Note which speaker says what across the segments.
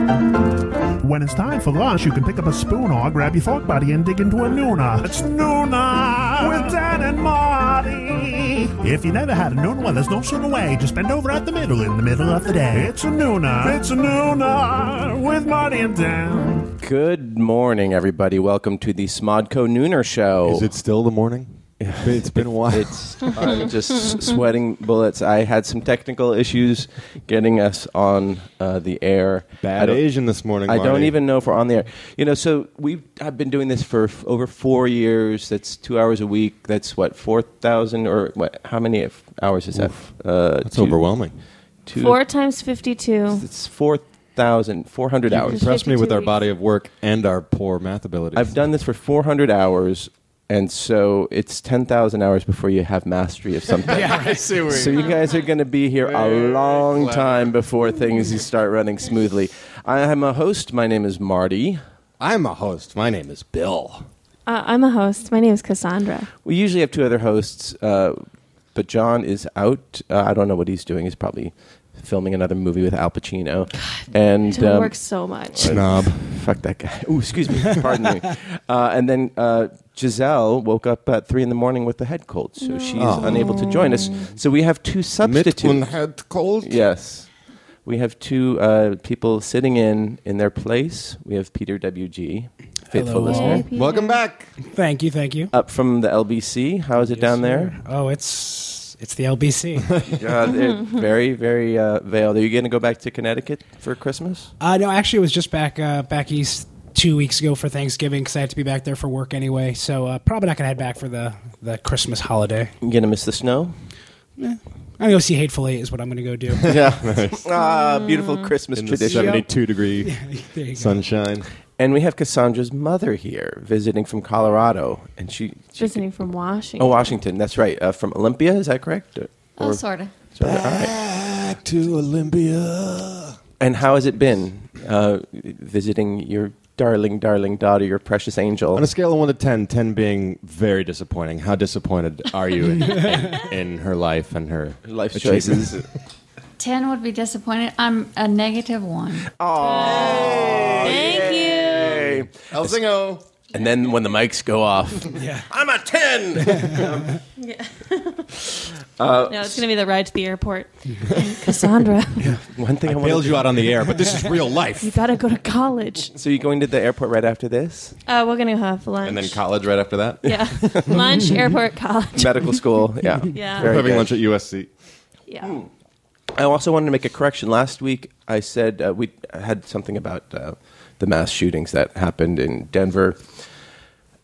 Speaker 1: When it's time for lunch, you can pick up a spoon or grab your fork buddy and dig into a Noona. It's Noona with Dan and Marty. If you never had a Noona, well, there's no sooner way. Just bend over at the middle in the middle of the day. It's a Noona. It's a Noona with Marty and Dan.
Speaker 2: Good morning, everybody. Welcome to the Smodco Nooner Show.
Speaker 3: Is it still the morning? Oh. It's been a while.
Speaker 2: It's I'm just sweating bullets. I had some technical issues getting us on uh, the air. I
Speaker 3: bad
Speaker 2: don't-
Speaker 3: Asian this morning.
Speaker 2: I don't
Speaker 3: Marty.
Speaker 2: even know if we're on the air. You know, so we have been doing this for f- over four years. That's two hours a week. That's what four thousand or what? How many f- hours is that? Uh,
Speaker 3: That's overwhelming.
Speaker 2: Two,
Speaker 4: Four times 52.
Speaker 2: It's four thousand four hundred hours.
Speaker 3: Impressed me with our
Speaker 4: 52
Speaker 3: body of work and our poor math abilities.
Speaker 2: I've done this for 400 hours, and so it's 10,000 hours before you have mastery of something.
Speaker 5: Yeah, I see where
Speaker 2: So you guys are going to be here a long time before things start running smoothly. I am a host. My name is Marty.
Speaker 3: I'm a host. My name is Bill.
Speaker 4: Uh, I'm a host. My name is Cassandra.
Speaker 2: We usually have two other hosts, uh, but John is out. Uh, I don't know what he's doing. He's probably filming another movie with Al Pacino. and
Speaker 4: It
Speaker 2: um,
Speaker 4: works so much.
Speaker 3: Snob.
Speaker 2: Fuck that guy. Ooh, excuse me. Pardon me. Uh, and then uh, Giselle woke up at three in the morning with a head cold, so she's unable to join us. So we have two substitutes.
Speaker 3: head cold.
Speaker 2: Yes. We have two uh, people sitting in in their place. We have Peter WG, faithful
Speaker 5: Hello.
Speaker 2: listener,
Speaker 3: Welcome back.
Speaker 5: Thank you, thank you.
Speaker 2: up from the LBC. How is it down there?
Speaker 5: Oh, it's it's the LBC.
Speaker 2: Uh, they're very, very uh, veiled. Are you going to go back to Connecticut for Christmas?
Speaker 5: uh, no, actually, it was just back uh, back east two weeks ago for Thanksgiving because I had to be back there for work anyway. So uh, probably not gonna head back for the the Christmas holiday.
Speaker 2: You going to miss the snow?
Speaker 5: I'm gonna go see Hateful Eight is what I'm gonna go do.
Speaker 2: Yeah. ah, beautiful Christmas
Speaker 3: In the
Speaker 2: tradition.
Speaker 3: 72 degree
Speaker 5: There you go.
Speaker 3: sunshine.
Speaker 2: And we have Cassandra's mother here, visiting from Colorado, and she, she
Speaker 4: Visiting from Washington.
Speaker 2: oh Washington, that's right, uh, from Olympia, is that correct? Or-
Speaker 6: Oh,
Speaker 2: or-
Speaker 6: sort of.
Speaker 2: sorta, all right.
Speaker 3: Back to Olympia.
Speaker 2: And how has it been uh, visiting your darling, darling daughter, your precious angel?
Speaker 3: On a scale of 1 to 10, 10 being very disappointing, how disappointed are you in, in, in her life and her
Speaker 2: Life's
Speaker 3: achievements?
Speaker 2: choices.
Speaker 6: 10 would be disappointed. I'm a negative one.
Speaker 4: Thank you.
Speaker 2: Hey.
Speaker 3: Elsingo.
Speaker 2: And then when the mics go off,
Speaker 5: Yeah.
Speaker 2: I'm a ten.
Speaker 4: No, it's going to be the ride to the airport. Cassandra,
Speaker 2: One thing I,
Speaker 3: I
Speaker 2: want.
Speaker 3: bailed you out on the air, but this is real
Speaker 4: you
Speaker 3: life.
Speaker 4: got to go to college.
Speaker 2: So you're going to the airport right after this?
Speaker 4: Uh, we're going to have lunch.
Speaker 3: And then college right after that.
Speaker 4: Yeah. lunch, airport, college.
Speaker 2: Medical school, yeah.
Speaker 4: Yeah.
Speaker 2: Very
Speaker 3: Having
Speaker 2: good.
Speaker 3: lunch at USC.
Speaker 4: Yeah.
Speaker 2: I also wanted to make a correction. Last week, I said uh, we had something about uh, the mass shootings that happened in Denver,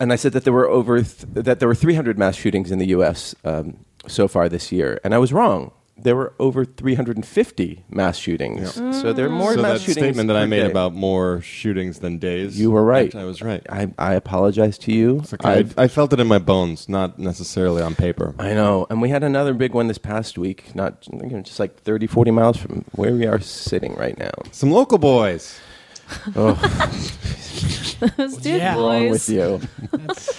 Speaker 2: and I said that there were over th- that there were 300 mass shootings in the U.S. Um, so far this year, and I was wrong. There were over 350 mass shootings. So there are more
Speaker 3: so
Speaker 2: mass
Speaker 3: that
Speaker 2: shootings.
Speaker 3: statement that I
Speaker 2: per
Speaker 3: made
Speaker 2: day.
Speaker 3: about more shootings than days.
Speaker 2: you were right.
Speaker 3: I was right. I,
Speaker 2: I, I apologize to you.
Speaker 3: I, felt it in my bones, not necessarily on paper.
Speaker 2: I know. And we had another big one this past week, not you know, just like 30, 40 miles from where we are sitting right now.
Speaker 3: Some local boys.
Speaker 4: Those dude
Speaker 5: Yeah.
Speaker 4: boys.
Speaker 2: Wrong with you.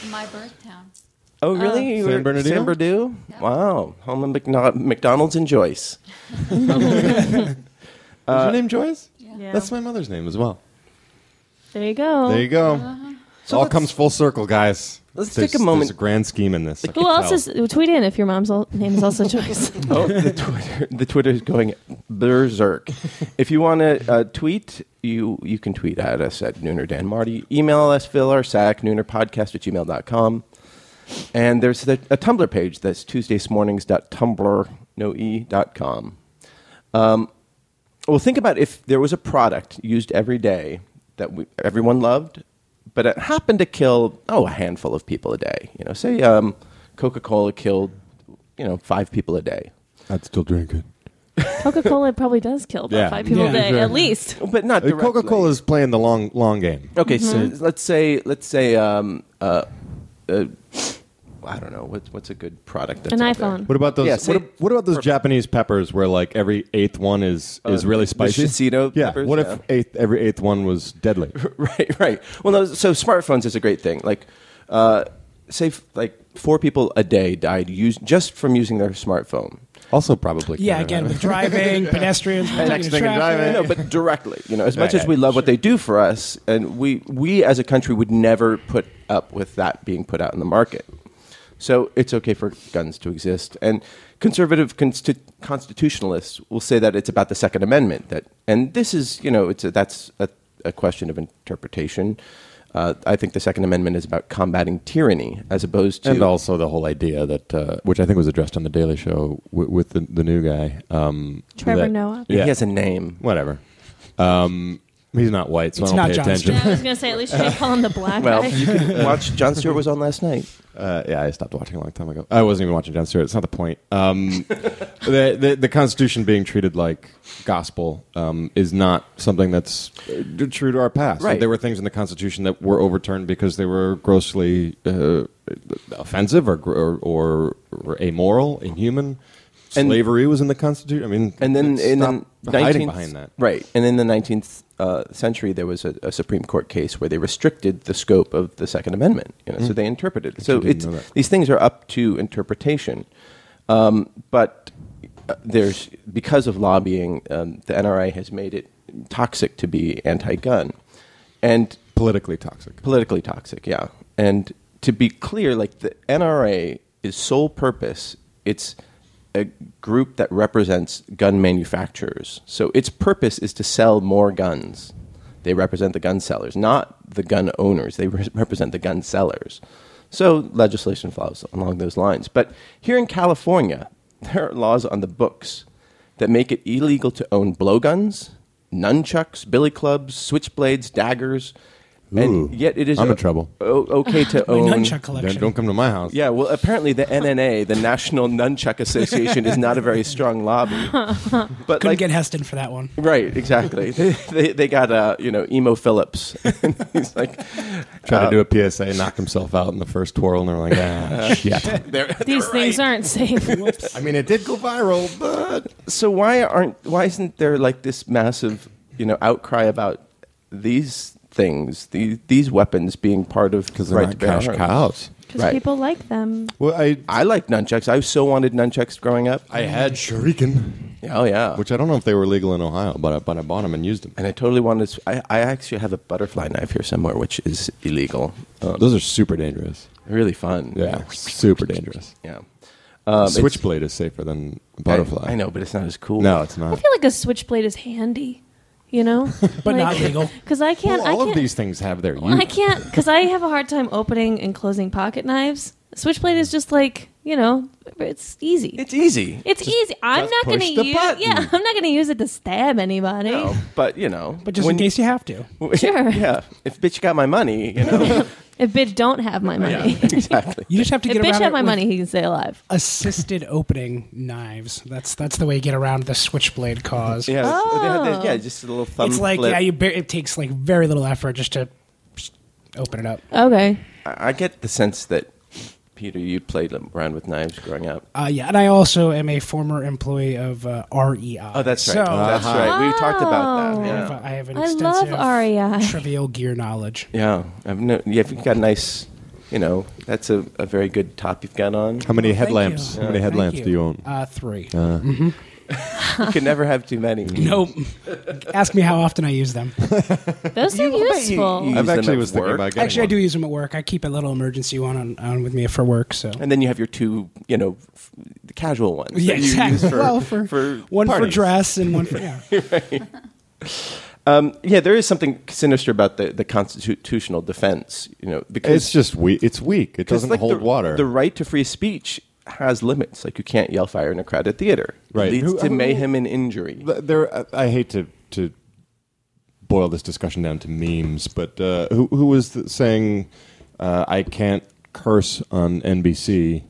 Speaker 6: My birth town.
Speaker 2: Oh, really? You
Speaker 3: Ah. San
Speaker 2: were-
Speaker 3: Bernardino?
Speaker 2: San Bernardino? Wow. Home of McNo- McDonald's and Joyce. Uh,
Speaker 3: is your name Joyce?
Speaker 4: Yeah.
Speaker 3: That's my mother's name as well.
Speaker 4: There you go.
Speaker 3: There you go.
Speaker 2: Oh, uh-huh. So
Speaker 3: All
Speaker 2: let's-
Speaker 3: comes full circle, guys.
Speaker 2: Let's
Speaker 3: There's-
Speaker 2: take a moment-
Speaker 3: There's a grand scheme in this. I
Speaker 4: Who
Speaker 3: can
Speaker 4: else
Speaker 3: tell.
Speaker 4: is tweet in if your mom's al- name is also Joyce?
Speaker 2: Oh, the Twitter, the Twitter is going berserk. if you want to uh, tweet, you you can tweet at us at Nooner Dan Marty. Email us, Phil or Sack, noonerpodcast at gmail.com. And there's the, a Tumblr page that's tuesdaysmornings.tumblr, no e, dot com. Um, Well, think about if there was a product used every day that we, everyone loved, but it happened to kill oh a handful of people a day. You know, say um, Coca Cola killed you know five people a day,
Speaker 3: I'd still drink it.
Speaker 4: Coca Cola probably does kill about
Speaker 3: Yeah.
Speaker 4: five people
Speaker 5: Yeah,
Speaker 4: a day,
Speaker 3: sure.
Speaker 4: at least.
Speaker 2: but not directly.
Speaker 3: Coca Cola Uh, is playing the long, long game.
Speaker 2: Okay,
Speaker 4: Mm-hmm.
Speaker 2: so let's say let's say um, uh, uh, I don't know what's what's a good product. That's
Speaker 4: An
Speaker 2: out there?
Speaker 4: iPhone.
Speaker 3: What about those?
Speaker 2: Yeah,
Speaker 3: what,
Speaker 2: say-
Speaker 3: ab- what about those Japanese peppers where like every eighth one is is really spicy?
Speaker 2: shishito Uh,
Speaker 3: yeah.
Speaker 2: peppers,
Speaker 3: what
Speaker 2: yeah.
Speaker 3: if eighth every eighth one was deadly?
Speaker 2: right, right. Well, no, so smartphones is a great thing. Like, uh, say f- like four people a day died use, just from using their smartphone.
Speaker 3: Also, probably.
Speaker 5: Yeah,
Speaker 3: kind of
Speaker 5: again,
Speaker 3: happened.
Speaker 5: with driving, pedestrians,
Speaker 3: Texting and driving.
Speaker 2: No, but directly. You know, as much
Speaker 3: Right,
Speaker 2: as we
Speaker 3: right,
Speaker 2: love what they do for us, and we we as a country would never put up with that being put out in the market. So it's okay for guns to exist, and conservative consti- constitutionalists will say that it's about the Second Amendment. That and this is you know it's a, that's a, a question of interpretation. Uh, I think the Second Amendment is about combating tyranny as opposed to
Speaker 3: and also the whole idea that, uh, which I think was addressed on the Daily Show w- with the, the new guy, um,
Speaker 4: Trevor
Speaker 3: that-
Speaker 4: Noah?
Speaker 3: Yeah,
Speaker 2: he has a name.
Speaker 3: whatever. Um, he's not white, so
Speaker 5: It's
Speaker 3: I don't
Speaker 5: not
Speaker 3: pay
Speaker 5: John
Speaker 3: attention.
Speaker 4: Yeah, I was gonna say at least you should call him the black
Speaker 2: Well,
Speaker 4: guy.
Speaker 2: you can watch John Stewart was on last night.
Speaker 3: Uh, yeah, I stopped watching a long time ago. I wasn't even watching John Stewart. It's not the point. Um, the, the the Constitution being treated like gospel um, is not something that's uh, true to our past.
Speaker 2: Right.
Speaker 3: There were things in the Constitution that were overturned because they were grossly uh, offensive or, gr- or or or amoral, inhuman.
Speaker 2: And-
Speaker 3: Slavery was in the Constitution. I mean,
Speaker 2: and then
Speaker 3: it's
Speaker 2: in the
Speaker 3: not hiding
Speaker 2: 19th
Speaker 3: behind that.
Speaker 2: right? And in the nineteenth uh, century, there was a, a Supreme Court case where they restricted the scope of the Second Amendment. You know, so they interpreted. it. So
Speaker 3: Mm. didn't
Speaker 2: it's
Speaker 3: know that.
Speaker 2: these things are up to interpretation, um, but uh, there's because of lobbying, um, the NRA has made it toxic to be anti-gun, and
Speaker 3: Politically toxic.
Speaker 2: politically toxic yeah and to be clear like the nra is sole purpose it's a group that represents gun manufacturers so its purpose is to sell more guns they represent the gun sellers not the gun owners they re- represent the gun sellers so legislation follows along those lines but here in california there are laws on the books that make it illegal to own blowguns nunchucks billy clubs switchblades daggers
Speaker 3: Ooh,
Speaker 2: and yet it is
Speaker 3: I'm in
Speaker 2: o-
Speaker 3: trouble.
Speaker 2: o- okay to
Speaker 5: My
Speaker 2: own
Speaker 5: nunchuck
Speaker 3: Don't,
Speaker 5: collection.
Speaker 3: don't come to my house.
Speaker 2: Yeah, well, apparently the NNA, the National Nunchuck Association, is not a very strong lobby. But
Speaker 5: Couldn't
Speaker 2: like,
Speaker 5: get Heston for that one.
Speaker 2: right, exactly. They, they, they got uh, you know emo Phillips. He's like, uh,
Speaker 3: Try to do a PSA, knock himself out in the first twirl, and they're like, ah, shit.
Speaker 2: they're,
Speaker 4: These things aren't safe.
Speaker 3: I mean, it did go viral, but
Speaker 2: so why aren't why isn't there like this massive you know outcry about these things, these these weapons being part of
Speaker 3: because they're
Speaker 2: right
Speaker 3: not
Speaker 2: to bear
Speaker 3: cash
Speaker 2: arms?
Speaker 3: cows.
Speaker 4: Because
Speaker 2: Right.
Speaker 4: people like them.
Speaker 3: Well, I
Speaker 2: I like nunchucks. I so wanted nunchucks growing up.
Speaker 3: I had shuriken,
Speaker 2: oh yeah,
Speaker 3: which I don't know if they were legal in Ohio, but I, but I bought them and used them.
Speaker 2: and I totally wanted. To, I, I actually have a butterfly knife here somewhere, which is illegal. Um,
Speaker 3: Uh, Those are super dangerous.
Speaker 2: really fun.
Speaker 3: Yeah, super dangerous.
Speaker 2: yeah. Um, it's-
Speaker 3: Switchblade is safer than butterfly.
Speaker 2: I, I know, but it's not as cool.
Speaker 3: No, it's not.
Speaker 4: I feel like a switchblade is handy, you know,
Speaker 5: But not legal.
Speaker 4: Because I can't.
Speaker 3: Well, all
Speaker 4: I can't,
Speaker 3: of these things have their use.
Speaker 4: I can't because I have a hard time opening and closing pocket knives. Switchblade is just like you know, it's easy.
Speaker 2: it's
Speaker 4: It's,
Speaker 2: easy.
Speaker 4: easy. I'm
Speaker 3: just push
Speaker 4: not gonna
Speaker 3: the
Speaker 4: use.
Speaker 3: button.
Speaker 4: Yeah, I'm not gonna use it to stab anybody.
Speaker 2: No, but you know,
Speaker 5: But just
Speaker 2: when-
Speaker 5: in case you have to.
Speaker 4: Sure.
Speaker 2: yeah. If bitch got my money, you know,
Speaker 4: If bitch don't have my money,
Speaker 2: exactly.
Speaker 5: You just have to
Speaker 4: if
Speaker 5: get
Speaker 4: bitch
Speaker 5: around
Speaker 4: have my
Speaker 5: it with
Speaker 4: money, he can stay alive.
Speaker 5: Assisted opening knives. That's that's the way you get around the switchblade cause.
Speaker 2: Yeah, it's- they have the-
Speaker 4: Oh.
Speaker 2: yeah, just a little thumb.
Speaker 5: It's like
Speaker 2: flip.
Speaker 5: yeah, you bar- it takes like very little effort just to just open it up.
Speaker 4: Okay.
Speaker 2: I I get the sense that Peter, you played around with knives growing up.
Speaker 5: Uh, yeah, and I also am a former employee of uh, REI.
Speaker 2: Oh, that's right.
Speaker 5: So,
Speaker 2: That's right. We talked about that.
Speaker 5: I,
Speaker 2: Yeah.
Speaker 5: have, I E have an
Speaker 4: I
Speaker 5: extensive
Speaker 4: love REI.
Speaker 5: trivial gear knowledge.
Speaker 2: Yeah, I've no, yeah, if you've got nice, you know, that's a, a very good top you've got on.
Speaker 3: How many
Speaker 5: Well, thank
Speaker 3: headlamps?
Speaker 5: you.
Speaker 3: How many
Speaker 5: Thank
Speaker 3: headlamps do you own?
Speaker 5: Uh, three.
Speaker 2: You can never have too many.
Speaker 5: nope. Ask me how often I use them.
Speaker 4: Those are useful.
Speaker 2: you-
Speaker 3: I've
Speaker 2: use them
Speaker 3: actually
Speaker 2: at
Speaker 3: was thinking
Speaker 2: work.
Speaker 3: about getting
Speaker 5: Actually, I
Speaker 3: one.
Speaker 5: do use them at work. I keep a little emergency one on, on with me for work. So
Speaker 2: And then you have your two, you know, f- casual ones.
Speaker 5: yeah,
Speaker 2: that you
Speaker 5: exactly.
Speaker 2: use for,
Speaker 5: well, for,
Speaker 2: for
Speaker 5: one for
Speaker 2: parties.
Speaker 5: dress and one for yeah.
Speaker 2: Um, Yeah, there is something sinister about the, the constitutional defense, you know, because
Speaker 3: It's just weak. It's weak. It
Speaker 2: 'cause,
Speaker 3: doesn't
Speaker 2: like, the,
Speaker 3: hold water.
Speaker 2: The right to free speech has limits. Like you can't yell fire in a crowded theater.
Speaker 3: Right.
Speaker 2: It leads
Speaker 3: Who-
Speaker 2: to
Speaker 3: who-
Speaker 2: mayhem and injury.
Speaker 3: Th- there I- I hate to to boil this discussion down to memes, but uh, who who was th- saying uh, I can't curse on NBC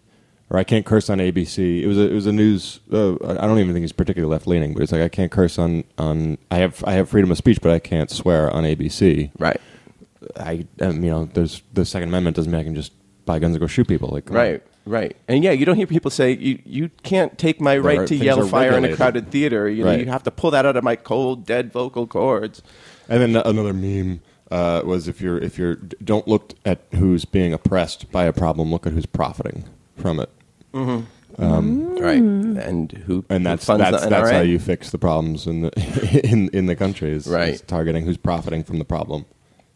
Speaker 3: or I can't curse on ABC? It was a, it was a news. Uh, I I don't even think he's particularly left leaning, but it's like I can't curse on on I have I have freedom of speech, but I can't swear on ABC.
Speaker 2: Right.
Speaker 3: I um, you know there's the Second Amendment doesn't mean I can just buy guns and go shoot people. Like come on.
Speaker 2: Right. Right. And yeah, you don't hear people say you, you can't take my right
Speaker 3: are-
Speaker 2: to
Speaker 3: things
Speaker 2: yell
Speaker 3: are
Speaker 2: fire in a
Speaker 3: regulated.
Speaker 2: crowded theater. You know,
Speaker 3: Right.
Speaker 2: you have to pull that out of my cold dead vocal cords.
Speaker 3: And then another meme uh, was if you're if you're don't look at who's being oppressed by a problem, look at who's profiting from it,
Speaker 2: right? And who
Speaker 3: Mm.
Speaker 2: who
Speaker 3: and that's
Speaker 2: funds
Speaker 3: that's
Speaker 2: the
Speaker 3: that's
Speaker 2: NRA?
Speaker 3: how you fix the problems in the in in the country is, is
Speaker 2: Right.
Speaker 3: targeting who's profiting from the problem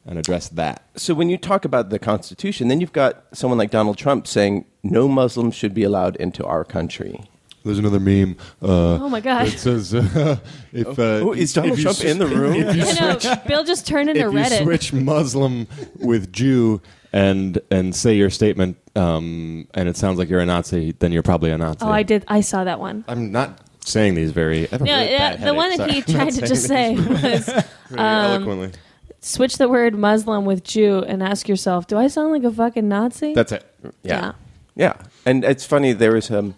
Speaker 3: and address that.
Speaker 2: so when you talk about the Constitution, then you've got someone like Donald Trump saying no Muslims should be allowed into our country.
Speaker 3: There's another meme. Uh,
Speaker 4: Oh my God.
Speaker 3: It says uh, if uh,
Speaker 2: Oh, is Donald
Speaker 3: if you
Speaker 2: Trump
Speaker 3: s-
Speaker 2: in the room?
Speaker 3: if you
Speaker 4: I know. Bill just turned into
Speaker 3: if you
Speaker 4: Reddit.
Speaker 3: switch Muslim with Jew and and say your statement, um, and it sounds like you're a Nazi, then you're probably a Nazi.
Speaker 4: oh, I did. I saw that one.
Speaker 3: I'm not saying these very. I have a
Speaker 4: No,
Speaker 3: really
Speaker 4: yeah,
Speaker 3: bad
Speaker 4: the one
Speaker 3: headache,
Speaker 4: that he
Speaker 3: sorry. I'm
Speaker 4: tried um,
Speaker 3: not
Speaker 4: to just say
Speaker 3: saying
Speaker 4: was
Speaker 3: this very eloquently.
Speaker 4: switch the word Muslim with Jew and ask yourself, do I sound like a fucking Nazi?
Speaker 3: That's it.
Speaker 2: Yeah. Yeah. And it's funny, there was, um,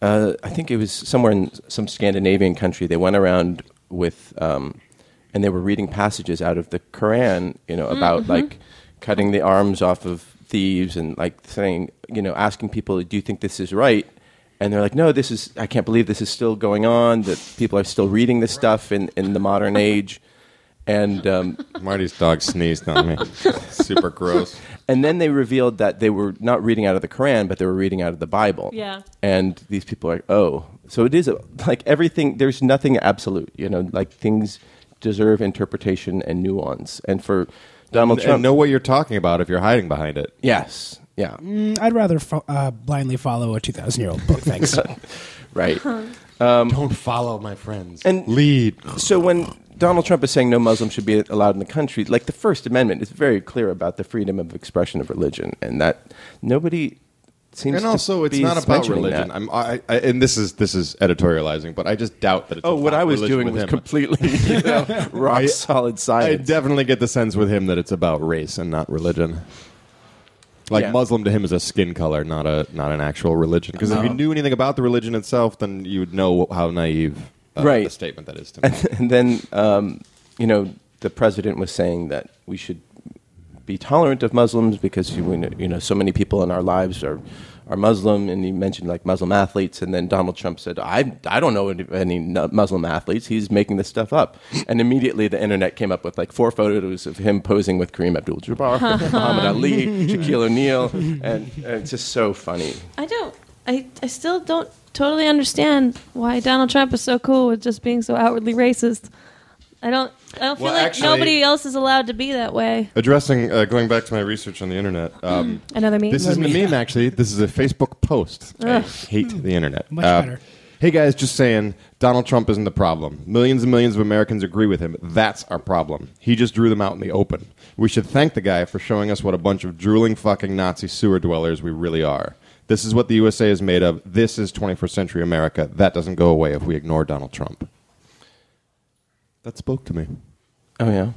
Speaker 2: uh, I think it was somewhere in some Scandinavian country, they went around with, um, and they were reading passages out of the Quran, you know, about like cutting the arms off of thieves and like saying, you know, asking people, do you think this is right? And they're like, no, this is, I can't believe this is still going on, that people are still reading this stuff in, in the modern age. And um,
Speaker 3: Marty's dog sneezed on me. Super gross.
Speaker 2: And then they revealed that they were not reading out of the Quran, but they were reading out of the Bible.
Speaker 4: Yeah.
Speaker 2: And these people are like, oh. So it is a, like everything, there's nothing absolute. You know, like things deserve interpretation and nuance. And for Donald
Speaker 3: And,
Speaker 2: Trump.
Speaker 3: know what you're talking about if you're hiding behind it.
Speaker 2: yes. Yeah.
Speaker 5: I'd rather fo- uh, blindly follow a 2,000 year old book. Thanks.
Speaker 2: Right.
Speaker 3: Don't follow my friends.
Speaker 2: And-
Speaker 3: lead.
Speaker 2: so when Donald Trump is saying no Muslims should be allowed in the country, like the First Amendment is very clear about the freedom of expression of religion, and that nobody seems.
Speaker 3: And
Speaker 2: to
Speaker 3: also, it's
Speaker 2: be
Speaker 3: not about
Speaker 2: mentioning
Speaker 3: religion.
Speaker 2: that.
Speaker 3: I'm, I, I, and this is this is editorializing, but I just doubt that. it's
Speaker 2: Oh, what
Speaker 3: about
Speaker 2: I was
Speaker 3: religion
Speaker 2: doing
Speaker 3: with
Speaker 2: was
Speaker 3: him.
Speaker 2: completely you know, rock
Speaker 3: I-
Speaker 2: solid
Speaker 3: I
Speaker 2: science.
Speaker 3: definitely get the sense with him that it's about race and not religion. Like
Speaker 2: Yeah.
Speaker 3: Muslim to him is a skin color, not a not an actual religion. Because if you knew anything about the religion itself, then you would know wh- how naive uh,
Speaker 2: Right.
Speaker 3: the statement that is to me.
Speaker 2: and then um, you know the president was saying that we should be tolerant of Muslims because you know, you know so many people in our lives are are Muslim, and he mentioned like Muslim athletes, and then Donald Trump said, "I I don't know any, any nu- Muslim athletes. He's making this stuff up." And immediately the internet came up with like four photos of him posing with Kareem Abdul-Jabbar, Muhammad Ali, Shaquille O'Neal, and, and it's just so funny.
Speaker 4: I don't. I, I still don't totally understand why Donald Trump is so cool with just being so outwardly racist. I don't. I don't feel
Speaker 3: Well,
Speaker 4: like
Speaker 3: actually-
Speaker 4: nobody else is allowed to be that way.
Speaker 3: Addressing, uh, going back to my research on the internet, um,
Speaker 4: Another meme.
Speaker 3: this isn't a meme, actually. This is a Facebook post. I hate the internet. Uh,
Speaker 5: Much better.
Speaker 3: Hey guys, just saying, Donald Trump isn't the problem. Millions and millions of Americans agree with him. That's our problem. He just drew them out in the open. We should thank the guy for showing us what a bunch of drooling fucking Nazi sewer dwellers we really are. This is what the USA is made of. This is 21st century America. That doesn't go away if we ignore Donald Trump. That spoke to me.
Speaker 2: Oh yeah,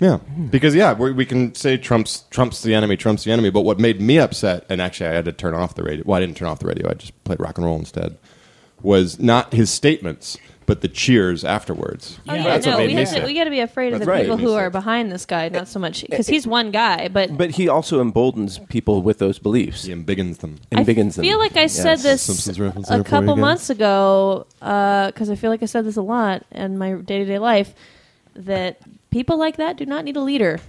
Speaker 3: Yeah, Hmm. because yeah, we, we can say Trump's Trump's the enemy, Trump's the enemy. But what made me upset, and actually I had to turn off the radio. Well, I didn't turn off the radio. I just played rock and roll instead. Was not his statements, but the cheers afterwards.
Speaker 4: Oh yeah,
Speaker 5: That's what
Speaker 4: no,
Speaker 5: made
Speaker 4: we
Speaker 5: me
Speaker 4: have
Speaker 5: sick.
Speaker 4: to, we got to be afraid of
Speaker 2: That's
Speaker 4: the
Speaker 2: right.
Speaker 4: people
Speaker 2: Made
Speaker 4: who
Speaker 3: me
Speaker 4: are
Speaker 3: sick.
Speaker 4: behind this guy, not so much because he's one guy. But,
Speaker 2: but he also emboldens people with those beliefs.
Speaker 3: He embiggens them.
Speaker 2: and biggins
Speaker 4: I
Speaker 2: them.
Speaker 4: feel like I said
Speaker 2: Yes.
Speaker 4: this
Speaker 3: Simpsons reference there
Speaker 4: a
Speaker 3: for you
Speaker 4: couple
Speaker 3: again.
Speaker 4: months ago because I feel like I said this a lot in my day to day life that people like that do not need a leader,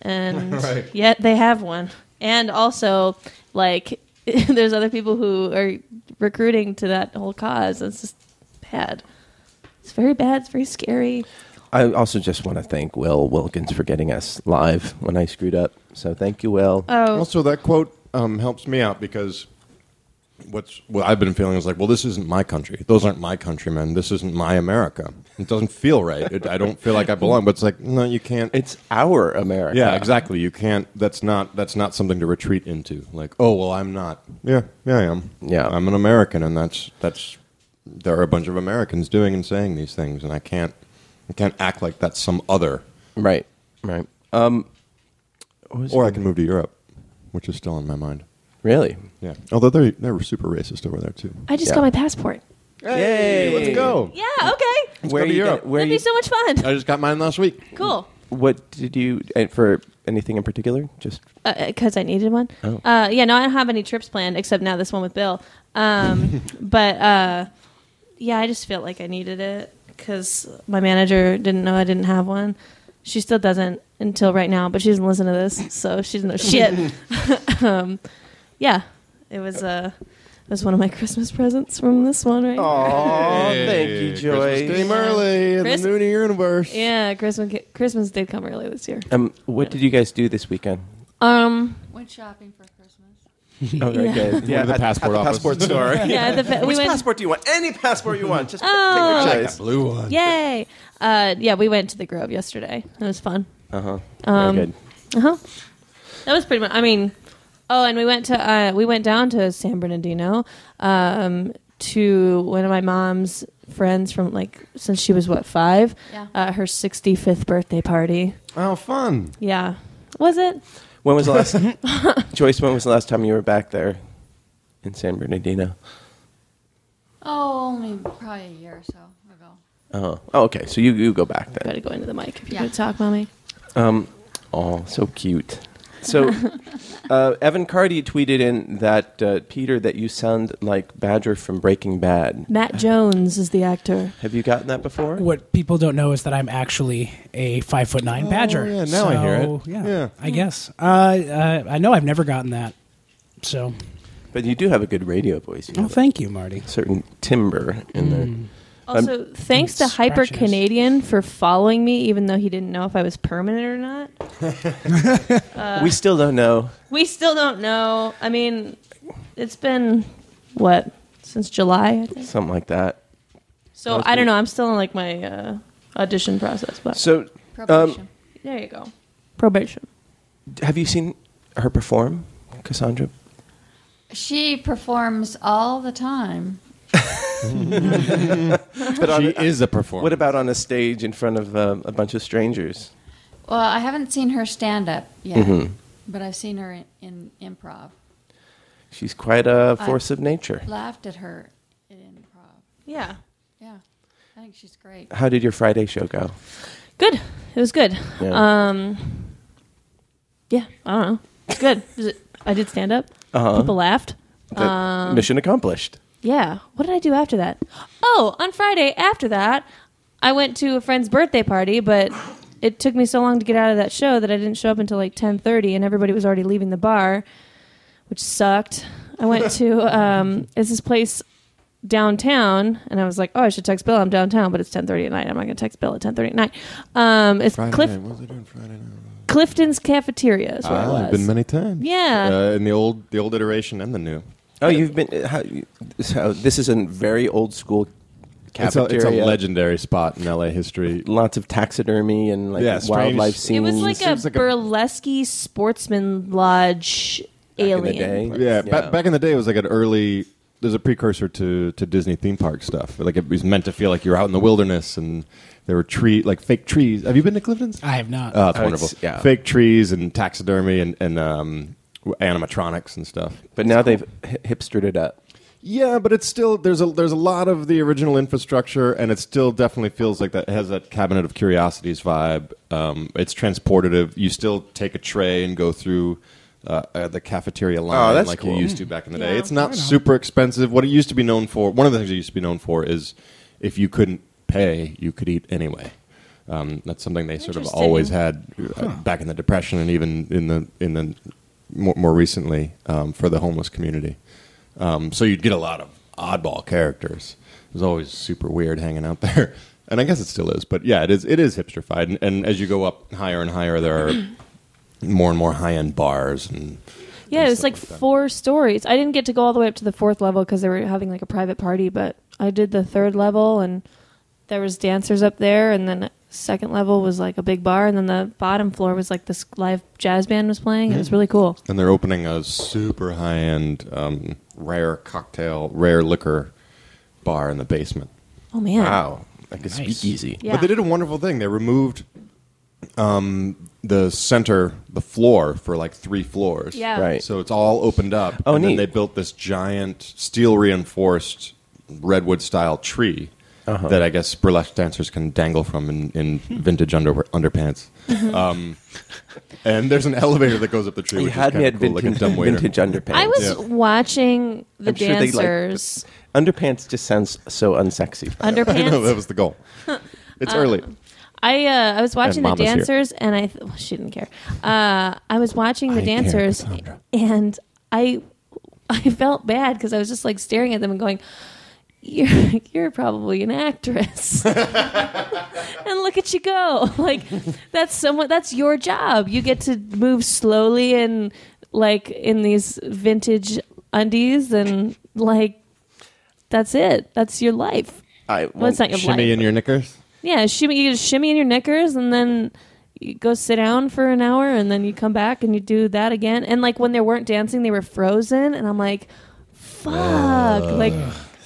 Speaker 4: and yet they have one. And also, like, there's other people who are recruiting to that whole cause. It's just bad. It's very bad. It's very scary.
Speaker 2: I also just want to thank Will Wilkins for getting us live when I screwed up. So thank you, Will.
Speaker 4: Oh,
Speaker 3: Also, that quote um, helps me out because what's what I've been feeling is like, well, this isn't my country. Those aren't my countrymen. This isn't my America. It doesn't feel right. It, I don't feel like I belong. But it's like, no, you can't.
Speaker 2: it's our America.
Speaker 3: Yeah, exactly. You can't. That's not. That's not something to retreat into. Like, oh well, I'm not. Yeah, yeah, I am.
Speaker 2: Yeah.
Speaker 3: I'm an American, and that's that's. There are a bunch of Americans doing and saying these things, and I can't. I can't act like that's some other.
Speaker 2: Right. Right. Um, what was
Speaker 3: Or I
Speaker 2: it?
Speaker 3: can move to Europe, which is still in my mind.
Speaker 2: really.
Speaker 3: Yeah. Although they they were super racist over there too.
Speaker 4: I just
Speaker 2: Yeah.
Speaker 4: got my passport.
Speaker 2: Hey,
Speaker 3: let's go.
Speaker 4: Yeah, okay.
Speaker 2: Where
Speaker 3: go to
Speaker 2: you
Speaker 3: Europe.
Speaker 2: get- where
Speaker 4: That'd
Speaker 2: you-
Speaker 4: be so much fun.
Speaker 3: I just got mine last week.
Speaker 4: Cool.
Speaker 2: What did you and for anything in particular? Just
Speaker 4: because Uh, I needed one. Uh, yeah, no, I don't have any trips planned except now this one with Bill. Um, but uh, yeah, I just felt like I needed it because my manager didn't know I didn't have one. She still doesn't, until right now, but she doesn't listen to this, so she doesn't know shit. um, yeah, it was uh, it was one of my Christmas presents from this one, right?
Speaker 2: Aw, thank you,
Speaker 3: Christmas
Speaker 2: Joyce.
Speaker 3: came early in
Speaker 4: Christ-
Speaker 3: the Noonie universe.
Speaker 4: Yeah, Christmas Christmas did come early this year.
Speaker 2: Um, what did you guys do this weekend?
Speaker 4: Um,
Speaker 6: Went shopping for Christmas.
Speaker 2: Oh, very
Speaker 4: Yeah.
Speaker 2: good. Yeah,
Speaker 3: to the
Speaker 2: at-
Speaker 3: passport
Speaker 2: at
Speaker 3: office.
Speaker 2: passport store.
Speaker 4: yeah, the, fa- we
Speaker 2: Which
Speaker 4: went.
Speaker 2: passport do you want? Any passport you want. Just
Speaker 4: Oh.
Speaker 2: take your choice.
Speaker 3: Blue one.
Speaker 4: Yay! Uh, yeah, we went to the Grove yesterday. That was fun.
Speaker 2: Uh-huh.
Speaker 4: Um,
Speaker 2: very good.
Speaker 4: Uh huh. That was pretty much. I mean, oh, and we went to uh, we went down to San Bernardino um, to one of my mom's friends from like since she was what five,
Speaker 6: Yeah.
Speaker 4: uh, her sixty fifth birthday party.
Speaker 3: Oh, fun.
Speaker 4: Yeah, was it?
Speaker 2: When was the last Joyce, when was the last time you were back there in San Bernardino?
Speaker 6: Oh, only probably a year or so ago.
Speaker 2: Oh. Oh, okay. So you, you go back
Speaker 4: Got
Speaker 2: then.
Speaker 4: to go into the mic if you
Speaker 6: Yeah.
Speaker 4: want to talk, mommy.
Speaker 2: Oh, so cute. So uh, Evan Cardi tweeted in that uh, Peter that you sound like Badger from Breaking Bad.
Speaker 4: Matt Jones is the actor.
Speaker 2: Have you gotten that before?
Speaker 5: What people don't know is that I'm actually a five foot nine badger.
Speaker 3: Oh, yeah, now I hear
Speaker 5: So,
Speaker 3: it.
Speaker 5: Yeah,
Speaker 3: Yeah.
Speaker 5: I guess. Uh, uh, I know I've never gotten that. So,
Speaker 2: But you do have a good radio voice. You
Speaker 5: oh,
Speaker 2: have
Speaker 5: thank you, Marty.
Speaker 2: a certain timbre in there.
Speaker 4: Also, thanks to
Speaker 5: Scratching
Speaker 4: Hyper
Speaker 5: his-
Speaker 4: Canadian for following me, even though he didn't know if I was permanent or not.
Speaker 2: we still don't know.
Speaker 4: We still don't know. I mean, it's been what since July, I think.
Speaker 2: Something like that.
Speaker 4: So I don't know. I'm still in like my uh, audition process, but
Speaker 2: So um,
Speaker 6: Probation.
Speaker 4: there you go. Probation.
Speaker 2: have you seen her perform, Cassandra?
Speaker 6: she performs all the time.
Speaker 2: But on
Speaker 3: She
Speaker 2: a-
Speaker 3: is a performer.
Speaker 2: what about on a stage in front of um, a bunch of strangers?
Speaker 6: Well, I haven't seen her stand up yet, but I've seen her in, in improv.
Speaker 2: She's quite
Speaker 4: Uh,
Speaker 2: a force of nature.
Speaker 6: Laughed at her in improv.
Speaker 4: Yeah.
Speaker 6: Yeah, I think she's great.
Speaker 2: How did your Friday show go?
Speaker 4: Good. It was good.
Speaker 2: Yeah.
Speaker 4: Um. Yeah. I don't know. It's good. Is it- I did stand up.
Speaker 2: Uh-huh.
Speaker 4: People laughed.
Speaker 2: That-
Speaker 4: uh,
Speaker 2: mission accomplished.
Speaker 4: Yeah. What did I do after that? Oh, on Friday after that, I went to a friend's birthday party, but it took me so long to get out of that show that I didn't show up until like 10:30 and everybody was already leaving the bar, which sucked. I went to um it's this place downtown and I was like, "Oh, I should text Bill. I'm downtown, but it's 10:30 at night. I'm not going to text Bill at 10:30 at night." Um it's Cliff-
Speaker 3: night. What was I doing Friday night?
Speaker 4: Clifton's cafeteria is where I
Speaker 3: Ah,
Speaker 4: was.
Speaker 3: I've been many times.
Speaker 4: Yeah.
Speaker 3: Uh, in the old the old iteration and the new.
Speaker 2: Oh, you've been. uh, How, so this is a very old school
Speaker 3: It's a,
Speaker 2: cafeteria.
Speaker 3: it's a legendary spot in LA history.
Speaker 2: Lots of taxidermy and like
Speaker 3: Yeah, strange-
Speaker 2: wildlife
Speaker 3: It
Speaker 2: scenes.
Speaker 4: it was like a
Speaker 3: Seems like a-
Speaker 4: burlesque sportsman lodge
Speaker 2: in
Speaker 4: alien
Speaker 2: the day.
Speaker 3: Yeah, ba-
Speaker 2: Yeah.
Speaker 3: back in the day, it was like an early. There's a precursor to, to Disney theme park stuff. Like it was meant to feel like you're out in the wilderness, and there were tree like fake trees. Have you been to Clifton's?
Speaker 5: I have not.
Speaker 3: Oh, it's
Speaker 2: Oh, it's-
Speaker 3: wonderful.
Speaker 2: yeah.
Speaker 3: Fake trees and taxidermy and, and um, animatronics and stuff.
Speaker 2: But now they've hi- hipstered it up.
Speaker 3: Yeah, but it's still there's a there's a lot of the original infrastructure, and it still definitely feels like that it has that cabinet of curiosities vibe. Um, it's transportative. You still take a tray and go through. Uh, uh, the cafeteria line
Speaker 2: Oh, that's
Speaker 3: like
Speaker 2: cool.
Speaker 3: you used to back in the day.
Speaker 4: Yeah.
Speaker 3: It's not super expensive. What it used to be known for, one of the things it used to be known for is if you couldn't pay, you could eat anyway. Um, that's something they sort of
Speaker 4: Interesting.
Speaker 3: always had uh, back in the depression and even in the in the more, more recently um, for the homeless community. Um, so you'd get a lot of oddball characters. It was always super weird hanging out there, and I guess it still is. But yeah, it is it is hipsterfied, and, and as you go up higher and higher, there are more and more high end bars and
Speaker 4: Yeah,
Speaker 3: and
Speaker 4: it was
Speaker 3: stuff
Speaker 4: like
Speaker 3: that.
Speaker 4: four stories. I didn't get to go all the way up to the fourth level because they were having like a private party, but I did the third level and there was dancers up there, and then second level was like a big bar, and then the bottom floor was like this live jazz band was playing. It
Speaker 3: Hmm.
Speaker 4: was really cool.
Speaker 3: and they're opening a super high end um, rare cocktail, rare liquor bar in the basement.
Speaker 4: Oh man!
Speaker 2: Wow, like a
Speaker 5: Nice.
Speaker 2: speakeasy.
Speaker 4: Yeah.
Speaker 3: But they did a wonderful thing. They removed um, the center, the floor for like three floors.
Speaker 4: Yeah.
Speaker 2: Right.
Speaker 3: So it's all opened up.
Speaker 2: Oh,
Speaker 3: and
Speaker 2: neat.
Speaker 3: then they built this giant steel reinforced redwood style tree
Speaker 2: Uh-huh.
Speaker 3: that I guess burlesque dancers can dangle from in, in vintage under, underpants.
Speaker 4: Mm-hmm.
Speaker 3: um, and there's an elevator that goes up the tree.
Speaker 2: Oh, You
Speaker 3: which
Speaker 2: had
Speaker 3: is
Speaker 2: me at
Speaker 3: kinda cool,
Speaker 2: vintage,
Speaker 3: like a dumbwaiter.
Speaker 2: vintage underpants.
Speaker 4: I was
Speaker 3: Yeah.
Speaker 4: watching the
Speaker 2: I'm sure they like-
Speaker 4: dancers.
Speaker 2: Underpants just sounds so unsexy.
Speaker 3: I know
Speaker 4: Underpants.
Speaker 3: that was the goal. It's early.
Speaker 4: I uh, I was watching the
Speaker 2: Mama's here.
Speaker 4: dancers, and I th- well, she didn't care. Uh, I was watching the
Speaker 3: I care,
Speaker 4: dancers,
Speaker 3: Cassandra.
Speaker 4: and I I felt bad because I was just like staring at them and going, "You're you're probably an actress, and look at you go! Like that's someone that's your job. You get to move slowly and like in these vintage undies, and like that's it. That's your life.
Speaker 2: I,
Speaker 4: Well, it's not your life.
Speaker 3: Shimmy in your knickers.
Speaker 4: Yeah, shimmy, you just shimmy in your knickers and then you go sit down for an hour and then you come back and you do that again. And like when they weren't dancing, they were frozen. And I'm like, fuck. Like,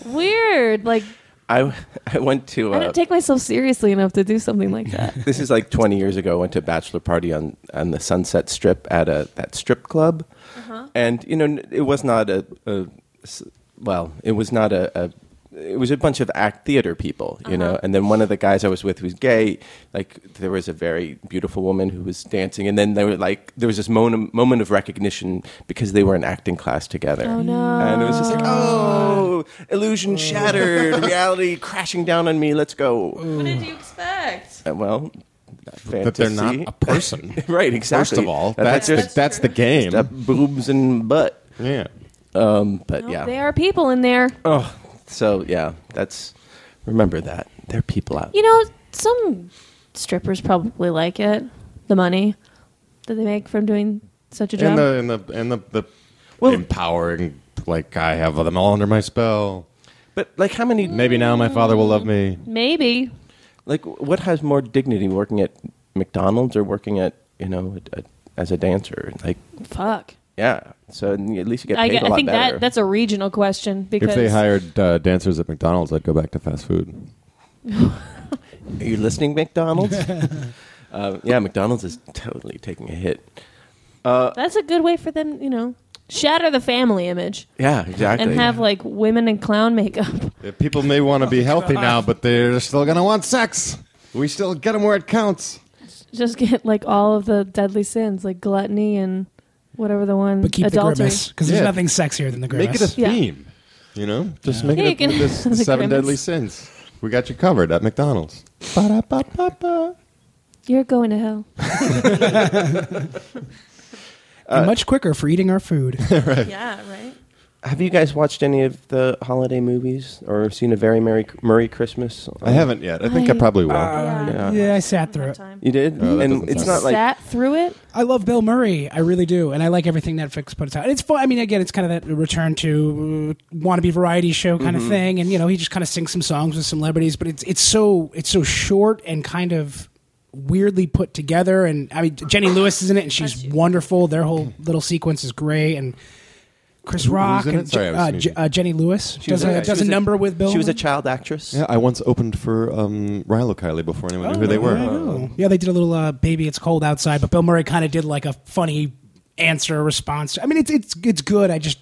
Speaker 4: weird. Like,
Speaker 2: I, I went to.
Speaker 4: I
Speaker 2: Uh,
Speaker 4: don't take myself seriously enough to do something like that.
Speaker 2: this is like 20 years ago. I went to a bachelor party on, on the Sunset Strip at a that strip club, and you know n- it was not a, a s- well, it was not a, a it was a bunch of act theater people, you know. And then one of the guys I was with was gay. Like there was a very beautiful woman who was dancing, and then they were like there was this moment moment of recognition because they were in acting class together. Oh
Speaker 4: no.
Speaker 2: And it was just like oh, illusion shattered, reality crashing down on me. Let's go.
Speaker 4: What did you expect?
Speaker 2: Uh, well, fantasy.
Speaker 3: That they're not a person.
Speaker 2: right, exactly.
Speaker 3: First of all,
Speaker 2: That-
Speaker 3: that's
Speaker 2: that's
Speaker 3: that's, that's the game.
Speaker 2: just uh, boobs and butt.
Speaker 3: Yeah.
Speaker 2: Um, but
Speaker 4: No,
Speaker 2: yeah.
Speaker 4: They are people in there.
Speaker 2: oh, so yeah, that's remember that there are people out.
Speaker 4: You know, some strippers probably like it, the money that they make from doing such a job.
Speaker 3: And the and the and the, the empowering like I have them all under my spell.
Speaker 2: But like, how many?
Speaker 3: Maybe now my father will love me.
Speaker 4: Maybe.
Speaker 2: Like, what has more dignity, working at McDonald's or working at you know a, a, as a dancer? Like,
Speaker 4: Fuck.
Speaker 2: yeah. So at least you get
Speaker 4: I,
Speaker 2: paid
Speaker 4: get-
Speaker 2: a
Speaker 4: I
Speaker 2: lot
Speaker 4: think
Speaker 2: better.
Speaker 4: that that's a regional question because
Speaker 3: If they hired uh, dancers at McDonald's, I'd go back to fast food.
Speaker 2: Are you listening, McDonald's? uh, yeah, McDonald's is totally taking a hit.
Speaker 4: That's a good way for them, you know, shatter the family image
Speaker 2: Yeah, exactly.
Speaker 4: and have like women in clown makeup.
Speaker 3: Yeah, people may want to be healthy now, but they're still going to want sex. We still get them where it counts.
Speaker 4: Just get like all of the deadly sins, like gluttony and whatever the one
Speaker 5: But keep
Speaker 4: adultery.
Speaker 5: the grimace because there's
Speaker 3: Yeah.
Speaker 5: nothing sexier than the grimace.
Speaker 3: Make it a
Speaker 4: Yeah.
Speaker 3: theme. You know, just make
Speaker 4: Yeah, you
Speaker 3: it a,
Speaker 4: can-
Speaker 3: this
Speaker 4: the
Speaker 3: seven
Speaker 4: grimace.
Speaker 3: deadly sins. We got you covered at McDonald's. Ba-da-ba-ba-ba.
Speaker 4: You're going to hell.
Speaker 3: uh,
Speaker 5: and much quicker for eating our food.
Speaker 4: Yeah, right.
Speaker 2: Have you guys watched any of the holiday movies or seen a very merry Murray Christmas?
Speaker 3: I haven't yet. I think I,
Speaker 4: I- uh,
Speaker 3: probably will.
Speaker 2: Yeah.
Speaker 5: Uh, yeah, I sat through it.
Speaker 4: Time.
Speaker 2: You did,
Speaker 3: Oh, that
Speaker 2: and
Speaker 3: doesn't
Speaker 2: it's not
Speaker 3: sound
Speaker 2: like
Speaker 4: Sat through it.
Speaker 5: I love Bill Murray. I really do, and I like everything Netflix puts out. It's fun. I mean, again, it's kind of that return to uh, wannabe variety show kind
Speaker 2: Mm-hmm.
Speaker 5: of thing, and you know, he just kind of sings some songs with celebrities, but it's it's so it's so short and kind of weirdly put together. And I mean, Jenny Lewis is in it, and she's wonderful. Their whole little sequence is great, and Chris Rock
Speaker 3: in it?
Speaker 5: and
Speaker 3: Sorry, I was
Speaker 5: uh,
Speaker 3: sneezing.
Speaker 5: J- uh, Jenny Lewis
Speaker 2: She
Speaker 5: does
Speaker 2: was
Speaker 5: a,
Speaker 2: she
Speaker 5: does a
Speaker 2: was
Speaker 5: number with Bill.
Speaker 2: She was a
Speaker 5: Murray.
Speaker 2: child actress.
Speaker 3: Yeah, I once opened for um, Ryle Kiley before anyone
Speaker 4: Oh,
Speaker 3: knew who they were.
Speaker 5: I know. Yeah, they did a little uh, "Baby, It's Cold Outside," but Bill Murray kind of did like a funny answer response. I mean, it's it's it's good. I just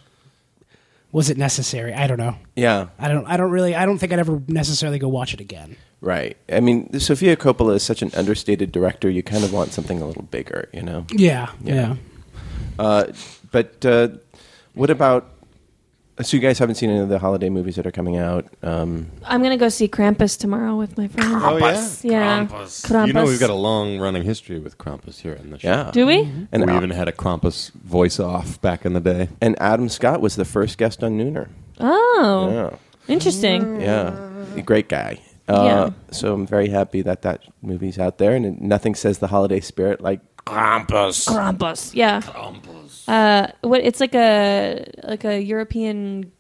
Speaker 5: was it necessary? I don't know.
Speaker 2: Yeah,
Speaker 5: I don't. I don't really. I don't think I'd ever necessarily go watch it again.
Speaker 2: right. I mean, Sofia Coppola is such an understated director. You kind of want something a little bigger, you know.
Speaker 5: Yeah.
Speaker 2: Yeah.
Speaker 5: Yeah.
Speaker 2: Uh, but uh, what about? So you guys haven't seen any of the holiday movies that are coming out? Um,
Speaker 4: I'm gonna go see Krampus tomorrow with my friend.
Speaker 3: Oh, yeah?
Speaker 4: Yeah. Krampus.
Speaker 3: You know, we've got a Mm-hmm. long running history with Krampus here in the show.
Speaker 2: yeah.
Speaker 4: Do we?
Speaker 2: And
Speaker 3: we
Speaker 2: Al-
Speaker 3: even had a Krampus voice off back in the day.
Speaker 2: and Adam Scott was the first guest on Nooner.
Speaker 4: Oh,
Speaker 2: Yeah.
Speaker 4: interesting.
Speaker 2: Yeah, a great guy. Uh, So I'm very happy that that movie's out there, and it- nothing says the holiday spirit like
Speaker 4: Krampus. Yeah. Uh, what? It's like a like a European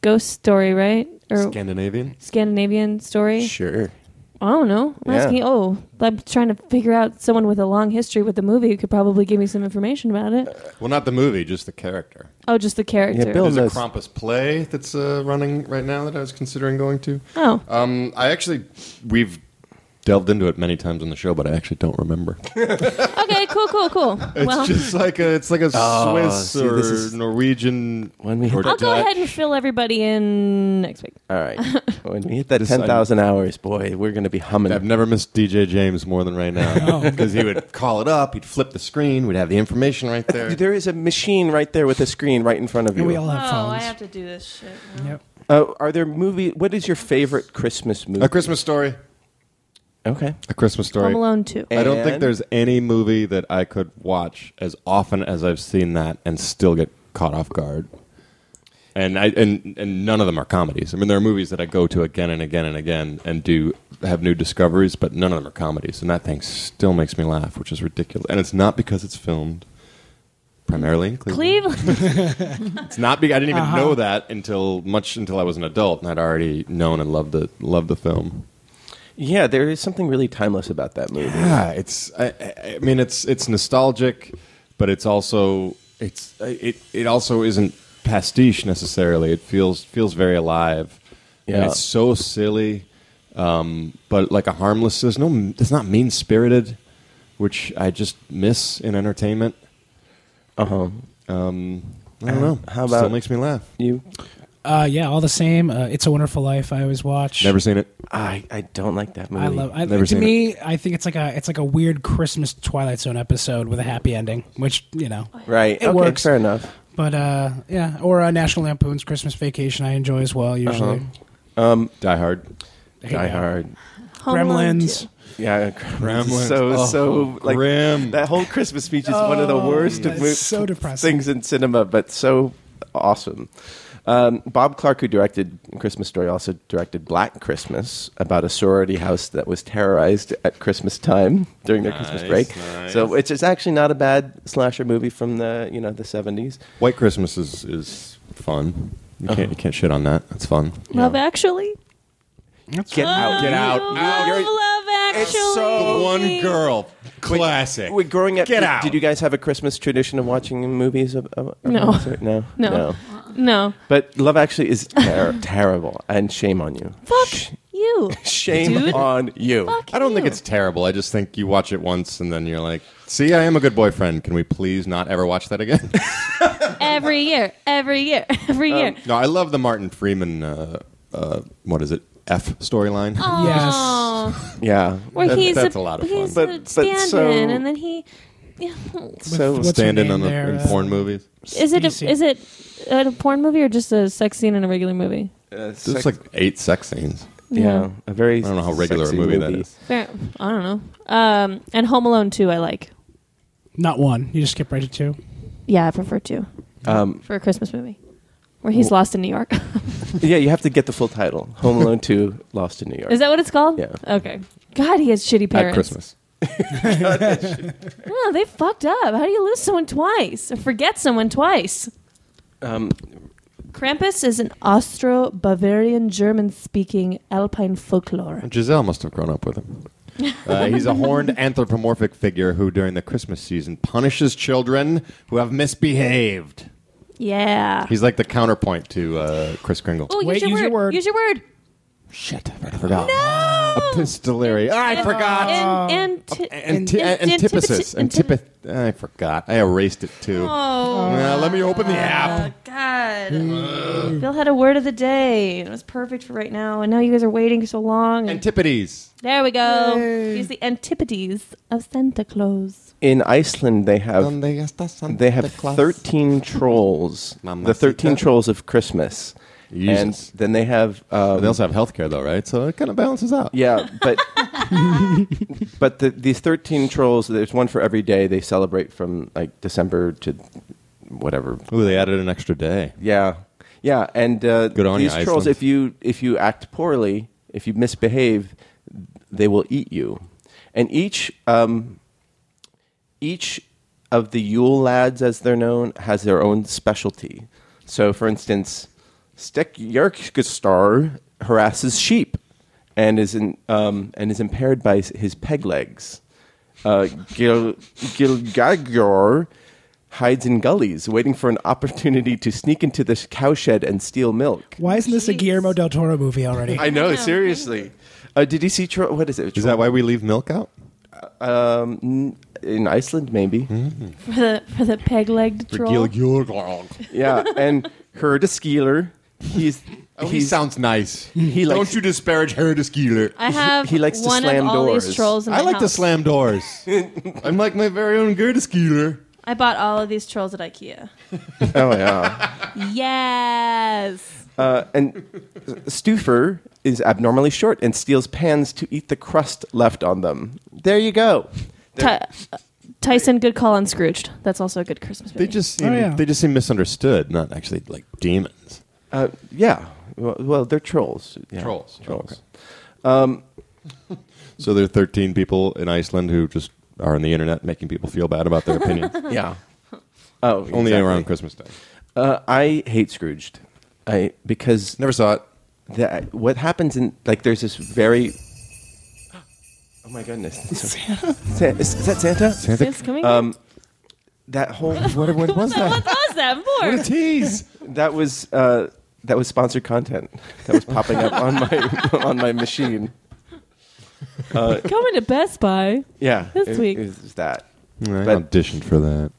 Speaker 4: ghost story, right? Or
Speaker 3: Scandinavian?
Speaker 4: Scandinavian story.
Speaker 2: sure.
Speaker 4: I don't know. I'm
Speaker 2: Yeah.
Speaker 4: asking. Oh, I'm trying to figure out someone with a long history with the movie who could probably give me some information about it.
Speaker 3: Well, not the movie, just the character.
Speaker 4: Oh, just the character.
Speaker 2: Yeah, Bill-
Speaker 3: There's a
Speaker 2: Those-
Speaker 3: Krampus play that's uh, running right now that I was considering going to.
Speaker 4: Oh,
Speaker 3: Um, I actually, we've delved into it many times on the show, but I actually don't remember.
Speaker 4: okay, cool, cool, cool.
Speaker 3: It's
Speaker 4: well,
Speaker 3: just like a, it's like a Swiss
Speaker 2: Oh, see,
Speaker 3: or
Speaker 2: this is-
Speaker 3: Norwegian.
Speaker 2: When we-
Speaker 3: or
Speaker 4: I'll go
Speaker 3: Dutch.
Speaker 4: ahead and fill everybody in next week.
Speaker 2: All right, when we hit that
Speaker 3: This I-
Speaker 2: ten thousand hours, boy, we're gonna be humming.
Speaker 3: I've never missed DJ James more than right now because he would call it up, he'd flip the screen, we'd have the information right there.
Speaker 2: there is a machine right there with a screen right in front of you.
Speaker 5: And we all
Speaker 4: Oh,
Speaker 5: have phones.
Speaker 4: to do this shit.
Speaker 5: Yep.
Speaker 2: uh, are there movie? What is your favorite Christmas movie?
Speaker 3: A Christmas story.
Speaker 2: Okay.
Speaker 3: A Christmas Story.
Speaker 4: Home Alone Two.
Speaker 3: I don't think
Speaker 2: And-
Speaker 3: there's any movie that I could watch as often as I've seen that and still get caught off guard. And I and and none of them are comedies. I mean, there are movies that I go to again and again and again and do have new discoveries, but none of them are comedies. And that thing still makes me laugh, which is ridiculous. And it's not because it's filmed primarily in Cleveland.
Speaker 4: Cleveland.
Speaker 3: It's not because I didn't even
Speaker 2: Uh-huh.
Speaker 3: know that until much until I was an adult and I'd already known and loved the loved the film.
Speaker 2: Yeah, there is something really timeless about that movie.
Speaker 3: Yeah, it's. I, I- I mean, it's it's nostalgic, but it's also it's it it also isn't pastiche necessarily. It feels feels very alive. and
Speaker 2: Yeah.
Speaker 3: it's so silly, um, but like a harmless. There's no. It's not mean spirited, which I just miss in entertainment.
Speaker 2: Uh huh.
Speaker 3: I don't know.
Speaker 2: Uh-huh. How
Speaker 3: Still
Speaker 2: about-
Speaker 3: makes me laugh?
Speaker 2: You?
Speaker 5: Uh, yeah, all the same. Uh, it's a Wonderful Life. I always watch.
Speaker 3: Never seen it.
Speaker 2: I I don't like that movie.
Speaker 5: I love. I,
Speaker 3: Never
Speaker 5: to
Speaker 3: seen
Speaker 5: me, I think it's like a it's like a weird Christmas Twilight Zone episode with a happy ending, which you know.
Speaker 2: Right.
Speaker 5: It
Speaker 2: okay,
Speaker 5: works.
Speaker 2: Fair enough.
Speaker 5: But uh, yeah, or uh, National Lampoon's Christmas Vacation. I enjoy as well. Usually,
Speaker 4: Uh-huh.
Speaker 3: Die Hard.
Speaker 5: Hey,
Speaker 2: Die
Speaker 5: yeah.
Speaker 2: Hard.
Speaker 4: Home Alone
Speaker 5: Gremlins.
Speaker 4: 2.
Speaker 2: Yeah,
Speaker 3: Gremlins.
Speaker 2: Gremlins. So
Speaker 3: Oh,
Speaker 2: so like
Speaker 3: grim.
Speaker 2: that whole Christmas speech is one of the worst
Speaker 5: Oh, that's
Speaker 2: mo-
Speaker 5: so depressing.
Speaker 2: things in cinema, but so awesome. Um, Bob Clark, who directed Christmas Story, also directed Black Christmas, about a sorority house that was terrorized at Christmas time during their Christmas
Speaker 3: Nice,
Speaker 2: break.
Speaker 3: nice.
Speaker 2: So it's, it's actually not a bad slasher movie from the you know the seventies.
Speaker 3: White Christmas is is fun. You can't you can't shit on that. It's fun.
Speaker 4: Love Actually.
Speaker 2: Get out!
Speaker 3: Get out.
Speaker 4: Love,
Speaker 3: Out. You're-
Speaker 4: Love Actually.
Speaker 2: It's so-
Speaker 3: The one girl classic.
Speaker 2: Wait, growing up,
Speaker 3: Get
Speaker 2: did,
Speaker 3: out.
Speaker 2: did you guys have a Christmas tradition of watching movies? Of, of, of-
Speaker 4: No.
Speaker 2: no,
Speaker 4: No. No.
Speaker 2: But Love Actually is ter- terrible, and shame on you. Sh-
Speaker 4: Fuck you.
Speaker 2: shame
Speaker 4: Dude.
Speaker 2: on you.
Speaker 4: Fuck
Speaker 3: I don't think
Speaker 4: you.
Speaker 3: it's terrible. I just think you watch it once and then you're like, "See, I am a good boyfriend. Can we please not ever watch that again?"
Speaker 4: every year, every year, every
Speaker 2: Um,
Speaker 4: year.
Speaker 3: no, I love the Martin Freeman. Uh, uh, what is it? F storyline.
Speaker 5: Yes.
Speaker 4: Oh,
Speaker 2: Yeah.
Speaker 4: where
Speaker 3: That-
Speaker 4: he's
Speaker 3: that's
Speaker 4: a,
Speaker 3: a lot of
Speaker 4: he's
Speaker 3: fun.
Speaker 4: a
Speaker 2: But- but
Speaker 4: stand-in,
Speaker 2: so-
Speaker 4: and then he.
Speaker 2: So
Speaker 5: what's her
Speaker 3: Stand in
Speaker 5: name
Speaker 3: on the
Speaker 5: there,
Speaker 3: in
Speaker 5: uh,
Speaker 3: porn movies.
Speaker 4: Is it a,
Speaker 5: Spacey.
Speaker 4: is it a porn movie or just a sex scene in a regular movie?
Speaker 2: uh, sex-
Speaker 3: There's like eight sex scenes.
Speaker 2: yeah, a very.
Speaker 3: I don't know how regular a
Speaker 2: sexy
Speaker 3: movie, that is.
Speaker 4: Fair, I don't know. Um, and Home Alone two, I like.
Speaker 5: Not one. You just skip right to two.
Speaker 4: Yeah, I prefer two
Speaker 2: Um,
Speaker 4: for a Christmas movie, where he's lost in New York.
Speaker 2: yeah, you have to get the full title: Home Alone Two: Lost in New York.
Speaker 4: is that what it's called?
Speaker 2: Yeah.
Speaker 4: Okay. God, he has shitty parents.
Speaker 3: At Christmas.
Speaker 4: No, they fucked up. How do you lose someone twice or forget someone twice?
Speaker 2: um,
Speaker 4: Krampus is an Austro-Bavarian German-speaking Alpine folklore.
Speaker 3: Giselle must have grown up with him. Uh, he's a horned anthropomorphic figure who, during the Christmas season, punishes children who have misbehaved.
Speaker 4: Yeah.
Speaker 3: He's like the counterpoint to uh, Chris Kringle.
Speaker 4: oh,
Speaker 5: Wait,
Speaker 4: use, your,
Speaker 5: use
Speaker 4: word.
Speaker 5: your word.
Speaker 4: Use your word.
Speaker 3: Shit, I forgot.
Speaker 4: No.
Speaker 3: Epistolary. Ah, I forgot.
Speaker 5: Um,
Speaker 4: And, and, ti-
Speaker 3: Anti-
Speaker 4: and-
Speaker 3: antithesis.
Speaker 4: antipi-
Speaker 3: Antipith- I forgot. I erased it too.
Speaker 4: Oh,
Speaker 3: Uh, let me open the app.
Speaker 4: God. Bill had a word of the day, and it was perfect for right now. And now you guys are waiting so long. And
Speaker 3: Antipodes.
Speaker 4: there we go. He's the antipodes of Santa Claus.
Speaker 2: in Iceland, they
Speaker 4: Um,
Speaker 2: have
Speaker 3: Donde está Santa
Speaker 2: they have
Speaker 3: Claus?
Speaker 2: thirteen trolls. the
Speaker 3: Mamacita.
Speaker 2: thirteen trolls of Christmas,
Speaker 3: Jesus.
Speaker 2: and then they have um,
Speaker 3: They also have healthcare though, right? So it kind of balances out.
Speaker 2: Yeah, but but the, these thirteen trolls. There's one for every day. They celebrate from like December to whatever.
Speaker 3: Ooh, they added an extra day.
Speaker 2: Yeah, yeah, and uh,
Speaker 3: Good on you,
Speaker 2: these trolls.
Speaker 3: Iceland.
Speaker 2: If you if you act poorly, if you misbehave, they will eat you. And each um, each of the Yule lads, as they're known, has their own specialty. So, for instance, Stick Yerkstar harasses sheep and is in, um, and is impaired by his- his peg legs. Uh, Gil Gilgagor hides in gullies, waiting for an opportunity to sneak into the cowshed and steal milk.
Speaker 5: Why isn't this a
Speaker 4: Jeez.
Speaker 5: Guillermo del Toro movie already?
Speaker 2: I know, seriously. Uh, did you see Tro- what is it?
Speaker 3: Is that why we leave milk out?
Speaker 2: um, in Iceland? Maybe.
Speaker 4: For the, for the peg legged
Speaker 3: For
Speaker 4: troll.
Speaker 3: Gil- Gil-
Speaker 2: Yeah, and Herda Skeeler. He's
Speaker 3: Oh, he
Speaker 2: he's-
Speaker 3: sounds nice.
Speaker 2: He
Speaker 3: Don't
Speaker 2: likes-
Speaker 3: you disparage Herod Skeeler.
Speaker 4: I have
Speaker 2: he likes to
Speaker 4: one
Speaker 2: slam
Speaker 4: of all
Speaker 2: doors.
Speaker 4: these trolls in my
Speaker 3: I like to
Speaker 4: house.
Speaker 3: slam doors. I'm like my very own Gerda Skeeler.
Speaker 4: I bought all of these trolls at IKEA.
Speaker 2: oh yeah.
Speaker 4: Yes.
Speaker 2: Uh, and Stufer is abnormally short and steals pans to eat the crust left on them. There you go.
Speaker 4: Ty- uh, Tyson, good call on Scrooged. That's also a good Christmas movie.
Speaker 3: They just seem,
Speaker 5: Oh, yeah.
Speaker 3: they just seem misunderstood, not actually like demons.
Speaker 2: Uh, yeah. Well, well, they're trolls. Yeah.
Speaker 3: Trolls.
Speaker 2: Trolls.
Speaker 3: So there are 13 people in Iceland who just are on the internet making people feel bad about their opinions.
Speaker 2: Yeah. Oh,
Speaker 3: Only
Speaker 2: exactly.
Speaker 3: around Christmas time.
Speaker 2: Uh, I hate Scrooged. I because
Speaker 3: Never saw it.
Speaker 2: that what happens in like there's this very. Oh my goodness! Santa? Is, is that Santa?
Speaker 3: Santa-
Speaker 4: It's coming.
Speaker 2: That whole
Speaker 3: What, what was
Speaker 4: what
Speaker 3: that?
Speaker 4: was that
Speaker 3: What
Speaker 4: for?
Speaker 3: a tease!
Speaker 2: that was uh, that was sponsored content that was popping up on my on my machine.
Speaker 4: Coming to Best Buy.
Speaker 2: Yeah,
Speaker 4: This
Speaker 2: it,
Speaker 4: week.
Speaker 2: it was that.
Speaker 3: I
Speaker 2: But-
Speaker 3: auditioned for that.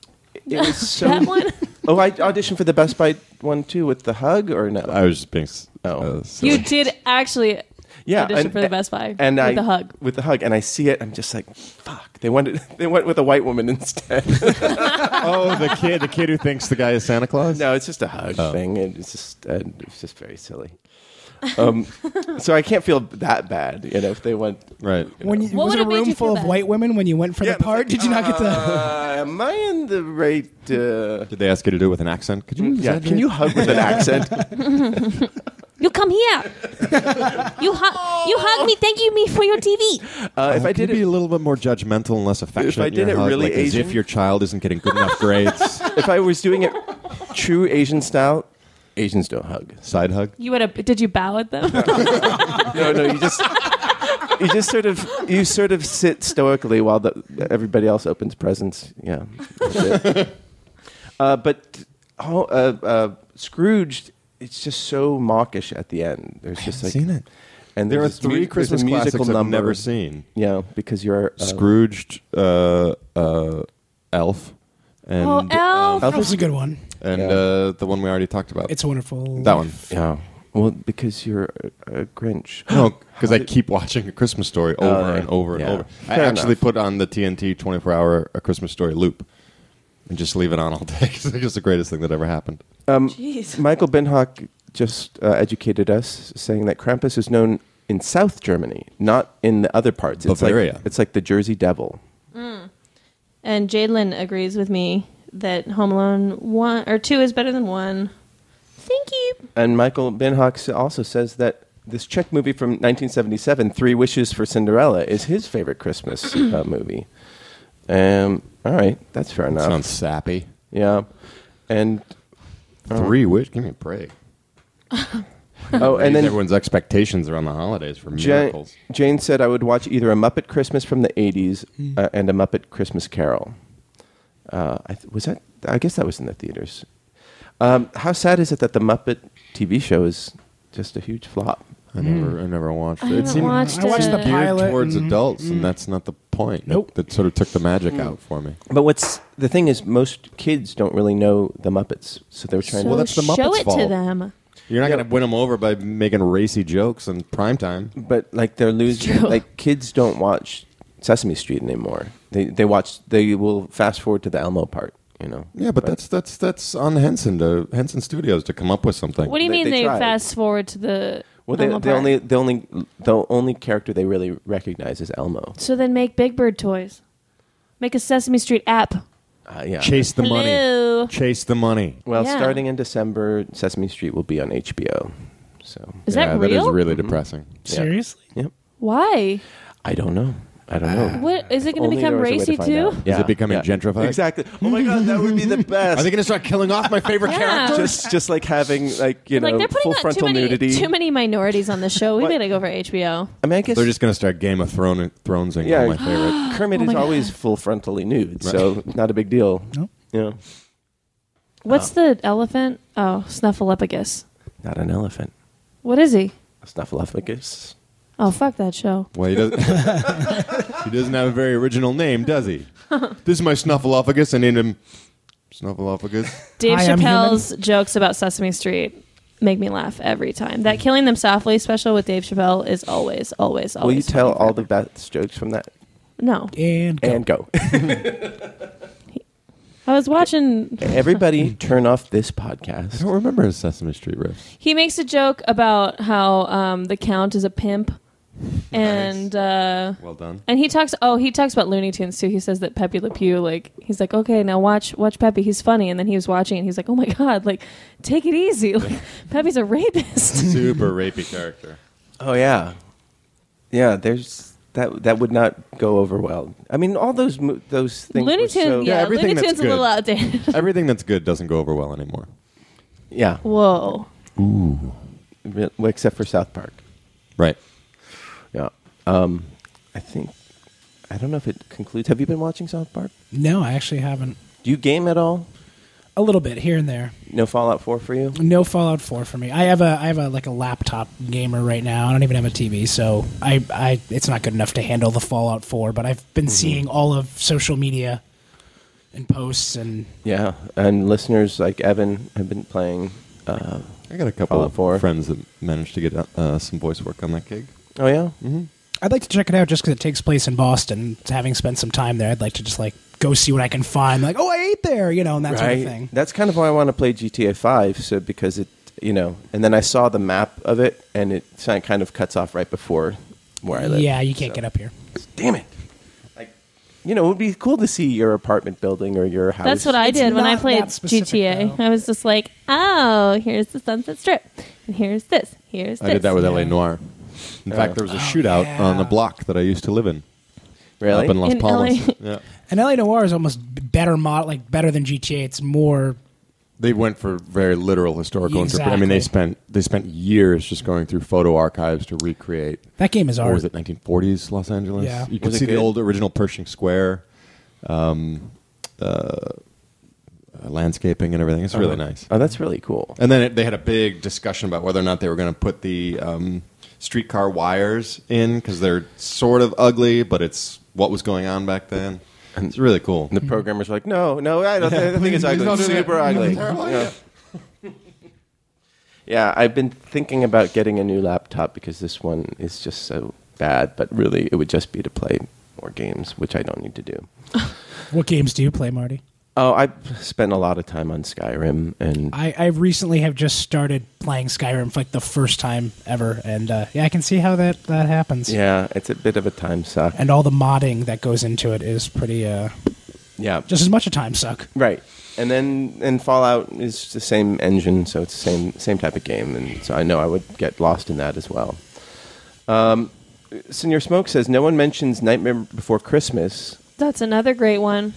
Speaker 2: It was so.
Speaker 4: That one.
Speaker 2: Oh, I auditioned for the Best Buy one too with the hug or no?
Speaker 3: I was just being. s-
Speaker 2: Oh.
Speaker 3: uh, silly.
Speaker 4: You did actually
Speaker 2: yeah,
Speaker 4: audition for the Best Buy
Speaker 2: and
Speaker 4: with
Speaker 2: I,
Speaker 4: the hug.
Speaker 2: With the hug, and I see it. I'm just like, fuck. They wanted. They went with a white woman instead.
Speaker 3: oh, the kid, the kid who thinks the guy is Santa Claus.
Speaker 2: no, it's just a hug thing. and It's just. Uh, it's just very silly. Um, so I can't feel that bad, you know, if they went.
Speaker 3: Right.
Speaker 5: When you,
Speaker 4: What
Speaker 5: was
Speaker 4: would
Speaker 5: it a
Speaker 4: it make
Speaker 5: room
Speaker 4: you
Speaker 5: full
Speaker 4: feel
Speaker 5: of
Speaker 4: bad?
Speaker 5: white women when you went for
Speaker 2: Yeah,
Speaker 5: the part?
Speaker 2: it's
Speaker 5: Did you not get the?
Speaker 2: Uh, am I in the right? Uh,
Speaker 3: Did they ask you to do it with an accent? Could you?
Speaker 2: yeah. Can you hug with an accent? Uh,
Speaker 4: You come here. you hug. You hug me. Thank you me for your TV.
Speaker 2: Uh, if I
Speaker 3: Could Oh, you
Speaker 2: did
Speaker 3: be
Speaker 2: it,
Speaker 3: a little bit more judgmental and less affectionate.
Speaker 2: I
Speaker 3: in your
Speaker 2: did it
Speaker 3: hug,
Speaker 2: really
Speaker 3: like, as
Speaker 2: Asian-
Speaker 3: if your child isn't getting good enough grades.
Speaker 2: if I was doing it true Asian style, Asians don't hug.
Speaker 3: Side hug.
Speaker 4: You would have. Did you bow at them?
Speaker 2: No, no, you just you just sort of you sort of sit stoically while the, everybody else opens presents. Yeah, that's it. uh, but oh, uh, uh, Scrooged, it's just so mawkish at the end. There's just like
Speaker 3: seen it.
Speaker 2: and
Speaker 3: There are
Speaker 2: there's this mu-
Speaker 3: three
Speaker 2: there's a
Speaker 3: Christmas
Speaker 2: musical
Speaker 3: classics I've
Speaker 2: number.
Speaker 3: never seen.
Speaker 2: Yeah, because you're uh,
Speaker 3: Scrooged, uh, uh, Elf, and
Speaker 4: oh,
Speaker 2: uh,
Speaker 4: Elf.
Speaker 5: That was a good one.
Speaker 3: and
Speaker 2: Yeah.
Speaker 3: uh, the one we already talked about.
Speaker 5: It's a wonderful.
Speaker 3: that one.
Speaker 2: Yeah, well, because you're a, a Grinch.
Speaker 3: No, because I keep watching A Christmas Story over
Speaker 2: yeah.
Speaker 3: and over and
Speaker 2: Yeah.
Speaker 3: over. Oh, I
Speaker 2: Fair
Speaker 3: actually
Speaker 2: enough.
Speaker 3: put on the TNT 24 hour A Christmas Story loop and just leave it on all day 'cause it's just the greatest thing that ever happened.
Speaker 4: Jeez.
Speaker 2: Michael Binhock just uh, educated us, saying that Krampus is known in South Germany, not in the other parts. It's
Speaker 3: Bavaria.
Speaker 2: like it's like the Jersey Devil.
Speaker 4: And Jadelyn agrees with me that Home Alone one or two is better than one. Thank you.
Speaker 2: And Michael Binhock s- also says that this Czech movie from 1977, Three Wishes for Cinderella, is his favorite Christmas uh, movie. Um, all right, that's fair enough.
Speaker 3: Sounds sappy.
Speaker 2: yeah, and
Speaker 3: Three wish. Give me a break.
Speaker 2: oh, and then
Speaker 3: everyone's expectations around the holidays for
Speaker 2: Jane,
Speaker 3: miracles.
Speaker 2: Jane said I would watch either a Muppet Christmas from the '80s
Speaker 4: Hmm.
Speaker 2: uh, and a Muppet Christmas Carol. Uh, I th- was that? I guess that was in the theaters. Um, how sad is it that the Muppet TV show is just a huge flop?
Speaker 3: I never, I never watched
Speaker 4: I
Speaker 3: it. It
Speaker 4: haven't
Speaker 3: seemed
Speaker 4: watched
Speaker 5: I watched
Speaker 4: it.
Speaker 5: the
Speaker 3: geared
Speaker 5: pilot
Speaker 3: towards
Speaker 5: and-
Speaker 3: adults,
Speaker 4: mm.
Speaker 3: and that's not the point.
Speaker 5: Nope.
Speaker 3: That sort of took the magic out for me.
Speaker 2: But what's the thing is, most kids don't really know the Muppets, so they're trying.
Speaker 4: So
Speaker 2: to,
Speaker 3: Well, that's the
Speaker 4: show
Speaker 3: Muppets'
Speaker 4: it to
Speaker 3: fault.
Speaker 4: them.
Speaker 3: You're not
Speaker 2: Yeah.
Speaker 3: going to win them over by making racy jokes in prime time.
Speaker 2: but like they're losing.
Speaker 4: true.
Speaker 2: Like kids don't watch Sesame Street anymore. They they watch. They will fast forward to the Elmo part. You know.
Speaker 3: Yeah, but that's that's that's on Henson to Henson Studios to come up with something.
Speaker 4: What do you
Speaker 2: They-
Speaker 4: mean
Speaker 2: they
Speaker 4: they,
Speaker 2: tried.
Speaker 4: fast forward to the?
Speaker 2: Well, they,
Speaker 4: Elmo
Speaker 2: the
Speaker 4: part?
Speaker 2: only the only the only character they really recognize is Elmo.
Speaker 4: So then make Big Bird toys. Make a Sesame Street app.
Speaker 2: Uh, yeah.
Speaker 3: Chase the
Speaker 4: Hello.
Speaker 3: money. Chase the money.
Speaker 2: Well,
Speaker 4: Yeah.
Speaker 2: starting in December, Sesame Street will be on HBO. So,
Speaker 4: Is
Speaker 3: yeah,
Speaker 4: that real?
Speaker 3: That is really depressing.
Speaker 5: Seriously?
Speaker 2: yep.
Speaker 4: Why?
Speaker 2: I don't know. I don't know.
Speaker 4: What is it going
Speaker 2: Uh, Only
Speaker 4: to become
Speaker 2: there is a way
Speaker 4: racy
Speaker 2: find
Speaker 4: too?
Speaker 2: out.
Speaker 3: Is it becoming gentrified?
Speaker 2: Exactly. Oh my god, that would be the best.
Speaker 3: Are they going to start killing off my favorite
Speaker 4: Yeah.
Speaker 3: characters?
Speaker 2: just just like having like you
Speaker 4: Like
Speaker 2: know
Speaker 4: they're putting
Speaker 2: full
Speaker 4: out too
Speaker 2: frontal
Speaker 4: many
Speaker 2: nudity.
Speaker 4: too many minorities on the show. We
Speaker 2: What? Oh.
Speaker 4: gotta go for HBO.
Speaker 2: I mean, I guess
Speaker 3: They're just going to start Game of Thrones Thronesing
Speaker 2: Yeah.
Speaker 3: all my favorite.
Speaker 2: Kermit
Speaker 4: Oh my
Speaker 2: is
Speaker 4: God.
Speaker 2: always full frontally nude, so not a big deal.
Speaker 5: No.
Speaker 2: Yeah.
Speaker 4: What's the elephant? Oh, Snuffleupagus.
Speaker 2: Not an elephant.
Speaker 4: What is he?
Speaker 2: A snuffleupagus.
Speaker 4: Oh, fuck that show.
Speaker 3: Well, he doesn't. he doesn't have a very original name, does he? This is my Snuffleupagus. I named him Snuffleupagus.
Speaker 4: Dave
Speaker 5: Hi, I'm
Speaker 4: Chappelle's jokes about Sesame Street make me laugh every time. That Killing Them Softly special with Dave Chappelle is always, always, always.
Speaker 2: Will you tell
Speaker 4: funny
Speaker 2: all the best jokes from that?
Speaker 4: forever. No.
Speaker 5: And go.
Speaker 2: And go.
Speaker 4: I was watching.
Speaker 2: Everybody, turn off this
Speaker 3: I don't
Speaker 2: podcast.
Speaker 3: remember a Sesame Street riff.
Speaker 4: He makes a joke about how um, the Count is a pimp, and uh,
Speaker 3: Well done.
Speaker 4: and he talks. Oh, he talks about Looney Tunes too. He says that Pepe Le Pew, like he's like, okay, now watch watch Pepe. He's funny, and then he was watching, and he's like, oh my god, like take it easy. Like, Pepe's a rapist.
Speaker 3: Super rapey character.
Speaker 2: Oh yeah, yeah. There's that. That would not go over well. I mean, all those mo- those things.
Speaker 4: Looney
Speaker 2: were
Speaker 4: Tunes,
Speaker 2: so-
Speaker 4: yeah,
Speaker 3: everything
Speaker 4: Looney
Speaker 3: that's
Speaker 4: Tunes a little
Speaker 3: good.
Speaker 4: outdated.
Speaker 3: Everything that's good doesn't go over well anymore.
Speaker 2: yeah.
Speaker 4: Whoa.
Speaker 2: Re- except for South Park.
Speaker 3: Right.
Speaker 2: Yeah. Um, I think I don't know if it concludes. Have you been watching South Park?
Speaker 5: No, I actually haven't.
Speaker 2: Do you game at all?
Speaker 5: A little bit here and there.
Speaker 2: No Fallout Four for you?
Speaker 5: No Fallout 4 for me. I have a I have a like a laptop gamer right now. I don't even have a TV, so I I it's not good enough to handle the Fallout 4. But I've been seeing all of social media and posts and
Speaker 2: Yeah. And listeners like Evan have been playing. Uh,
Speaker 3: I got a couple
Speaker 2: Fallout
Speaker 3: of
Speaker 2: 4.
Speaker 3: friends that managed to get uh, some voice work on that gig.
Speaker 2: oh yeah.
Speaker 5: I'd like to check it out just because it takes place in Boston. Having spent some time there, I'd like to just like go see what I can find. Like, oh, I ate there, you know, and that sort of thing.
Speaker 2: That's kind of why I want to play GTA Five. So because it, you know, and then I saw the map of it, and it si- kind of cuts off right before where I live.
Speaker 5: yeah, you can't
Speaker 2: So-
Speaker 5: get up here.
Speaker 2: Damn it! Like, you know, it would be cool to see your apartment building or your house.
Speaker 4: That's what I did when I
Speaker 5: not
Speaker 4: played
Speaker 5: that specific,
Speaker 4: GTA.
Speaker 5: though.
Speaker 4: I was just like, oh, here's the Sunset Strip, and here's this, here's
Speaker 3: I
Speaker 4: this.
Speaker 3: did that with
Speaker 5: Yeah.
Speaker 3: LA Noir. In fact, there was a shootout
Speaker 5: yeah.
Speaker 3: on the block that I used to live in.
Speaker 2: really.
Speaker 3: Up in Las
Speaker 4: In
Speaker 3: Palmas.
Speaker 4: LA.
Speaker 3: Yeah.
Speaker 5: And LA Noir is almost b- better mod, like better than GTA. It's more
Speaker 3: They went for very literal historical interpret- I mean, they
Speaker 5: Exactly.
Speaker 3: spent they spent years just going through photo archives to recreate.
Speaker 5: that game is
Speaker 3: Or was
Speaker 5: ours.
Speaker 3: it 1940s Los Angeles?
Speaker 5: Yeah.
Speaker 3: You can
Speaker 2: Was it
Speaker 3: see the
Speaker 2: good?
Speaker 3: old original Pershing Square, um, uh, uh, landscaping and everything. It's really
Speaker 5: Uh-huh.
Speaker 3: nice.
Speaker 2: Oh, that's really cool.
Speaker 3: And then it, they had a big discussion about whether or not they were going to put the um, streetcar wires in because they're sort of ugly, but it's what was going on back then. It's really cool.
Speaker 2: The programmers were like, no, no, I don't I think it's ugly.
Speaker 3: don't do that.
Speaker 2: super ugly. Yeah. yeah, I've been thinking about getting a new laptop because this one is just so bad, but really it would just be to play more games, which I don't need to do.
Speaker 5: What games do you play, Marty?
Speaker 2: Oh, I spent a lot of time on Skyrim and
Speaker 5: I, I recently have just started playing Skyrim for like the first time ever, and uh, yeah, I can see how that that happens.
Speaker 2: yeah, it's a bit of a time suck.
Speaker 5: And all the modding that goes into it is pretty, uh,
Speaker 2: yeah.
Speaker 5: just as much a time suck.
Speaker 2: Right. And then and Fallout is the same engine, so it's the same same type of game, and so I know I would get lost in that as well. Um, Senor Smoke says no one mentions Nightmare Before Christmas.
Speaker 4: That's another great one.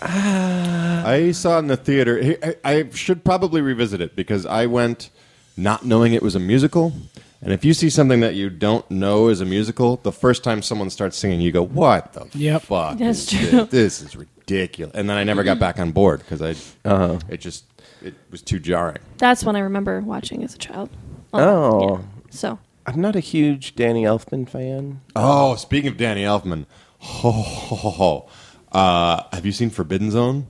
Speaker 3: I saw it in the theater. I, I should probably revisit it because I went not knowing it was a musical. And if you see something that you don't know is a musical, the first time someone starts singing, you go, "What the
Speaker 5: Yep.
Speaker 3: fuck?
Speaker 4: That's
Speaker 3: is
Speaker 4: true.
Speaker 3: This? This is ridiculous." And then I never got back on board because I, it just, it was too jarring.
Speaker 4: That's one I remember watching as a child.
Speaker 2: Oh.
Speaker 4: yeah. So
Speaker 2: I'm not a huge Danny Elfman fan.
Speaker 3: Oh, speaking of Danny Elfman, ho, ho, ho, ho, ho. Uh, have you seen Forbidden Zone?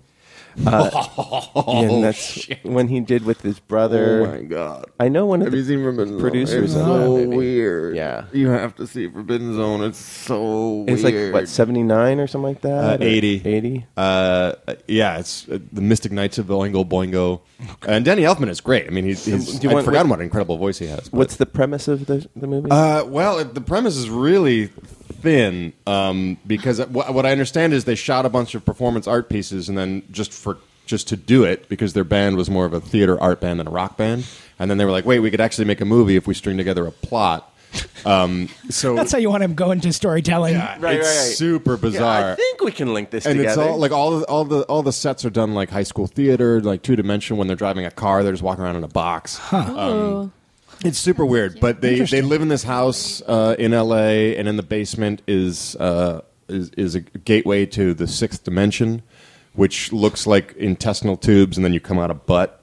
Speaker 2: and that's when he did with his brother.
Speaker 3: god.
Speaker 2: I know one of
Speaker 3: Have you
Speaker 2: the
Speaker 3: seen Forbidden Zone?
Speaker 2: producers
Speaker 3: It's
Speaker 2: of
Speaker 3: so
Speaker 2: that movie.
Speaker 3: weird.
Speaker 2: Yeah.
Speaker 3: You have to see Forbidden Zone. It's so
Speaker 2: It's like
Speaker 3: weird.
Speaker 2: what 79 or something like that.
Speaker 3: Uh,
Speaker 2: Or
Speaker 3: 80.
Speaker 2: 80.
Speaker 3: Uh, yeah, it's uh, the Mystic Knights of the Oingo Boingo, and Danny Elfman is great. I mean, he's, he's
Speaker 2: Do you
Speaker 3: I'd
Speaker 2: want-
Speaker 3: forgotten
Speaker 2: what-
Speaker 3: what an incredible voice he has. but-
Speaker 2: What's the premise of the the movie?
Speaker 3: uh, well, it, the premise is really thin um, because what, what I understand is they shot a bunch of performance art pieces and then just for just to do it because their band was more of a theater art band than a rock band, and then they were like, wait, we could actually make a movie if we string together a plot. Um, so
Speaker 5: That's how you want to go into storytelling.
Speaker 3: yeah,
Speaker 2: Right,
Speaker 3: it's
Speaker 2: right, right.
Speaker 3: super bizarre
Speaker 2: I think we can link this
Speaker 3: and
Speaker 2: together.
Speaker 3: it's all like all the, all the all the sets are done like high school theater, like two dimension. When they're driving a car, they're just walking around in a box.
Speaker 4: Ooh.
Speaker 3: It's super weird, but they they live in this house uh, in L.A. and in the basement is uh, is is a gateway to the sixth dimension, which looks like intestinal tubes, and then you come out a butt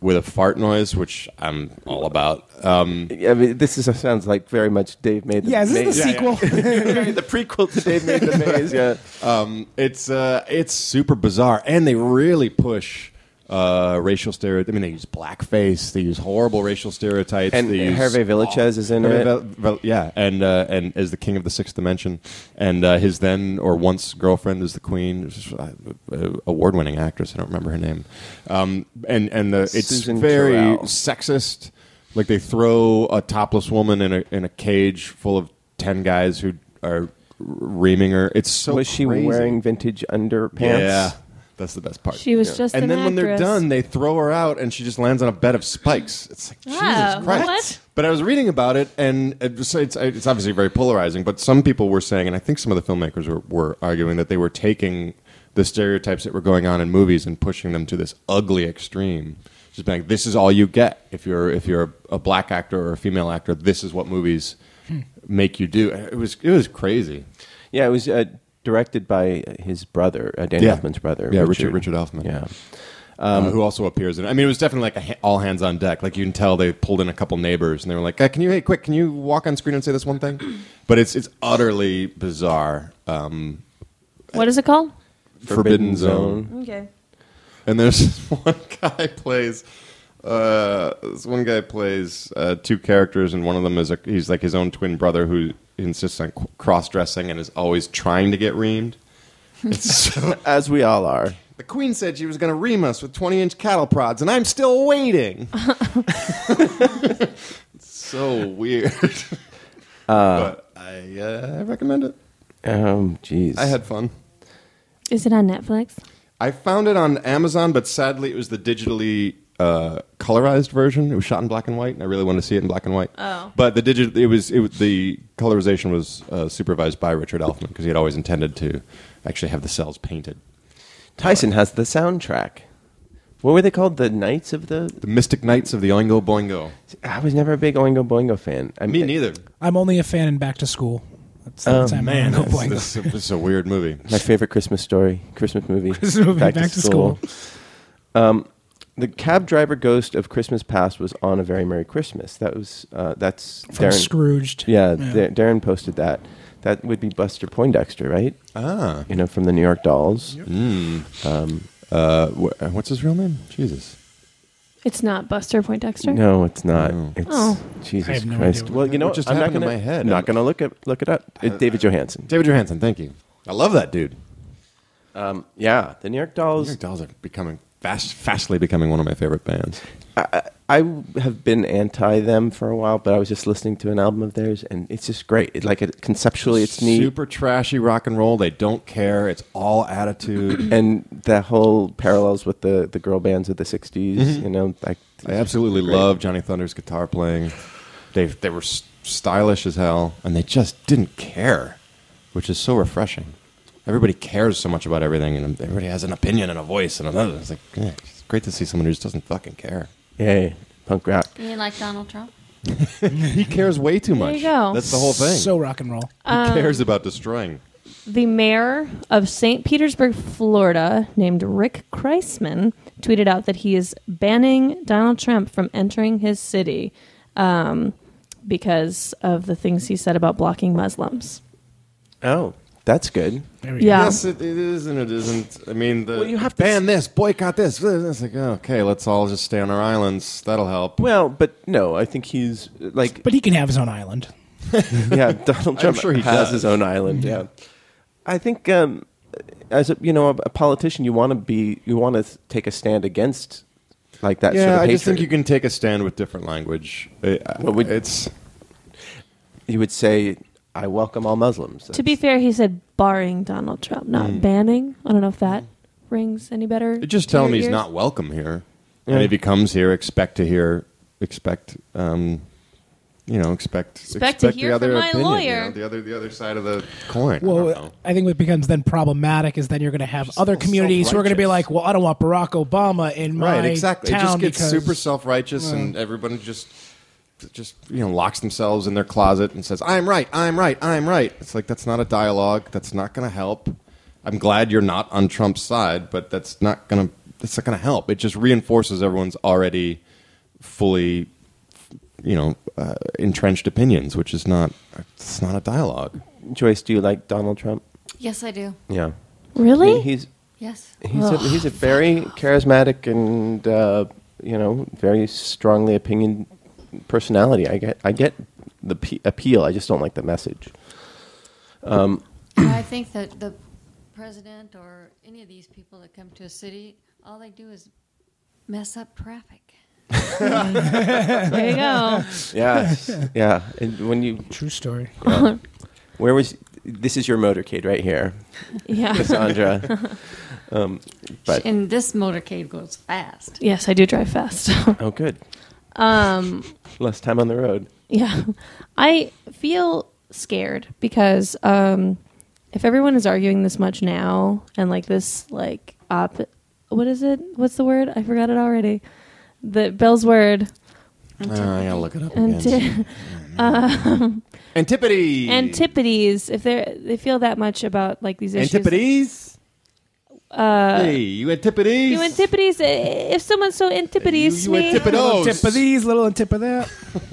Speaker 3: with a fart noise, which I'm all about. Um,
Speaker 2: I mean, this is sounds like very much Dave made. The
Speaker 5: Yeah, is this
Speaker 2: maze.
Speaker 5: the sequel?
Speaker 2: the prequel to Dave made the maze. Yeah,
Speaker 3: It's uh, it's super bizarre, and they really push uh, racial stereotypes. I mean, they use blackface. They use horrible racial stereotypes.
Speaker 2: And
Speaker 3: they use,
Speaker 2: Hervé Villechaize is in
Speaker 3: Hervé
Speaker 2: it.
Speaker 3: Vel- Vel- yeah, and uh, and as the king of the sixth dimension, and uh, his then or once girlfriend is the queen, It was, uh, award winning actress. I don't remember her name. Um, and and uh, it's
Speaker 2: Susan
Speaker 3: very
Speaker 2: Terrell.
Speaker 3: sexist. Like they throw a topless woman in a in a cage full of ten guys who are reaming her. It's so
Speaker 2: was she
Speaker 3: crazy.
Speaker 2: wearing vintage underpants?
Speaker 3: Yeah, that's the best part.
Speaker 4: She was just
Speaker 3: and
Speaker 4: an
Speaker 3: then when they're
Speaker 4: actress.
Speaker 3: done, they throw her out, and she just lands on a bed of spikes. It's like
Speaker 4: Ah,
Speaker 3: Jesus Christ.
Speaker 4: what?
Speaker 3: But I was reading about it, and it was- it's, it's obviously very polarizing. But some people were saying, and I think some of the filmmakers were, were arguing that they were taking the stereotypes that were going on in movies and pushing them to this ugly extreme. Just being like, this is all you get if you're if you're a, black actor or a female actor. This is what movies
Speaker 4: Hmm.
Speaker 3: make you do. It was it was crazy.
Speaker 2: Yeah, it was uh, directed by his brother, uh, Dan
Speaker 3: Yeah.
Speaker 2: Elfman's brother.
Speaker 3: Yeah, Richard- Richard Elfman.
Speaker 2: Yeah.
Speaker 3: uh, who also appears in. I mean, it was definitely like a ha- all hands on deck. Like you can tell they pulled in a couple neighbors and they were like, uh, "Can you hey quick? Can you walk on screen and say this one thing?" But it's it's utterly bizarre. Um,
Speaker 4: What is it called?
Speaker 3: Forbidden Zone.
Speaker 4: Okay.
Speaker 3: And there's this one guy plays. Uh, this one guy plays uh, two characters, and one of them is a, he's like his own twin brother who insists on cross dressing and is always trying to get reamed. It's so
Speaker 2: As we all are.
Speaker 3: The queen said she was going to ream us with 20 inch cattle prods, and I'm still waiting. so weird. but I uh, recommend it.
Speaker 2: Um, jeez.
Speaker 3: I had fun.
Speaker 4: Is it on Netflix?
Speaker 3: I found it on Amazon, but sadly it was the digitally uh, colorized version. It was shot in black and white, and I really wanted to see it in black and white.
Speaker 4: Oh.
Speaker 3: But the digit, it was, it was the colorization was uh, supervised by Richard Elfman because he had always intended to actually have the cells painted.
Speaker 2: Tyson has the soundtrack. What were they called? The Knights of the.
Speaker 3: The Mystic Knights of the Oingo Boingo.
Speaker 2: I was never a big Oingo Boingo fan. I
Speaker 3: Me
Speaker 2: mean,
Speaker 3: neither.
Speaker 5: I'm only a fan in Back to School. That's
Speaker 2: Oh,
Speaker 5: the time man, I'm going.
Speaker 3: This, is a- this is a weird movie.
Speaker 2: My favorite Christmas story, Christmas movie.
Speaker 5: Christmas movie, Back to
Speaker 2: um, the cab driver ghost of Christmas past was on a very Merry Christmas. That was uh, that's
Speaker 5: From
Speaker 2: Darren.
Speaker 5: Scrooged.
Speaker 2: yeah, Da- Darren posted that. That would be Buster Poindexter, right?
Speaker 3: Ah.
Speaker 2: You know, from the New York Dolls.
Speaker 3: Uh, wh- what's his real name? Jesus.
Speaker 4: It's not Buster Poindexter.
Speaker 2: No, it's not.
Speaker 3: No.
Speaker 2: It's
Speaker 4: Oh.
Speaker 5: I
Speaker 2: Jesus
Speaker 5: have no
Speaker 2: Christ.
Speaker 5: idea what
Speaker 2: well, you know,
Speaker 3: What just
Speaker 2: I'm not
Speaker 3: happened
Speaker 2: gonna,
Speaker 3: to my head?
Speaker 2: Not gonna look it look it up. It, David Johansen.
Speaker 3: David Johansen, thank you. I love that dude.
Speaker 2: Um, yeah, the New York
Speaker 3: New
Speaker 2: Dolls.
Speaker 3: York Dolls are becoming fast, fastly becoming one of my favorite bands.
Speaker 2: I have been anti them for a while, but I was just listening to an album of theirs, and it's just great. It, like it, conceptually, it's neat,
Speaker 3: Super trashy rock and roll. They don't care. It's all attitude.
Speaker 2: and the whole parallels with the, the girl bands of the '60s. You know, like
Speaker 3: Mm-hmm. I absolutely
Speaker 2: Great.
Speaker 3: love Johnny Thunder's guitar playing. They they were s- stylish as hell, and they just didn't care, which is so refreshing. Everybody cares so much about everything, and everybody has an opinion and a voice and another. It's like yeah, it's great to see someone who just doesn't fucking care.
Speaker 2: yay punk rock.
Speaker 6: You mean like Donald Trump?
Speaker 3: He cares way too
Speaker 4: There
Speaker 3: much.
Speaker 4: you go. Um,
Speaker 3: That's the whole thing.
Speaker 5: So rock and roll.
Speaker 3: Who cares about destroying?
Speaker 4: The mayor of St. Petersburg, Florida, named Rick Kreisman, tweeted out that he is banning Donald Trump from entering his city um, because of the things he said about blocking Muslims.
Speaker 2: Oh, that's good.
Speaker 5: There we
Speaker 4: Yeah.
Speaker 3: Yes, it, it is and it isn't. I mean, the
Speaker 2: Well, you have to
Speaker 3: ban this, boycott this. It's like, oh, okay, let's all just stay on our islands. That'll help.
Speaker 2: Well, but no, I think he's like
Speaker 5: go. But he can have his own island.
Speaker 2: yeah, Donald Trump
Speaker 3: sure he
Speaker 2: has
Speaker 3: does. Mm-hmm.
Speaker 2: his own island. Yeah, I think um, as a you know a, a politician, you want to be you want to take a stand against like that.
Speaker 3: yeah,
Speaker 2: sort of
Speaker 3: I just
Speaker 2: hatred.
Speaker 3: think you can take a stand with different language. It-
Speaker 2: What would-
Speaker 3: it's
Speaker 2: you would say, "I welcome all Muslims."
Speaker 4: To be fair, he said barring Donald Trump, not banning. I don't know if that rings any better.
Speaker 3: Mm. just
Speaker 4: to
Speaker 3: tell
Speaker 4: your
Speaker 3: him he's
Speaker 4: ears.
Speaker 3: not welcome here,
Speaker 2: Yeah.
Speaker 3: and if he comes here, expect to hear, expect, um, you know, expect,
Speaker 4: Expect to hear
Speaker 3: the other
Speaker 4: from my
Speaker 3: opinion, you
Speaker 4: lawyer.
Speaker 3: know, the other the other side of the coin. I don't know.
Speaker 5: Well, I think what becomes then problematic is then you're going to have other communities who are going to be like,
Speaker 3: self-righteous.
Speaker 5: well, I don't want Barack Obama in my
Speaker 3: right exactly
Speaker 5: town
Speaker 3: it just gets
Speaker 5: because
Speaker 3: super self-righteous and everyone just just you know locks themselves in their closet and says i'm right i'm right i'm right it's like that's not a dialogue that's not going to help i'm glad you're not on trump's side but that's not going to that's not going to help it just reinforces everyone's already fully you know uh, entrenched opinions which is not it's not a dialogue
Speaker 2: Joyce, do you like Donald Trump?
Speaker 6: Yes, I do.
Speaker 2: Yeah,
Speaker 4: Really?
Speaker 2: he's
Speaker 6: Yes.
Speaker 2: He's a, he's a very charismatic and uh, you know very strongly opinion personality. I get I get the p- appeal. I just don't like the message.
Speaker 6: And I think that the president or any of these people that come to a city, all they do is mess up traffic.
Speaker 4: There you go.
Speaker 2: Yes, yeah. And when you
Speaker 5: True story.
Speaker 2: where was this is your motorcade right here,
Speaker 4: Yeah.
Speaker 2: Cassandra. um, but
Speaker 6: and this motorcade goes fast.
Speaker 4: yes, I do drive fast.
Speaker 2: oh, good.
Speaker 4: um,
Speaker 2: Less time on the road.
Speaker 4: yeah. I feel scared because um, if everyone is arguing this much now and like this, like, op- what is it? What's the word? I forgot it already. The Bell's word.
Speaker 3: I gotta look it up again.
Speaker 4: Anti-
Speaker 3: Antipodes.
Speaker 4: antipodes. If they they feel that much about like these issues,
Speaker 3: Antipodes. hey, you antipodes.
Speaker 4: Uh, You antipodes. eh, If someone's so antipodes
Speaker 3: You- you
Speaker 4: me
Speaker 3: antipodos.
Speaker 5: Tip of these, little tip of that.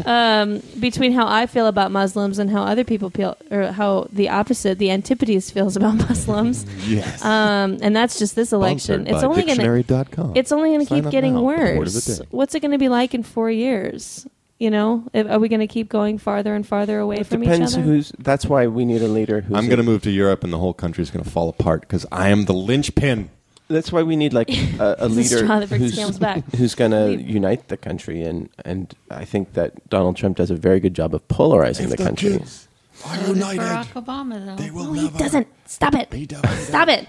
Speaker 4: um, between how I feel about Muslims and how other people feel, or how the opposite, the antipodes feels about Muslims,
Speaker 3: Yes.
Speaker 4: um, and that's just this election.
Speaker 3: Sponsored
Speaker 4: It's
Speaker 3: by
Speaker 4: only going to
Speaker 3: dictionary.com.
Speaker 4: it's only going to
Speaker 3: Sign
Speaker 4: keep
Speaker 3: up
Speaker 4: getting
Speaker 3: now, the word of the
Speaker 4: worse.
Speaker 3: day.
Speaker 4: What's it going to be like in four years? You know, If- are we going to keep going farther and farther away
Speaker 2: It
Speaker 4: from each
Speaker 2: depends
Speaker 4: other?
Speaker 2: who's. That's why we need a leader who's.
Speaker 3: I'm gonna move to Europe, and the whole country's gonna fall apart because I am the linchpin.
Speaker 2: That's why we need like a, a
Speaker 4: It's a
Speaker 2: leader
Speaker 4: straw that breaks the
Speaker 2: who's,
Speaker 4: camel's back.
Speaker 2: who's going to unite the country, and and I think that Donald Trump does a very good job of polarizing the country.
Speaker 7: Are
Speaker 6: Look at Barack Obama, though.
Speaker 7: They will
Speaker 4: No, he
Speaker 7: never
Speaker 4: doesn't. Stop
Speaker 7: be
Speaker 4: it.
Speaker 7: divided.
Speaker 4: Stop it.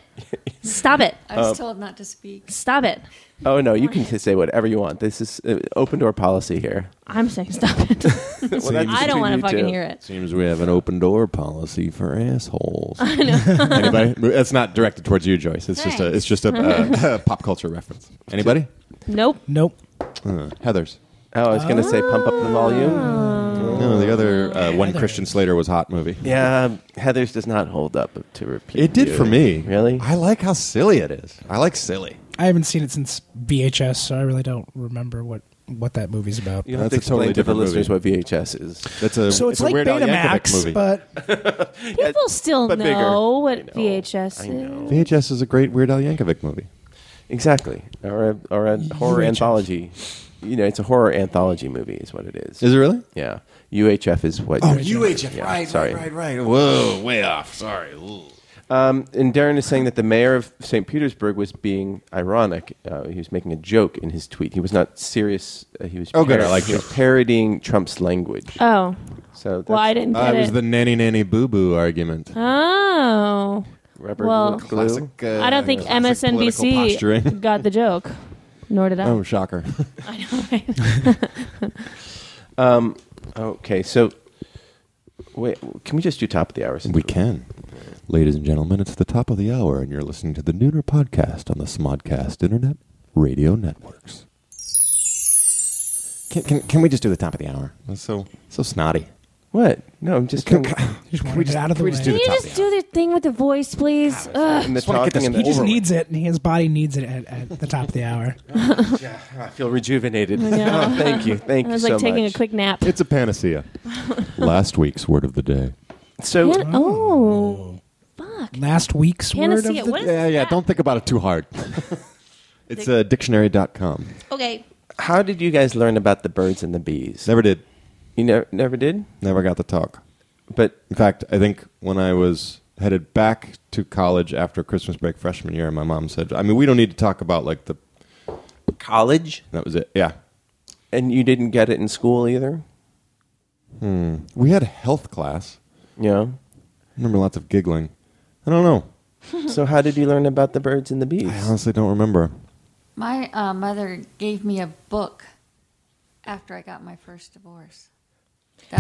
Speaker 4: Stop it.
Speaker 6: I
Speaker 3: Uh,
Speaker 6: was told not to speak.
Speaker 4: Stop it.
Speaker 2: Oh no, you can t- say whatever you want. This is uh, open door policy here.
Speaker 4: I'm saying stop it.
Speaker 2: Well, that's
Speaker 4: I don't
Speaker 2: between
Speaker 4: want
Speaker 2: you
Speaker 4: to fucking
Speaker 2: two.
Speaker 4: hear it.
Speaker 3: Seems we have an open door policy for assholes. Anybody? That's not directed towards you, Joyce. It's just a
Speaker 6: Thanks.
Speaker 3: it's just a uh, pop culture reference. Anybody?
Speaker 4: Nope.
Speaker 5: Nope.
Speaker 3: Uh, Heather's.
Speaker 2: Oh, I was going to say pump up the
Speaker 4: Ah.
Speaker 2: volume.
Speaker 3: No, the other uh, one Christian Slater was hot movie.
Speaker 2: Yeah, Heather's does not hold up to repeat.
Speaker 3: It did
Speaker 2: you.
Speaker 3: for me.
Speaker 2: Really?
Speaker 3: I like how silly it is. I like silly.
Speaker 5: I haven't seen it since VHS, so I really don't remember what what that movie's about.
Speaker 2: You'll have
Speaker 3: That's a
Speaker 2: to explain
Speaker 3: totally
Speaker 2: to the
Speaker 3: different
Speaker 2: listeners
Speaker 3: movie.
Speaker 2: what VHS is.
Speaker 3: That's a
Speaker 5: So it's,
Speaker 3: a
Speaker 5: like
Speaker 3: Weird Al Yankovic
Speaker 5: Betamax,
Speaker 3: movie.
Speaker 5: but
Speaker 4: People still
Speaker 2: but
Speaker 4: know
Speaker 2: bigger.
Speaker 4: what
Speaker 2: I know.
Speaker 4: VHS
Speaker 2: I
Speaker 4: is.
Speaker 2: know.
Speaker 3: VHS is a great Weird Al Yankovic movie.
Speaker 2: Exactly. Or a, or a horror
Speaker 5: VHS.
Speaker 2: anthology. You know, it's a horror anthology movie, is what it is.
Speaker 3: Is it really?
Speaker 2: Yeah. UHF is what.
Speaker 7: Oh,
Speaker 2: you're-
Speaker 7: UHF.
Speaker 2: Yeah,
Speaker 7: right,
Speaker 2: sorry.
Speaker 7: right, right, right. Whoa, way off. Sorry. Ooh.
Speaker 2: Um, and Darren is saying that the mayor of St. Petersburg was being ironic. Uh, he was making a joke in his tweet. He was not serious. Uh, he was
Speaker 3: Oh, good. I
Speaker 2: parro-
Speaker 3: like
Speaker 2: he was
Speaker 3: jokes.
Speaker 2: parodying Trump's language.
Speaker 4: Oh,
Speaker 2: so that's
Speaker 4: well, I didn't
Speaker 3: Uh,
Speaker 4: get
Speaker 3: it was
Speaker 4: it.
Speaker 3: the nanny nanny boo boo argument.
Speaker 4: oh,
Speaker 2: rubber
Speaker 4: well-
Speaker 2: glue.
Speaker 3: uh,
Speaker 4: I don't think
Speaker 3: classic political
Speaker 4: MSNBC
Speaker 3: posturing.
Speaker 4: got the joke. Nor did I.
Speaker 3: oh, shocker.
Speaker 4: I know. right?
Speaker 2: Um, Okay, so wait, can we just do top of the hour? Since
Speaker 3: we can. Ladies and gentlemen, it's the top of the hour, and you're listening to the Nooner Podcast on the Smodcast Internet Radio Networks. Can, can, can we just do the top of the hour? That's so so snotty.
Speaker 2: What? No, I'm just.
Speaker 3: Can,
Speaker 2: Can,
Speaker 3: can,
Speaker 5: just
Speaker 3: can
Speaker 5: wanted
Speaker 3: we
Speaker 5: it
Speaker 3: just,
Speaker 5: out of
Speaker 3: can
Speaker 5: the
Speaker 3: we
Speaker 5: way.
Speaker 3: just do
Speaker 4: Can
Speaker 3: the
Speaker 4: you
Speaker 3: top
Speaker 4: just
Speaker 3: of the
Speaker 4: do
Speaker 3: hour?
Speaker 4: the thing with the voice, please? Ugh.
Speaker 2: and the
Speaker 3: just wanna get
Speaker 2: talking
Speaker 3: this-
Speaker 2: and the
Speaker 5: he just
Speaker 2: over with.
Speaker 5: needs it, and his body needs it at, at the top of the hour.
Speaker 2: I feel rejuvenated.
Speaker 4: know.
Speaker 2: Oh, thank you, thank
Speaker 4: I
Speaker 2: you
Speaker 4: was like
Speaker 2: so
Speaker 4: taking
Speaker 2: much.
Speaker 4: a quick nap.
Speaker 3: It's a panacea. Last week's word of the day.
Speaker 2: so
Speaker 4: Pan- oh, fuck.
Speaker 5: Last week's word of
Speaker 4: Panacea.
Speaker 5: the
Speaker 4: What is
Speaker 3: Yeah, yeah,
Speaker 4: that?
Speaker 3: don't think about it too hard. it's uh, dictionary.com.
Speaker 4: Okay.
Speaker 2: how did you guys learn about the birds and the bees?
Speaker 3: Never did.
Speaker 2: you never never did,
Speaker 3: Never got the talk.
Speaker 2: but
Speaker 3: In fact, I think when I was headed back to college after Christmas break freshman year, my mom said, I mean, we don't need to talk about like the.
Speaker 2: college,
Speaker 3: That was it. Yeah.
Speaker 2: and you didn't get it in school either.
Speaker 3: We had a health class.
Speaker 2: Yeah.
Speaker 3: I remember lots of giggling. I don't know.
Speaker 4: Mm-hmm.
Speaker 2: so how did you learn about the birds and the bees?
Speaker 3: I honestly don't remember.
Speaker 6: My uh, mother gave me a book after I got my first divorce. That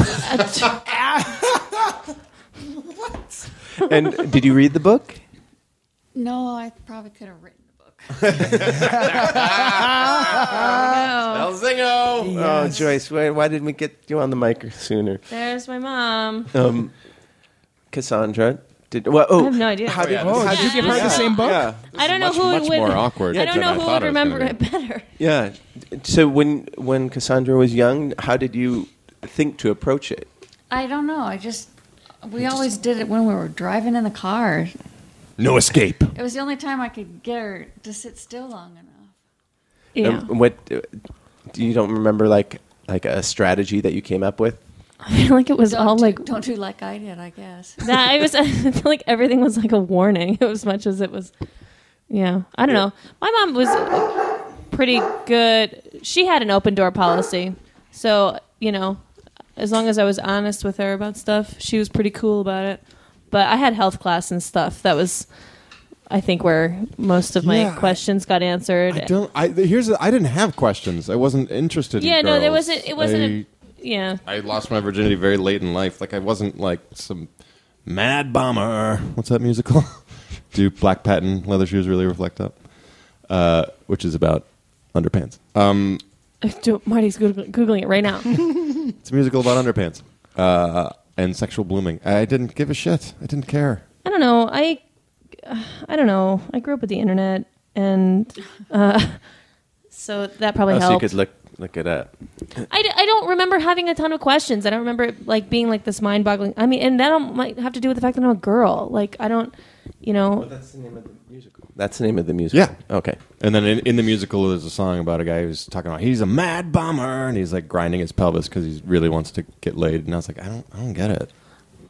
Speaker 6: was,
Speaker 2: and did you read the book?
Speaker 6: no, I probably could have written a book.
Speaker 2: Oh, Joyce, why, why didn't we get you on the mic sooner?
Speaker 4: There's my mom.
Speaker 2: Cassandra. Did well? Oh,
Speaker 4: I have no idea.
Speaker 2: How did,
Speaker 5: Oh,
Speaker 2: how
Speaker 5: did you give her
Speaker 4: Yeah.
Speaker 5: the same book?
Speaker 2: Yeah,
Speaker 4: I don't know
Speaker 3: much,
Speaker 4: who it
Speaker 3: much
Speaker 4: would.
Speaker 3: more awkward
Speaker 4: I don't
Speaker 3: than
Speaker 4: know
Speaker 3: I
Speaker 4: who
Speaker 3: thought
Speaker 4: would
Speaker 3: it was gonna
Speaker 4: remember it
Speaker 3: be.
Speaker 4: better.
Speaker 2: yeah. So when when Cassandra was young, how did you think to approach it?
Speaker 6: I don't know. I just we always did it when we were driving in the car.
Speaker 3: No escape.
Speaker 6: It was the only time I could get her to sit still long enough.
Speaker 4: Yeah.
Speaker 2: Um, what uh, do you don't remember like like a strategy that you came up with?
Speaker 4: I feel like it was
Speaker 6: Don't
Speaker 4: all
Speaker 6: do-
Speaker 4: like
Speaker 6: don't do like I did, I guess.
Speaker 4: that. I was I feel like everything was like a warning as much as it was. Yeah, I don't know. My mom was pretty good. She had an open door policy, so you know, as long as I was honest with her about stuff, she was pretty cool about it. But I had health class and stuff. That was, I think, where most of my
Speaker 3: Yeah, I-
Speaker 4: questions got answered.
Speaker 3: I don't. I here's. The, I didn't have questions. I wasn't interested.
Speaker 4: yeah,
Speaker 3: in
Speaker 4: no, there
Speaker 3: girls.
Speaker 4: wasn't. It wasn't. a- yeah,
Speaker 3: I, I lost my virginity very late in life. Like I wasn't like some mad bomber. What's that musical? Do black patent leather shoes really reflect up? Uh, which is about underpants. Uh,
Speaker 4: Marty's googling, googling it right now.
Speaker 3: It's a musical about underpants uh, and sexual blooming. I didn't give a shit. I didn't care.
Speaker 4: I don't know. I I don't know. I grew up with the internet, and uh, so that probably
Speaker 2: Oh, so you
Speaker 4: helped.
Speaker 2: could look look it up.
Speaker 4: I, d- I don't remember having a ton of questions. I don't remember it, like being like this mind boggling. I mean, and that all might have to do with the fact that I'm a girl. Like I don't, you know.
Speaker 2: that's the name of the musical. That's the name of the musical.
Speaker 3: Yeah.
Speaker 2: Okay.
Speaker 3: And then in, in the musical, there's a song about a guy who's talking about he's a mad bomber and he's like grinding his pelvis because he really wants to get laid. And I was like, I don't, I don't get it.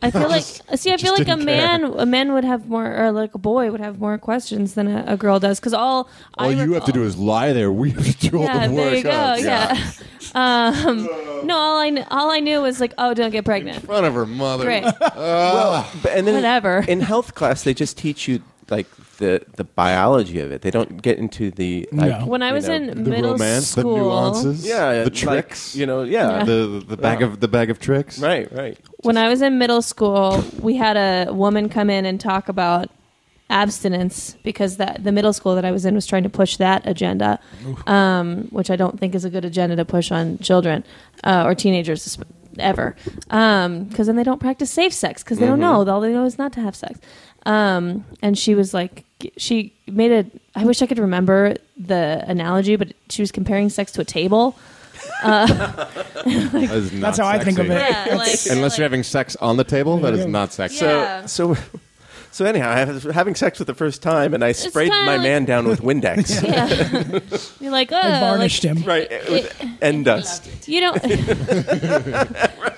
Speaker 4: I feel like see. I feel
Speaker 3: just
Speaker 4: like a
Speaker 3: didn't care.
Speaker 4: man a man would have more or like a boy would have more questions than a, a girl does because all I recall-
Speaker 3: is lie there. We have to do
Speaker 4: yeah, there you go. Yeah. um, no, all I kn- all I knew was like, oh, don't get pregnant.
Speaker 3: front of her mother.
Speaker 4: Great.
Speaker 3: Ah.
Speaker 2: But, and then
Speaker 4: Whatever.
Speaker 2: In health class, they just teach you like the the biology of it. They don't get into the like,
Speaker 5: No.
Speaker 4: When I
Speaker 2: you
Speaker 4: was
Speaker 2: know,
Speaker 4: in
Speaker 3: The
Speaker 4: middle
Speaker 3: romance,
Speaker 4: school,
Speaker 3: the nuances,
Speaker 2: yeah,
Speaker 3: the
Speaker 2: like,
Speaker 3: tricks,
Speaker 2: you know, yeah,
Speaker 3: the, the, the bag of the bag of tricks.
Speaker 2: right, right.
Speaker 4: when I was in middle school, we had a woman come in and talk about abstinence because that the middle school that I was in was trying to push that agenda, um, which I don't think is a good agenda to push on children uh, or teenagers esp- ever, because then they don't practice safe sex because they don't know all they know is not to have sex. Um, and she was like, she made a. I wish I could remember the analogy, but she was comparing sex to a table.
Speaker 3: That is not
Speaker 5: That's how I think of
Speaker 3: sexy.
Speaker 5: it.
Speaker 4: Yeah, like,
Speaker 3: Unless you're having sex on the table, that is not sexy.
Speaker 4: Yeah.
Speaker 2: So, so anyhow, I was having sex for the first time, and I sprayed
Speaker 4: kinda
Speaker 2: my
Speaker 4: like-
Speaker 2: man down with Windex,
Speaker 4: Yeah. You're like, oh,
Speaker 5: I varnished
Speaker 4: like,
Speaker 5: him.
Speaker 2: right, with and dust.
Speaker 4: You don't.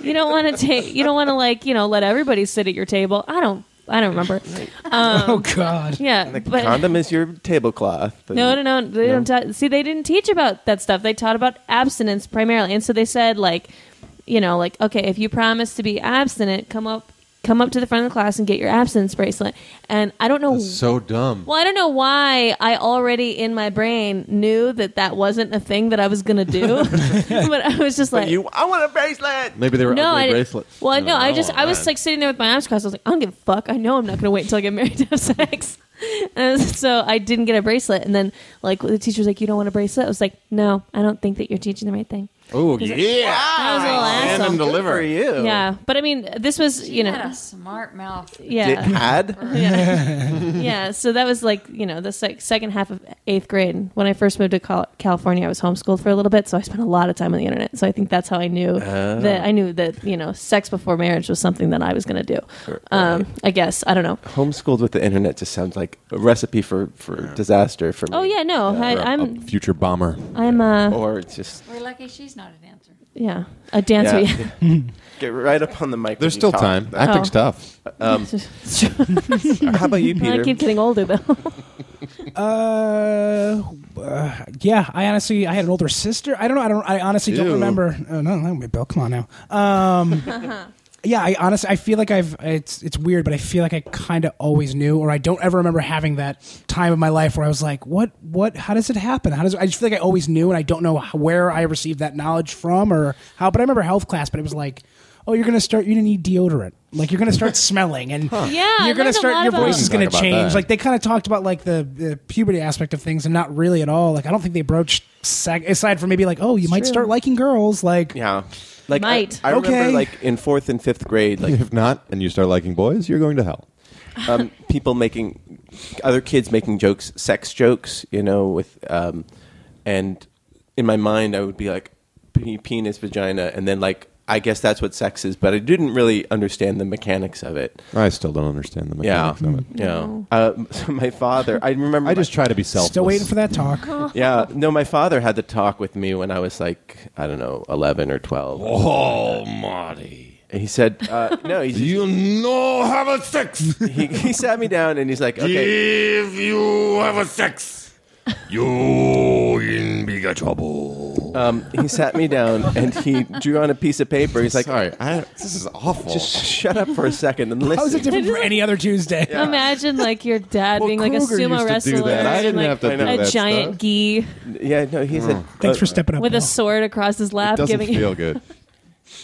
Speaker 4: you don't want to take. You don't want to like. You know, let everybody sit at your table. I don't. I don't remember.
Speaker 5: oh God.
Speaker 4: Yeah, but
Speaker 2: Condom is your tablecloth. and-
Speaker 4: no, no, no. They don't ta- see. They didn't teach about that stuff. They taught about abstinence primarily, and so they said like, you know, like okay, if you promise to be abstinent, come up, come up to the front of the class and get your abstinence bracelet. And I don't know
Speaker 3: So dumb.
Speaker 4: Well, I don't know why I already in my brain knew that that wasn't a thing that I was gonna do, but I was just like,
Speaker 2: You, I want a bracelet.
Speaker 3: Maybe they were
Speaker 4: no,
Speaker 3: ugly
Speaker 4: I didn't.
Speaker 3: bracelets.
Speaker 4: Well, no, I
Speaker 3: don't
Speaker 4: just
Speaker 3: want
Speaker 4: I was
Speaker 3: that.
Speaker 4: like sitting there with my arms crossed. I was like, I don't give a fuck. I know I'm not gonna wait until I get married to have sex. And so I didn't get a bracelet, and then like the teacher was like, "You don't want a bracelet." I was like, "No, I don't think that you're teaching the right thing."
Speaker 3: oh yeah,
Speaker 4: I was a little
Speaker 3: and
Speaker 4: asshole.
Speaker 3: I'm
Speaker 2: Good for
Speaker 3: delivery.
Speaker 2: you.
Speaker 4: Yeah, but I mean, this was you
Speaker 6: Had
Speaker 4: know,
Speaker 6: a smart mouth.
Speaker 2: Did,
Speaker 4: yeah,
Speaker 2: had
Speaker 4: yeah, yeah. So that was like you know the sec- second half of eighth grade. And When I first moved to Cal- California, I was homeschooled for a little bit, so I spent a lot of time on the internet. So I think that's how I knew
Speaker 3: Ah.
Speaker 4: that I knew that you know sex before marriage was something that I was going to do. Um, I guess I don't know.
Speaker 2: homeschooled with the internet just sounds like a recipe for for disaster for me.
Speaker 4: Oh yeah, no, I,
Speaker 3: You're a- a
Speaker 4: I'm
Speaker 3: future bomber.
Speaker 4: I'm uh
Speaker 2: Or it's just
Speaker 6: We're lucky she's not a dancer.
Speaker 4: yeah a dancer.
Speaker 2: yeah. Get right up on the mic.
Speaker 3: There's
Speaker 2: when you
Speaker 3: still
Speaker 2: talk.
Speaker 3: time. Acting's
Speaker 4: Oh.
Speaker 3: tough.
Speaker 2: How about you, Peter?
Speaker 4: I keep getting older though.
Speaker 5: Uh, uh, yeah. I honestly, I had an older sister. I don't know. I don't. I honestly don't
Speaker 3: Ew.
Speaker 5: remember. Oh, no, no, Bill, come on now. Um, yeah. I honestly, I feel like I've. It's it's weird, but I feel like I kind of always knew, or I don't ever remember having that time of my life where I was like, what, what, how does it happen? How does? I just feel like I always knew, and I don't know how- where I received that knowledge from or how. But I remember health class, but it was like. Oh, you're gonna start. You're gonna need deodorant. Like you're gonna start smelling, and
Speaker 4: Yeah, I
Speaker 5: you're gonna
Speaker 4: learned a
Speaker 5: start.
Speaker 4: lot uh,
Speaker 5: Your
Speaker 4: about-
Speaker 5: voice is
Speaker 3: Talk
Speaker 5: gonna
Speaker 3: about
Speaker 5: change.
Speaker 3: that.
Speaker 5: Like they kind of talked about like the, the puberty aspect of things, and not really at all. Like I don't think they broached sag- aside from maybe like, oh, you might start liking girls. Like
Speaker 2: Yeah. Like I-
Speaker 4: Might.
Speaker 2: I, remember
Speaker 5: Okay.
Speaker 2: like in fourth and fifth grade, like
Speaker 3: If not, and you start liking boys, you're going to hell.
Speaker 2: um, people making other kids making jokes, sex jokes, you know, with um, and in my mind I would be like pe- penis, vagina, and then like I guess that's what sex is, but I didn't really understand the mechanics of it.
Speaker 3: I still don't understand the
Speaker 2: Yeah,
Speaker 3: mechanics of it.
Speaker 2: yeah. Uh, so my father, I remember.
Speaker 3: I just try to be selfless.
Speaker 5: Still waiting for that talk.
Speaker 4: Oh,
Speaker 2: my, yeah. No, my father had the talk with me when I was like, I don't know, eleven or twelve.
Speaker 7: Oh, Marty.
Speaker 2: He said, uh, "No." He,
Speaker 7: You know have a sex.
Speaker 2: he he sat me down and he's like, "Okay,
Speaker 7: If you have a sex, you in bigger trouble.
Speaker 3: Uh,
Speaker 2: Um, he sat me down and he drew on a piece of paper. He's like,
Speaker 3: Sorry, I, this is awful.
Speaker 2: just shut up for a second and listen.
Speaker 5: How is it different from any other Tuesday?
Speaker 4: Imagine like your dad
Speaker 3: Well,
Speaker 4: being like a
Speaker 3: Kruger used
Speaker 4: sumo
Speaker 3: to do
Speaker 4: wrestler
Speaker 3: that. I
Speaker 4: and,
Speaker 3: didn't
Speaker 4: like,
Speaker 3: have to
Speaker 4: a
Speaker 3: do that
Speaker 4: giant
Speaker 3: stuff.
Speaker 4: gi
Speaker 2: yeah, no, he said.
Speaker 5: Thanks
Speaker 2: uh,
Speaker 5: for stepping up.
Speaker 4: with a
Speaker 5: Bill.
Speaker 4: sword across his
Speaker 3: it
Speaker 4: lap,
Speaker 3: doesn't
Speaker 4: giving
Speaker 3: feel good.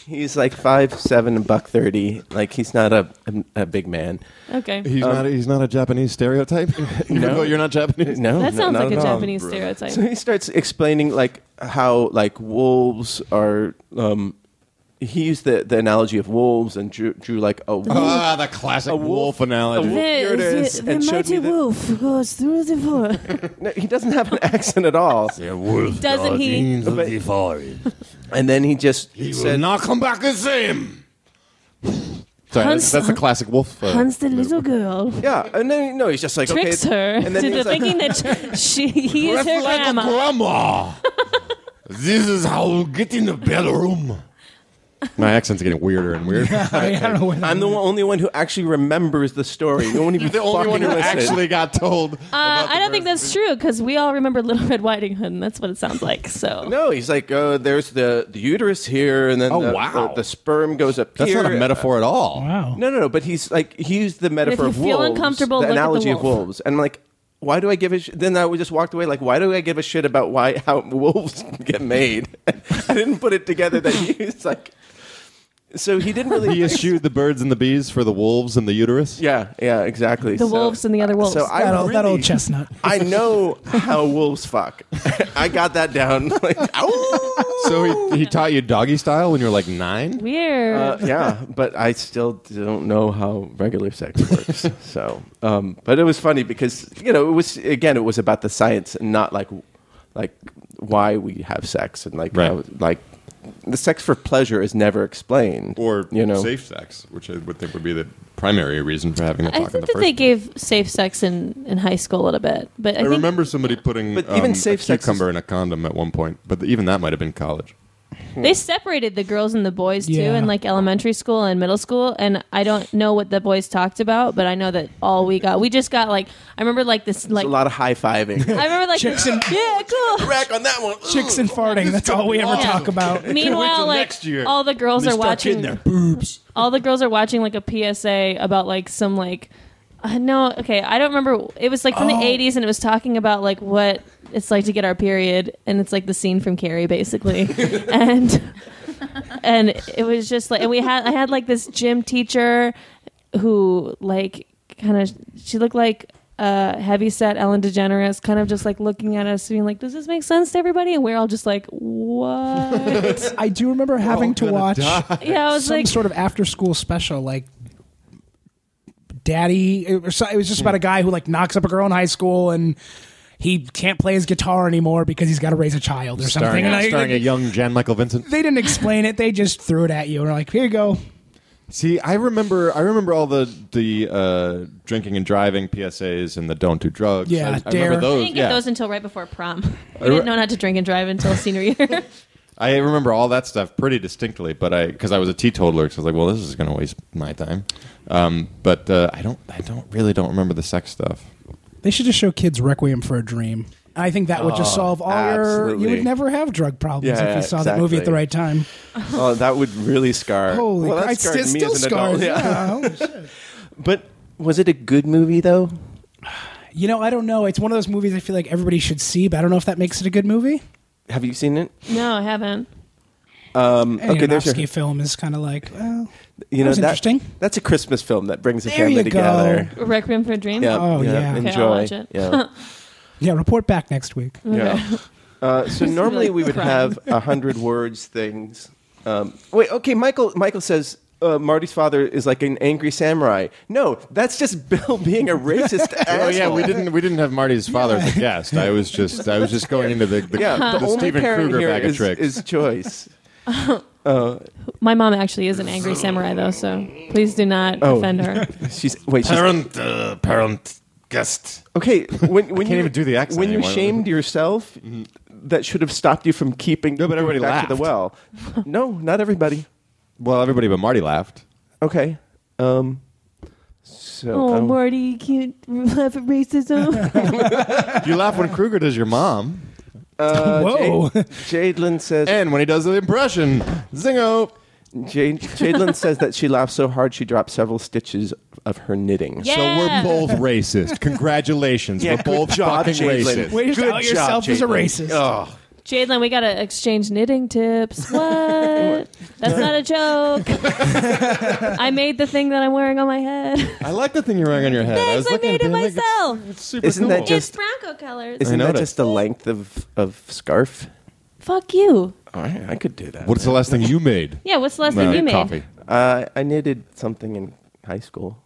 Speaker 2: he's like five seven, a buck thirty. Like he's not a a, a big man.
Speaker 4: okay.
Speaker 3: He's
Speaker 7: Um,
Speaker 3: not. He's not a Japanese stereotype. no, you're not Japanese.
Speaker 2: No,
Speaker 4: that
Speaker 2: no,
Speaker 4: sounds
Speaker 2: not
Speaker 4: like a
Speaker 2: at all.
Speaker 4: Japanese stereotype.
Speaker 2: So he starts explaining like how like wolves are. Um, he used the, the analogy of wolves and drew, drew like a
Speaker 3: Ah, the classic
Speaker 2: A
Speaker 3: wolf,
Speaker 2: wolf.
Speaker 3: analogy.
Speaker 2: A wolf. Here it is, and showed me the-
Speaker 4: wolf goes through the forest.
Speaker 2: No, he doesn't have an accent at all.
Speaker 7: The wolf
Speaker 4: Doesn't
Speaker 7: dogs
Speaker 4: he?
Speaker 7: into
Speaker 2: But-
Speaker 7: the forest.
Speaker 2: And then he just
Speaker 7: He will
Speaker 2: said,
Speaker 7: not come back the same.
Speaker 3: Sorry,
Speaker 4: Hans-
Speaker 3: that's, that's the classic wolf. uh,
Speaker 4: Hunts the little girl,
Speaker 2: "Yeah." And then no, he's just like
Speaker 4: tricks
Speaker 2: okay.
Speaker 4: her
Speaker 2: And then
Speaker 4: into
Speaker 2: he's like,
Speaker 4: thinking that she, he is
Speaker 7: Dress
Speaker 4: her
Speaker 7: like
Speaker 4: grandma.
Speaker 7: a grandma. this is how we get in the bedroom.
Speaker 3: My accent's getting weirder and weirder.
Speaker 5: I, I don't know where that-
Speaker 2: I'm the one- only one who actually remembers the story. You won't even
Speaker 3: the only
Speaker 2: fucking
Speaker 3: one who
Speaker 2: listen.
Speaker 3: actually got told.
Speaker 4: Uh, I don't think that's true because we all remember Little Red Riding Hood, and that's what it sounds like. So
Speaker 2: No, he's like, uh, there's the, the uterus here, and then
Speaker 3: Oh,
Speaker 2: the,
Speaker 3: wow.
Speaker 2: the, the sperm goes up
Speaker 3: That's
Speaker 2: here.
Speaker 3: not a metaphor at all.
Speaker 5: wow.
Speaker 2: No, no, no. But he's like, he used the metaphor
Speaker 4: you
Speaker 2: of
Speaker 4: feel
Speaker 2: wolves,
Speaker 4: uncomfortable,
Speaker 2: the
Speaker 4: look at the
Speaker 2: analogy of
Speaker 4: wolf.
Speaker 2: wolves, and I'm like, why do I give a? Sh-? Then I would just walked away. Like, why do I give a shit about why how wolves get made? I didn't put it together that he was like. So he didn't really.
Speaker 3: He eschewed the birds and the bees for the wolves and the uterus.
Speaker 2: yeah, yeah, exactly.
Speaker 4: the
Speaker 2: So-
Speaker 4: wolves and the other wolves.
Speaker 2: So I
Speaker 5: That old,
Speaker 2: really,
Speaker 5: that old chestnut.
Speaker 2: I know how wolves fuck. I got that down. Like, ow!
Speaker 3: So he, he taught you doggy style when you were like nine.
Speaker 4: Weird.
Speaker 2: Uh, yeah, but I still don't know how regular sex works. So, um, but it was funny because you know it was again it was about the science and not like like why we have sex and like
Speaker 3: Right.
Speaker 2: how, like the sex for pleasure is never explained you know
Speaker 3: sex, which I would think would be the primary reason for having that
Speaker 4: I think that they gave safe sex in, in high school a little bit, but I,
Speaker 3: I
Speaker 4: think,
Speaker 3: remember somebody putting
Speaker 2: But even
Speaker 3: um,
Speaker 2: safe
Speaker 3: a
Speaker 2: sex is-
Speaker 3: cucumber in a condom at one point, but even that might have been college.
Speaker 4: they separated the girls and the boys too
Speaker 5: Yeah.
Speaker 4: in like elementary school and middle school and i don't know what the boys talked about but i know that all we got we just got like i remember like this
Speaker 2: There's
Speaker 4: like
Speaker 2: a lot of high fiving.
Speaker 4: i remember like
Speaker 5: Chicks and-
Speaker 4: yeah cool
Speaker 2: Crack on that one.
Speaker 5: Chicks and farting. That's all we ever talk about.
Speaker 4: meanwhile like
Speaker 7: next year.
Speaker 4: all the girls
Speaker 7: They
Speaker 4: are
Speaker 7: start
Speaker 4: watching
Speaker 7: getting their
Speaker 5: Boobs.
Speaker 4: all the girls are watching like a psa about like some like uh, no okay i don't remember it was like from
Speaker 5: Oh.
Speaker 4: the 80s and it was talking about like what it's like to get our period and it's like the scene from carrie basically and and it was just like and we had i had like this gym teacher who like kind of she looked like uh heavy set ellen degeneres kind of just like looking at us being like does this make sense to everybody and we're all just like what
Speaker 5: I do remember
Speaker 2: Oh,
Speaker 5: having to watch
Speaker 4: yeah i was
Speaker 5: some
Speaker 4: like
Speaker 5: sort of after school special, like Daddy. Or so, it was just about a guy who like knocks up a girl in high school and. He can't play his guitar anymore because he's got to raise a child or something.
Speaker 3: Starring,
Speaker 5: And I-
Speaker 3: starring a young Jan Michael Vincent.
Speaker 5: they didn't explain it. They just threw it at you and were like, "Here you go."
Speaker 3: See, I remember, I remember all the the uh, drinking and driving PSAs and the don't do drugs.
Speaker 5: Yeah,
Speaker 3: I, I
Speaker 5: dare.
Speaker 3: remember
Speaker 4: I
Speaker 3: those.
Speaker 4: didn't get
Speaker 3: Oh, yeah.
Speaker 4: those until right before prom. I
Speaker 3: re-
Speaker 4: didn't know not to drink and drive until senior year.
Speaker 3: I remember all that stuff pretty distinctly, but I because I was a teetotaler, so I was like, well, this is going to waste my time. Um, but uh, I don't, I don't really don't remember the sex stuff.
Speaker 5: They should just show kids Requiem for a Dream. I think that would just solve all your. You
Speaker 2: Oh, absolutely.
Speaker 5: would never have drug problems
Speaker 2: Yeah,
Speaker 5: if you saw that movie at the
Speaker 2: exactly.
Speaker 5: right time.
Speaker 2: Oh, that would really scar.
Speaker 5: Holy,
Speaker 2: well,
Speaker 5: crap!
Speaker 2: that
Speaker 5: It's
Speaker 2: scarred
Speaker 5: still,
Speaker 2: me
Speaker 5: still
Speaker 2: as an adult.
Speaker 5: scars.
Speaker 2: Yeah.
Speaker 5: Yeah. Holy shit.
Speaker 2: But was it a good movie though?
Speaker 5: You know, I don't know. It's one of those movies I feel like everybody should see, but I don't know if that makes it a good movie.
Speaker 2: Have you seen it?
Speaker 4: no, I haven't.
Speaker 5: Any
Speaker 2: okay, there's your-
Speaker 5: Aronofsky film is kind of like, well,
Speaker 2: You
Speaker 5: That was interesting.
Speaker 2: That's a Christmas film that brings a
Speaker 5: There
Speaker 2: family
Speaker 5: you go.
Speaker 2: together.
Speaker 4: Requiem for a Dream.
Speaker 2: Yeah.
Speaker 5: Oh, yeah.
Speaker 2: Enjoy.
Speaker 5: Okay,
Speaker 4: I'll watch it.
Speaker 2: Yeah.
Speaker 5: yeah. Report back next week.
Speaker 2: yeah. Uh, so normally we would
Speaker 4: crying.
Speaker 2: have a hundred words things. Um, wait. Okay. Michael. Michael says. Uh, Marty's father is like an angry samurai. No, that's just Bill being a racist asshole.
Speaker 3: Oh yeah, we didn't we didn't have Marty's father as a guest. I was just I was just going into the the,
Speaker 2: Yeah,
Speaker 3: the
Speaker 2: the, only
Speaker 3: Stephen
Speaker 2: parent
Speaker 3: Kruger
Speaker 2: here
Speaker 3: bag of
Speaker 2: is-
Speaker 3: tricks.
Speaker 2: is choice.
Speaker 4: My mom actually is an angry samurai, though, so please do not
Speaker 2: Oh.
Speaker 4: offend her.
Speaker 2: She's wait. She's,
Speaker 7: Parent, uh, parent, guest.
Speaker 2: okay, when, when
Speaker 3: can't
Speaker 2: you
Speaker 3: even do the accent
Speaker 2: when
Speaker 3: anymore. Mm-hmm.
Speaker 2: you shamed yourself, that should have stopped you from keeping.
Speaker 3: No, but everybody
Speaker 2: back to the well. no, not everybody.
Speaker 3: Well, everybody but Marty laughed.
Speaker 2: Okay. Um. So
Speaker 4: Oh,
Speaker 2: um,
Speaker 4: Marty, you can't laugh at racism.
Speaker 3: You laugh when Kruger does your mom,
Speaker 2: uh,
Speaker 5: Whoa.
Speaker 2: Jade- Jadelyn says.
Speaker 3: and when he does the impression, zingo.
Speaker 2: Jade, Jadelyn says that she laughed so hard she dropped several stitches of her knitting.
Speaker 4: Yeah.
Speaker 3: So we're both racist. Congratulations,
Speaker 2: Yeah,
Speaker 3: we're
Speaker 2: good
Speaker 3: both
Speaker 2: job,
Speaker 3: fucking
Speaker 2: Jadelyn.
Speaker 3: racist.
Speaker 5: Way to
Speaker 2: Good
Speaker 5: out
Speaker 2: job,
Speaker 5: yourself as a
Speaker 2: Jason.
Speaker 5: racist.
Speaker 4: Jadelyn, we got to exchange knitting tips. What? That's not a joke. I made the thing that I'm wearing on my head.
Speaker 3: I like the thing you're wearing on your head. I was
Speaker 4: Thanks, I,
Speaker 3: looking
Speaker 4: made
Speaker 3: at
Speaker 4: it
Speaker 3: like, it's-
Speaker 4: myself.
Speaker 3: It's super
Speaker 2: Isn't that
Speaker 3: cool.
Speaker 2: just-
Speaker 4: It's Bronco colors.
Speaker 2: Isn't that
Speaker 3: noticed.
Speaker 2: just a length of, of scarf?
Speaker 4: Fuck you.
Speaker 2: All right, I could do that.
Speaker 3: "Oh, What's the last thing you made?
Speaker 4: Yeah, what's the last
Speaker 3: No,
Speaker 4: thing you made?
Speaker 3: coffee.
Speaker 2: Uh, I knitted something in high school.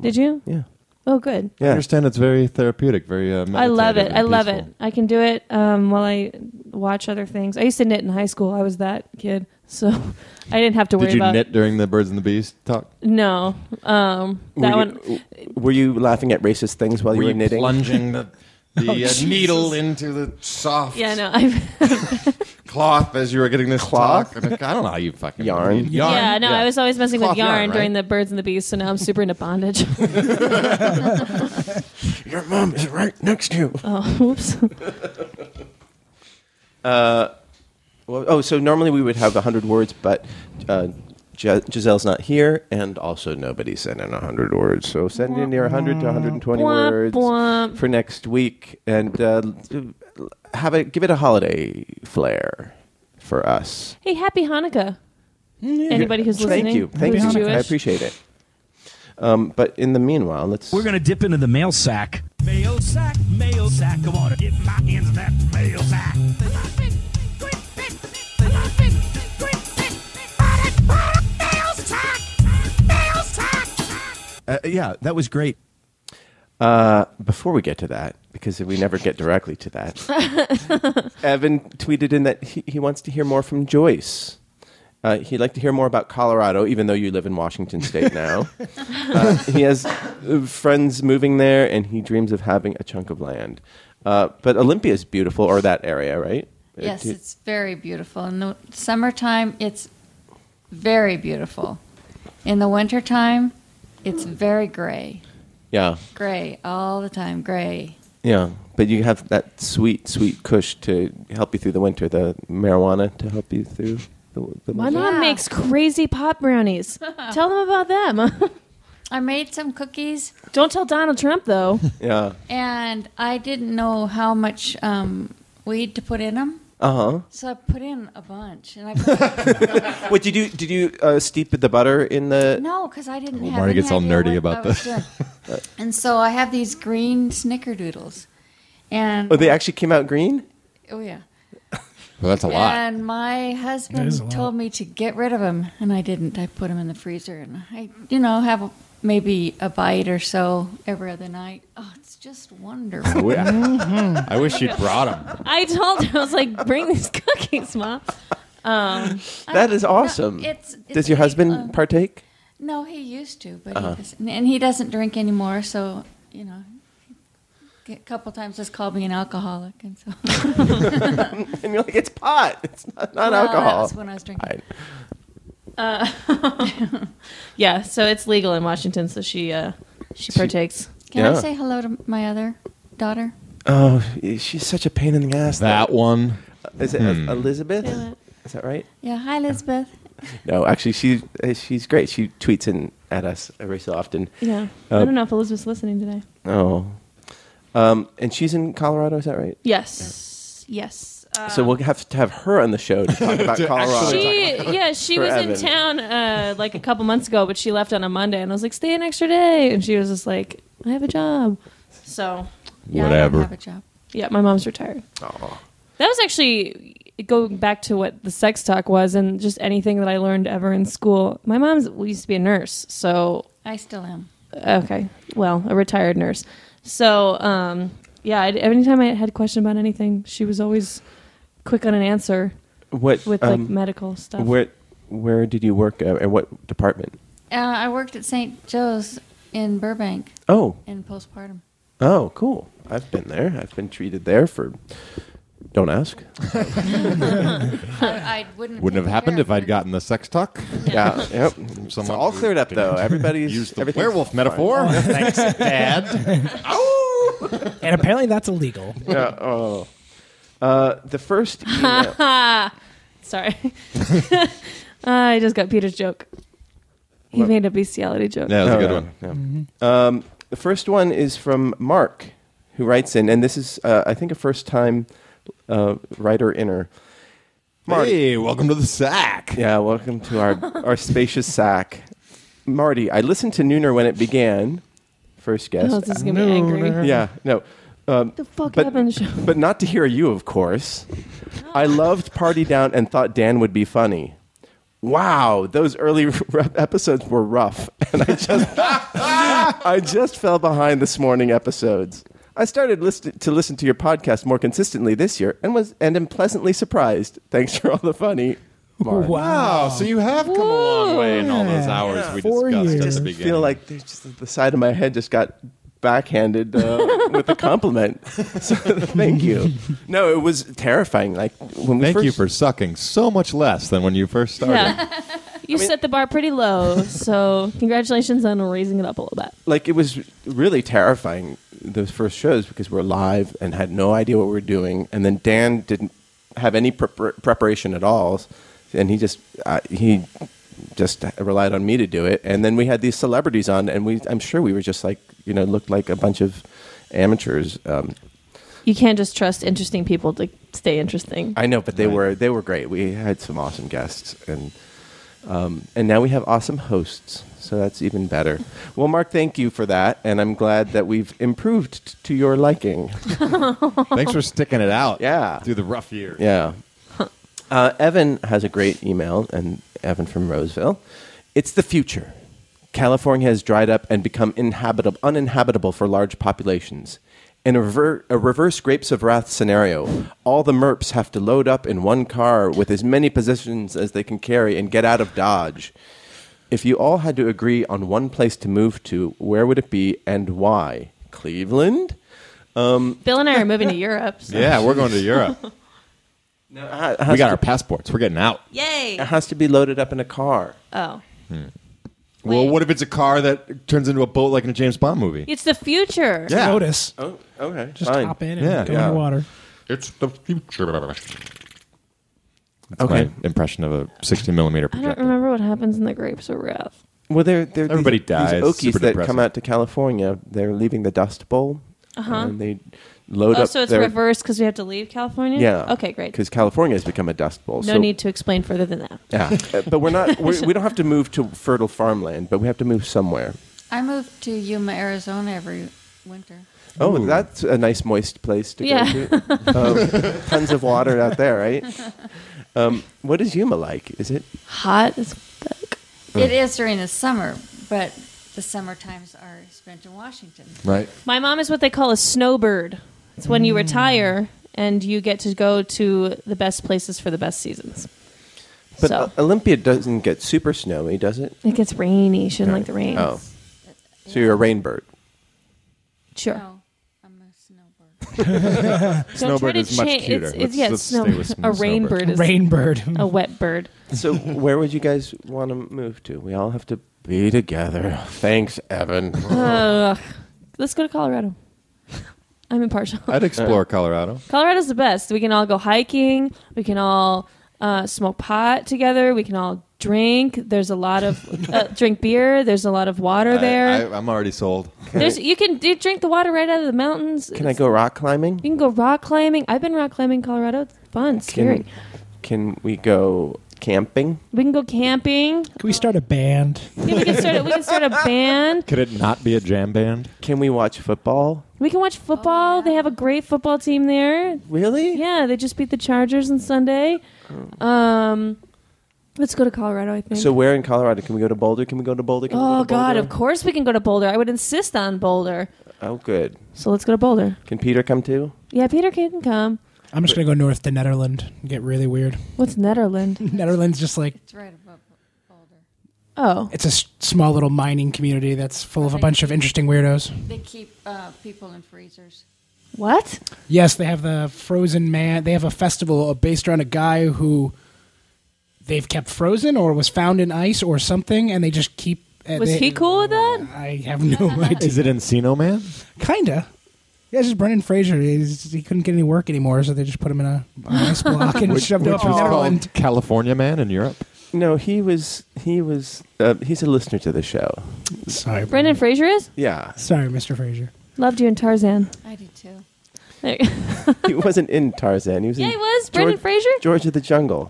Speaker 4: Did you?
Speaker 2: Yeah.
Speaker 4: Oh, good.
Speaker 3: I
Speaker 2: Yeah.
Speaker 3: understand it's very therapeutic, very. Uh,
Speaker 4: I love it.
Speaker 3: meditative
Speaker 4: I
Speaker 3: and
Speaker 4: love it.
Speaker 3: peaceful.
Speaker 4: I can do it um, while I watch other things. I used to knit in high school. I was that kid, so I didn't have to worry
Speaker 3: Did you
Speaker 4: about
Speaker 3: knit during the birds and the bees talk?
Speaker 4: no. Um, that
Speaker 2: were, you,
Speaker 4: one.
Speaker 2: w- were you laughing at racist things while you were knitting?
Speaker 7: plunging the, the uh, needle into the soft
Speaker 4: Oh, Yeah, no. I
Speaker 7: cloth as you were getting this
Speaker 2: Cloth?
Speaker 7: cloth? I don't know how you fucking
Speaker 2: Yarn.
Speaker 7: Yarn.
Speaker 4: yeah, no. I was always messing
Speaker 7: Cloth
Speaker 4: with yarn,
Speaker 7: yarn,
Speaker 4: during
Speaker 7: right?
Speaker 4: the birds and the bees, so now I'm super into bondage.
Speaker 2: Your mom is right next to you.
Speaker 4: oh, oops.
Speaker 2: Well, oh, so normally we would have 100 words, but uh, Gi- Giselle's not here, and also nobody sent in 100 words. So send in your 100 to 120
Speaker 4: Bwomp,
Speaker 2: words
Speaker 4: bwomp.
Speaker 2: for next week, and uh, have a give it a holiday flair for us.
Speaker 4: Hey, happy Hanukkah. Anybody who's listening,
Speaker 2: Mm, Thank you, thank
Speaker 4: who's
Speaker 2: you.
Speaker 4: Jewish.
Speaker 2: I appreciate it. Um, but in the meanwhile, let's.
Speaker 8: We're gonna dip into the mail sack. Mail sack, mail sack. I wanna get my hands in that mail sack. Uh, yeah, that was great.
Speaker 2: before we get to that, because we never get directly to that, Evan tweeted in that he, he wants to hear more from Joyce. Uh, he'd like to hear more about Colorado, even though you live in Washington State now. uh, he has uh, friends moving there, and he dreams of having a chunk of land. Uh, but Olympia is beautiful, or that area, right?
Speaker 6: Yes,
Speaker 2: Uh, do-
Speaker 6: it's very beautiful. In the summertime, it's very beautiful. In the wintertime, it's very gray.
Speaker 2: yeah,
Speaker 6: Gray all the time, gray.
Speaker 2: yeah. But you have that sweet, sweet cush to help you through the winter. The marijuana to help you through the, the
Speaker 4: My
Speaker 2: winter.
Speaker 4: mom
Speaker 6: Yeah.
Speaker 4: makes crazy pop brownies. tell them about them.
Speaker 6: I made some cookies
Speaker 4: Don't tell Donald Trump though.
Speaker 2: Yeah.
Speaker 6: and I didn't know how much um, weed to put in them.
Speaker 2: Uh huh.
Speaker 6: So I put in a bunch, and I put,
Speaker 2: Wait, did you did you uh, steep the butter in the?
Speaker 6: no, because I didn't.
Speaker 3: Well,
Speaker 6: have
Speaker 3: Marty
Speaker 6: any
Speaker 3: gets all
Speaker 6: idea
Speaker 3: nerdy
Speaker 6: what
Speaker 3: about
Speaker 6: I was doing. and so I have these green snickerdoodles, and
Speaker 2: Oh, they actually came out green.
Speaker 6: oh yeah.
Speaker 3: Well, that's a lot.
Speaker 6: And my
Speaker 5: is a lot.
Speaker 6: husband told me to get rid of them, and I didn't. I put them in the freezer, and I, you know, have a, maybe a bite or so every other night. Oh, it's just wonderful.
Speaker 3: We- I wish you'd brought him.
Speaker 4: I told her I was like, bring these cookies, Um, mom.
Speaker 2: That is awesome.
Speaker 6: it's- it's
Speaker 2: Does your
Speaker 6: like,
Speaker 2: husband
Speaker 6: uh,
Speaker 2: partake?
Speaker 6: no, he used to, but
Speaker 3: Uh-huh.
Speaker 6: he doesn't, and he doesn't drink anymore. So, you know, he a couple times has called me an alcoholic, and so
Speaker 2: And you're like, it's pot. It's not, not
Speaker 6: Well, That
Speaker 2: alcohol.
Speaker 6: was when I was drinking.
Speaker 2: I-
Speaker 4: Uh, Yeah, so it's legal in Washington, so she uh, she partakes.
Speaker 6: Can I
Speaker 2: Yeah.
Speaker 6: say hello to my other daughter?
Speaker 2: oh, she's such a pain in the ass.
Speaker 3: That one.
Speaker 2: though. is it Elizabeth?
Speaker 4: Damn it.
Speaker 2: Is that right?
Speaker 6: Yeah, hi, Elizabeth.
Speaker 2: No, actually, she uh, she's great. She tweets in at us every so often.
Speaker 4: Yeah,
Speaker 2: Uh,
Speaker 4: I don't know if Elizabeth's listening today.
Speaker 2: Oh, um, and she's in Colorado. Is that right?
Speaker 4: Yes, yes. Uh,
Speaker 2: so we'll have to have her on the show to talk about Colorado.
Speaker 4: she yeah she
Speaker 2: For
Speaker 4: was in
Speaker 2: Evan.
Speaker 4: town uh, like a couple months ago, but she left on a Monday, and I was like, stay an extra day, and she was just like, I have a job. So
Speaker 6: Yeah, I
Speaker 3: Whatever.
Speaker 6: don't have a job.
Speaker 4: yeah, my mom's retired.
Speaker 2: Aw.
Speaker 4: That was actually going back to what the sex talk was, and just anything that I learned ever in school. My mom's used to be a nurse, so
Speaker 6: I still am.
Speaker 4: okay well a retired nurse so um yeah I'd, anytime i had a question about anything she was always quick on an answer
Speaker 2: What
Speaker 4: with
Speaker 2: um,
Speaker 4: like medical stuff
Speaker 2: What where did you work Uh, at, at what department?
Speaker 6: Uh, I worked at St. Joe's in Burbank
Speaker 2: Oh,
Speaker 6: in postpartum.
Speaker 2: oh, cool. I've been there. I've been treated there for. Don't ask.
Speaker 6: I, I wouldn't.
Speaker 3: Wouldn't have
Speaker 6: taken
Speaker 3: happened
Speaker 6: care of
Speaker 3: if I'd
Speaker 6: her.
Speaker 3: gotten the sex talk.
Speaker 2: Yeah. Yep. It's
Speaker 3: Someone
Speaker 2: all
Speaker 3: who
Speaker 2: cleared up
Speaker 3: can
Speaker 2: though. Everybody's
Speaker 3: Use the
Speaker 2: everything's
Speaker 3: werewolf
Speaker 2: fine.
Speaker 3: metaphor. Oh, Thanks, Dad.
Speaker 5: And apparently that's illegal.
Speaker 2: Yeah, oh. Uh, the first email.
Speaker 4: Sorry. I just got Peter's joke. He
Speaker 2: What?
Speaker 4: made a bestiality joke.
Speaker 3: Yeah, that was a
Speaker 2: No,
Speaker 3: good
Speaker 2: no,
Speaker 3: one.
Speaker 2: no. Um, the first one is from Mark, who writes in, and this is, uh, I think, a first time uh, writer inner. Marty.
Speaker 3: Hey, welcome to the sack.
Speaker 2: Yeah, welcome to our, our spacious sack. Marty, I listened to Nooner when it began. First guest.
Speaker 4: Oh, this is gonna be angry.
Speaker 2: yeah, no. Um,
Speaker 4: The fuck
Speaker 2: But-
Speaker 4: happened? Sean?
Speaker 2: but not to hear you, of course. I loved Party Down and thought Dan would be funny. Wow, those early r- episodes were rough, and I just I just fell behind this morning episodes. I started listen- to listen to your podcast more consistently this year, and was and am pleasantly surprised. Thanks for all the funny. Mark.
Speaker 3: Wow, Oh, so you have come a long way in all those hours we
Speaker 5: Four
Speaker 3: discussed at
Speaker 5: years.
Speaker 3: the
Speaker 5: I
Speaker 2: I
Speaker 3: beginning.
Speaker 2: feel like there's just the side of my head just got backhanded uh, with a compliment. So thank you. No, it was terrifying. Like when we
Speaker 3: Thank
Speaker 2: first,
Speaker 3: you for sucking so much less than when you first started.
Speaker 4: Yeah. You set the bar pretty low, so congratulations on raising it up a little bit.
Speaker 2: like it was really terrifying those first shows because we're live and had no idea what we were doing, and then Dan didn't have any prep- preparation at all, and he just uh, he just relied on me to do it, and then we had these celebrities on, and we I'm sure we were just like you know looked like a bunch of amateurs. Um,
Speaker 4: You can't just trust interesting people to stay interesting.
Speaker 2: I know, but they were they were great. We had some awesome guests, and um, and now we have awesome hosts, so that's even better. Well, Mark, thank you for that, and I'm glad that we've improved t- to your liking.
Speaker 3: Thanks for sticking it out.
Speaker 2: Yeah.
Speaker 3: Through the rough years.
Speaker 2: Yeah. Uh, Evan has a great email, and Evan from Roseville. It's the future. California has dried up and become inhabitable, uninhabitable for large populations. In a, rever- a reverse Grapes of Wrath scenario, all the MERPs have to load up in one car with as many positions as they can carry and get out of Dodge. If you all had to agree on one place to move to, where would it be and why? Cleveland?
Speaker 4: Bill and I are moving to Europe. So.
Speaker 3: Yeah, we're going to Europe.
Speaker 2: No,
Speaker 3: we got our passports. We're getting out.
Speaker 4: Yay!
Speaker 2: it has to be loaded up in a car.
Speaker 4: Oh.
Speaker 3: Well,
Speaker 4: Wait.
Speaker 3: what if it's a car that turns into a boat like in a James Bond movie?
Speaker 4: It's the future.
Speaker 3: Yeah.
Speaker 5: Notice.
Speaker 2: Oh, okay.
Speaker 5: Just
Speaker 2: Fine.
Speaker 5: hop in and
Speaker 3: Yeah,
Speaker 5: go
Speaker 3: yeah.
Speaker 5: underwater.
Speaker 7: It's the future.
Speaker 3: That's
Speaker 2: Okay.
Speaker 3: my impression of a 60 millimeter
Speaker 4: I don't
Speaker 3: projector.
Speaker 4: remember what happens in the grapes of wrath.
Speaker 2: Well, they're, they're
Speaker 3: Everybody
Speaker 2: these,
Speaker 3: dies.
Speaker 2: These
Speaker 3: Super
Speaker 2: Okies that
Speaker 3: depressing.
Speaker 2: come out to California, they're leaving the Dust Bowl, and they load
Speaker 4: Uh-huh. Oh,
Speaker 2: up.
Speaker 4: so it's
Speaker 2: their,
Speaker 4: reversed because we have to leave California.
Speaker 2: Yeah.
Speaker 4: Okay, great.
Speaker 2: Because California has become a Dust Bowl.
Speaker 4: No
Speaker 2: so,
Speaker 4: need to explain further than that.
Speaker 2: Yeah, Uh, but we're not. We're, we don't have to move to fertile farmland, but we have to move somewhere.
Speaker 6: I moved to Yuma, Arizona every winter.
Speaker 2: Oh, that's a nice moist place to
Speaker 4: Yeah.
Speaker 2: go to. Um, tons of water out there, right? Um, what is Yuma like? Is it?
Speaker 4: Hot as fuck.
Speaker 6: It is during the summer, but the summer times are spent in Washington.
Speaker 3: Right.
Speaker 4: My mom is what they call a snowbird. It's when you retire and you get to go to the best places for the best seasons.
Speaker 2: But
Speaker 3: uh,
Speaker 4: so
Speaker 2: O- Olympia doesn't get super snowy, does it?
Speaker 4: it gets rainy. She didn't like the rain.
Speaker 2: Oh, so you're a rain bird.
Speaker 4: Sure.
Speaker 6: No, Oh, I'm a snowbird.
Speaker 4: Don't try
Speaker 3: Snowbird
Speaker 4: to
Speaker 3: is much
Speaker 4: change-
Speaker 3: cuter.
Speaker 4: It's,
Speaker 3: Let's-
Speaker 4: it's, yeah,
Speaker 3: let's
Speaker 4: it's
Speaker 3: stay
Speaker 4: snow.
Speaker 3: with
Speaker 4: a rain
Speaker 3: snowbird.
Speaker 4: bird is Oh.
Speaker 5: Rainbird.
Speaker 4: a wet bird.
Speaker 2: So, where would you guys want to move to? We all have to be together. Thanks, Evan.
Speaker 4: Ugh. Let's go to Colorado. I'm impartial.
Speaker 3: I'd explore Colorado.
Speaker 4: Colorado's the best. We can all go hiking. We can all uh, smoke pot together. We can all drink. There's a lot of uh, drink beer. There's a lot of water there.
Speaker 3: I, am already sold.
Speaker 4: There's you can do drink the water right out of the mountains.
Speaker 2: Can I go rock climbing?
Speaker 4: You can go rock climbing. I've been rock climbing in Colorado. It's fun, it's scary.
Speaker 2: Can, can we go camping?
Speaker 4: we can go camping.
Speaker 5: Can we start a band?
Speaker 4: Yeah, we can start. A, we can start a band.
Speaker 3: Could it not be a jam band?
Speaker 2: Can we watch football?
Speaker 4: We can watch football. They have a great football team there.
Speaker 2: Really?
Speaker 4: Yeah, they just beat the Chargers on Sunday. Um, let's go to Colorado. I think.
Speaker 2: Oh. So, where in Colorado? Can we go to Boulder? Can we go to Boulder? Can we
Speaker 4: oh
Speaker 2: go to
Speaker 4: God!
Speaker 2: Boulder?
Speaker 4: Of course we can go to Boulder. I would insist on Boulder.
Speaker 2: Oh, good.
Speaker 4: So let's go to Boulder.
Speaker 2: Can Peter come too?
Speaker 4: Yeah, Peter can come.
Speaker 5: I'm just gonna go north to Netherland. and Get really weird.
Speaker 4: What's Netherland?
Speaker 5: Netherlands just like
Speaker 6: It's right above Boulder.
Speaker 4: Oh,
Speaker 5: it's a s- small little mining community that's full of a bunch of interesting weirdos.
Speaker 6: They keep uh, people in freezers.
Speaker 4: what?
Speaker 5: Yes, they have the frozen man. They have a festival uh, based around a guy who they've kept frozen or was found in ice or something, and they just keep. uh,
Speaker 4: Was
Speaker 5: they-
Speaker 4: he cool with that?
Speaker 5: I have no idea.
Speaker 3: Is it Encino Man?
Speaker 5: Kinda. Yeah, it's just Brendan Fraser. He's, he couldn't get any work anymore, so they just put him in a an ice block and shoved him
Speaker 3: Which
Speaker 5: up
Speaker 3: was
Speaker 5: in Netherlands.
Speaker 3: called California Man in Europe.
Speaker 2: No, he was he was uh, he's a listener to the show.
Speaker 5: Sorry,
Speaker 4: Brendan Fraser is
Speaker 2: Yeah,
Speaker 5: Sorry, Mr. Fraser.
Speaker 4: loved you in Tarzan.
Speaker 6: I do too.
Speaker 4: There you go.
Speaker 2: he wasn't in Tarzan. He was.
Speaker 4: yeah,
Speaker 2: in
Speaker 4: he was Brendan
Speaker 2: George-
Speaker 4: Fraser.
Speaker 2: George of the Jungle.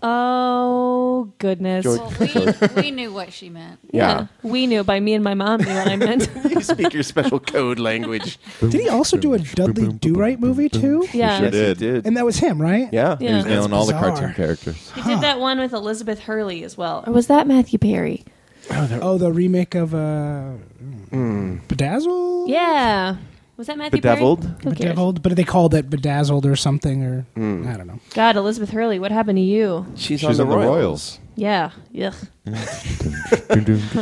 Speaker 4: Oh goodness.
Speaker 2: George-
Speaker 6: Well, we, we knew what she meant.
Speaker 2: yeah.
Speaker 4: we knew by me and my mom knew what I meant.
Speaker 2: you speak your special code language.
Speaker 5: Did he also do a Dudley Do Right movie too?
Speaker 4: yeah,
Speaker 3: Sure did.
Speaker 2: He did.
Speaker 5: And that was him, right?
Speaker 2: yeah.
Speaker 4: Yeah.
Speaker 3: He was nailing all the
Speaker 5: bizarre.
Speaker 3: cartoon characters.
Speaker 4: he did that one with Elizabeth Hurley as well. Or was that Matthew Perry?
Speaker 5: Oh, the remake of uh,
Speaker 3: Hmm.
Speaker 5: Bedazzled.
Speaker 4: Yeah. Was that Matthew
Speaker 2: Bedeviled?
Speaker 4: Perry? Who cares?
Speaker 5: Bedazzled, but they called it Bedazzled or something, or
Speaker 3: Hmm.
Speaker 5: I don't know.
Speaker 4: God, Elizabeth Hurley, what happened to you?
Speaker 2: She's,
Speaker 3: She's on the Royals.
Speaker 4: Yeah. Ugh.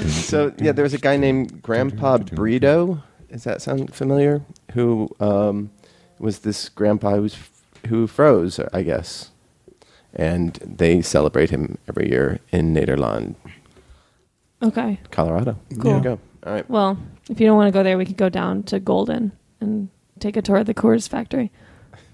Speaker 2: So yeah, there was a guy named Grandpa Brito. Does that sound familiar? Who um, was this grandpa who, was f- who froze? I guess. And they celebrate him every year in Nederland,
Speaker 4: Okay.
Speaker 2: Colorado.
Speaker 4: Cool.
Speaker 2: There you go. All right.
Speaker 4: Well, if you don't want to go there, we could go down to Golden and take a tour of the Coors factory.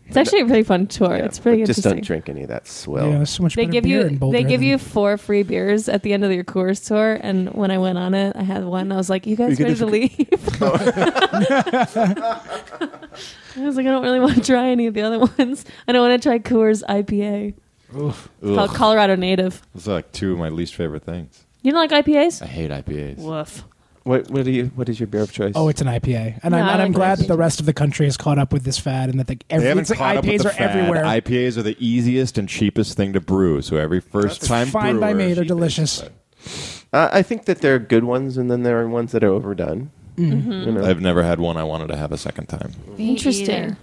Speaker 4: It's actually a really fun tour.
Speaker 2: Yeah,
Speaker 4: it's pretty
Speaker 2: but
Speaker 4: interesting.
Speaker 2: Just don't drink any of that swill.
Speaker 5: yeah, there's so much
Speaker 4: They
Speaker 5: better
Speaker 4: give
Speaker 5: beer
Speaker 4: you
Speaker 5: in Boulder
Speaker 4: they give
Speaker 5: than-
Speaker 4: you four free beers at the end of your Coors tour, and when I went on it, I had one. I was like, "You guys
Speaker 2: You Oh.
Speaker 4: ready
Speaker 2: get
Speaker 4: to leave?" I was like, "I don't really want to try any of the other ones. I don't want to try Coors IPA. It's called
Speaker 3: Ugh.
Speaker 4: Colorado Native.
Speaker 3: Those are like two of my least favorite things.
Speaker 4: You don't like IPAs?
Speaker 3: I hate IPAs.
Speaker 4: Woof.
Speaker 2: What what do you what is your beer of choice?
Speaker 5: Oh, it's an IPA, and
Speaker 4: No,
Speaker 5: I'm,
Speaker 4: I
Speaker 5: and I'm
Speaker 4: like
Speaker 5: glad
Speaker 4: that.
Speaker 5: that the rest of the country has caught up with this fad, and that the, every,
Speaker 3: They haven't
Speaker 5: it's like
Speaker 3: caught up with
Speaker 5: IPAs
Speaker 3: the
Speaker 5: are
Speaker 3: fad.
Speaker 5: everywhere.
Speaker 3: IPAs are the easiest and cheapest thing to brew. So every first time
Speaker 5: fine by
Speaker 3: brewer-
Speaker 5: me. They're
Speaker 3: Cheapest,
Speaker 5: delicious.
Speaker 3: but
Speaker 2: Uh, I think that there are good ones, and then there are ones that are overdone.
Speaker 4: Mm-hmm.
Speaker 2: You know?
Speaker 3: I've never had one I wanted to have a second time.
Speaker 6: Me
Speaker 4: Interesting.
Speaker 6: either.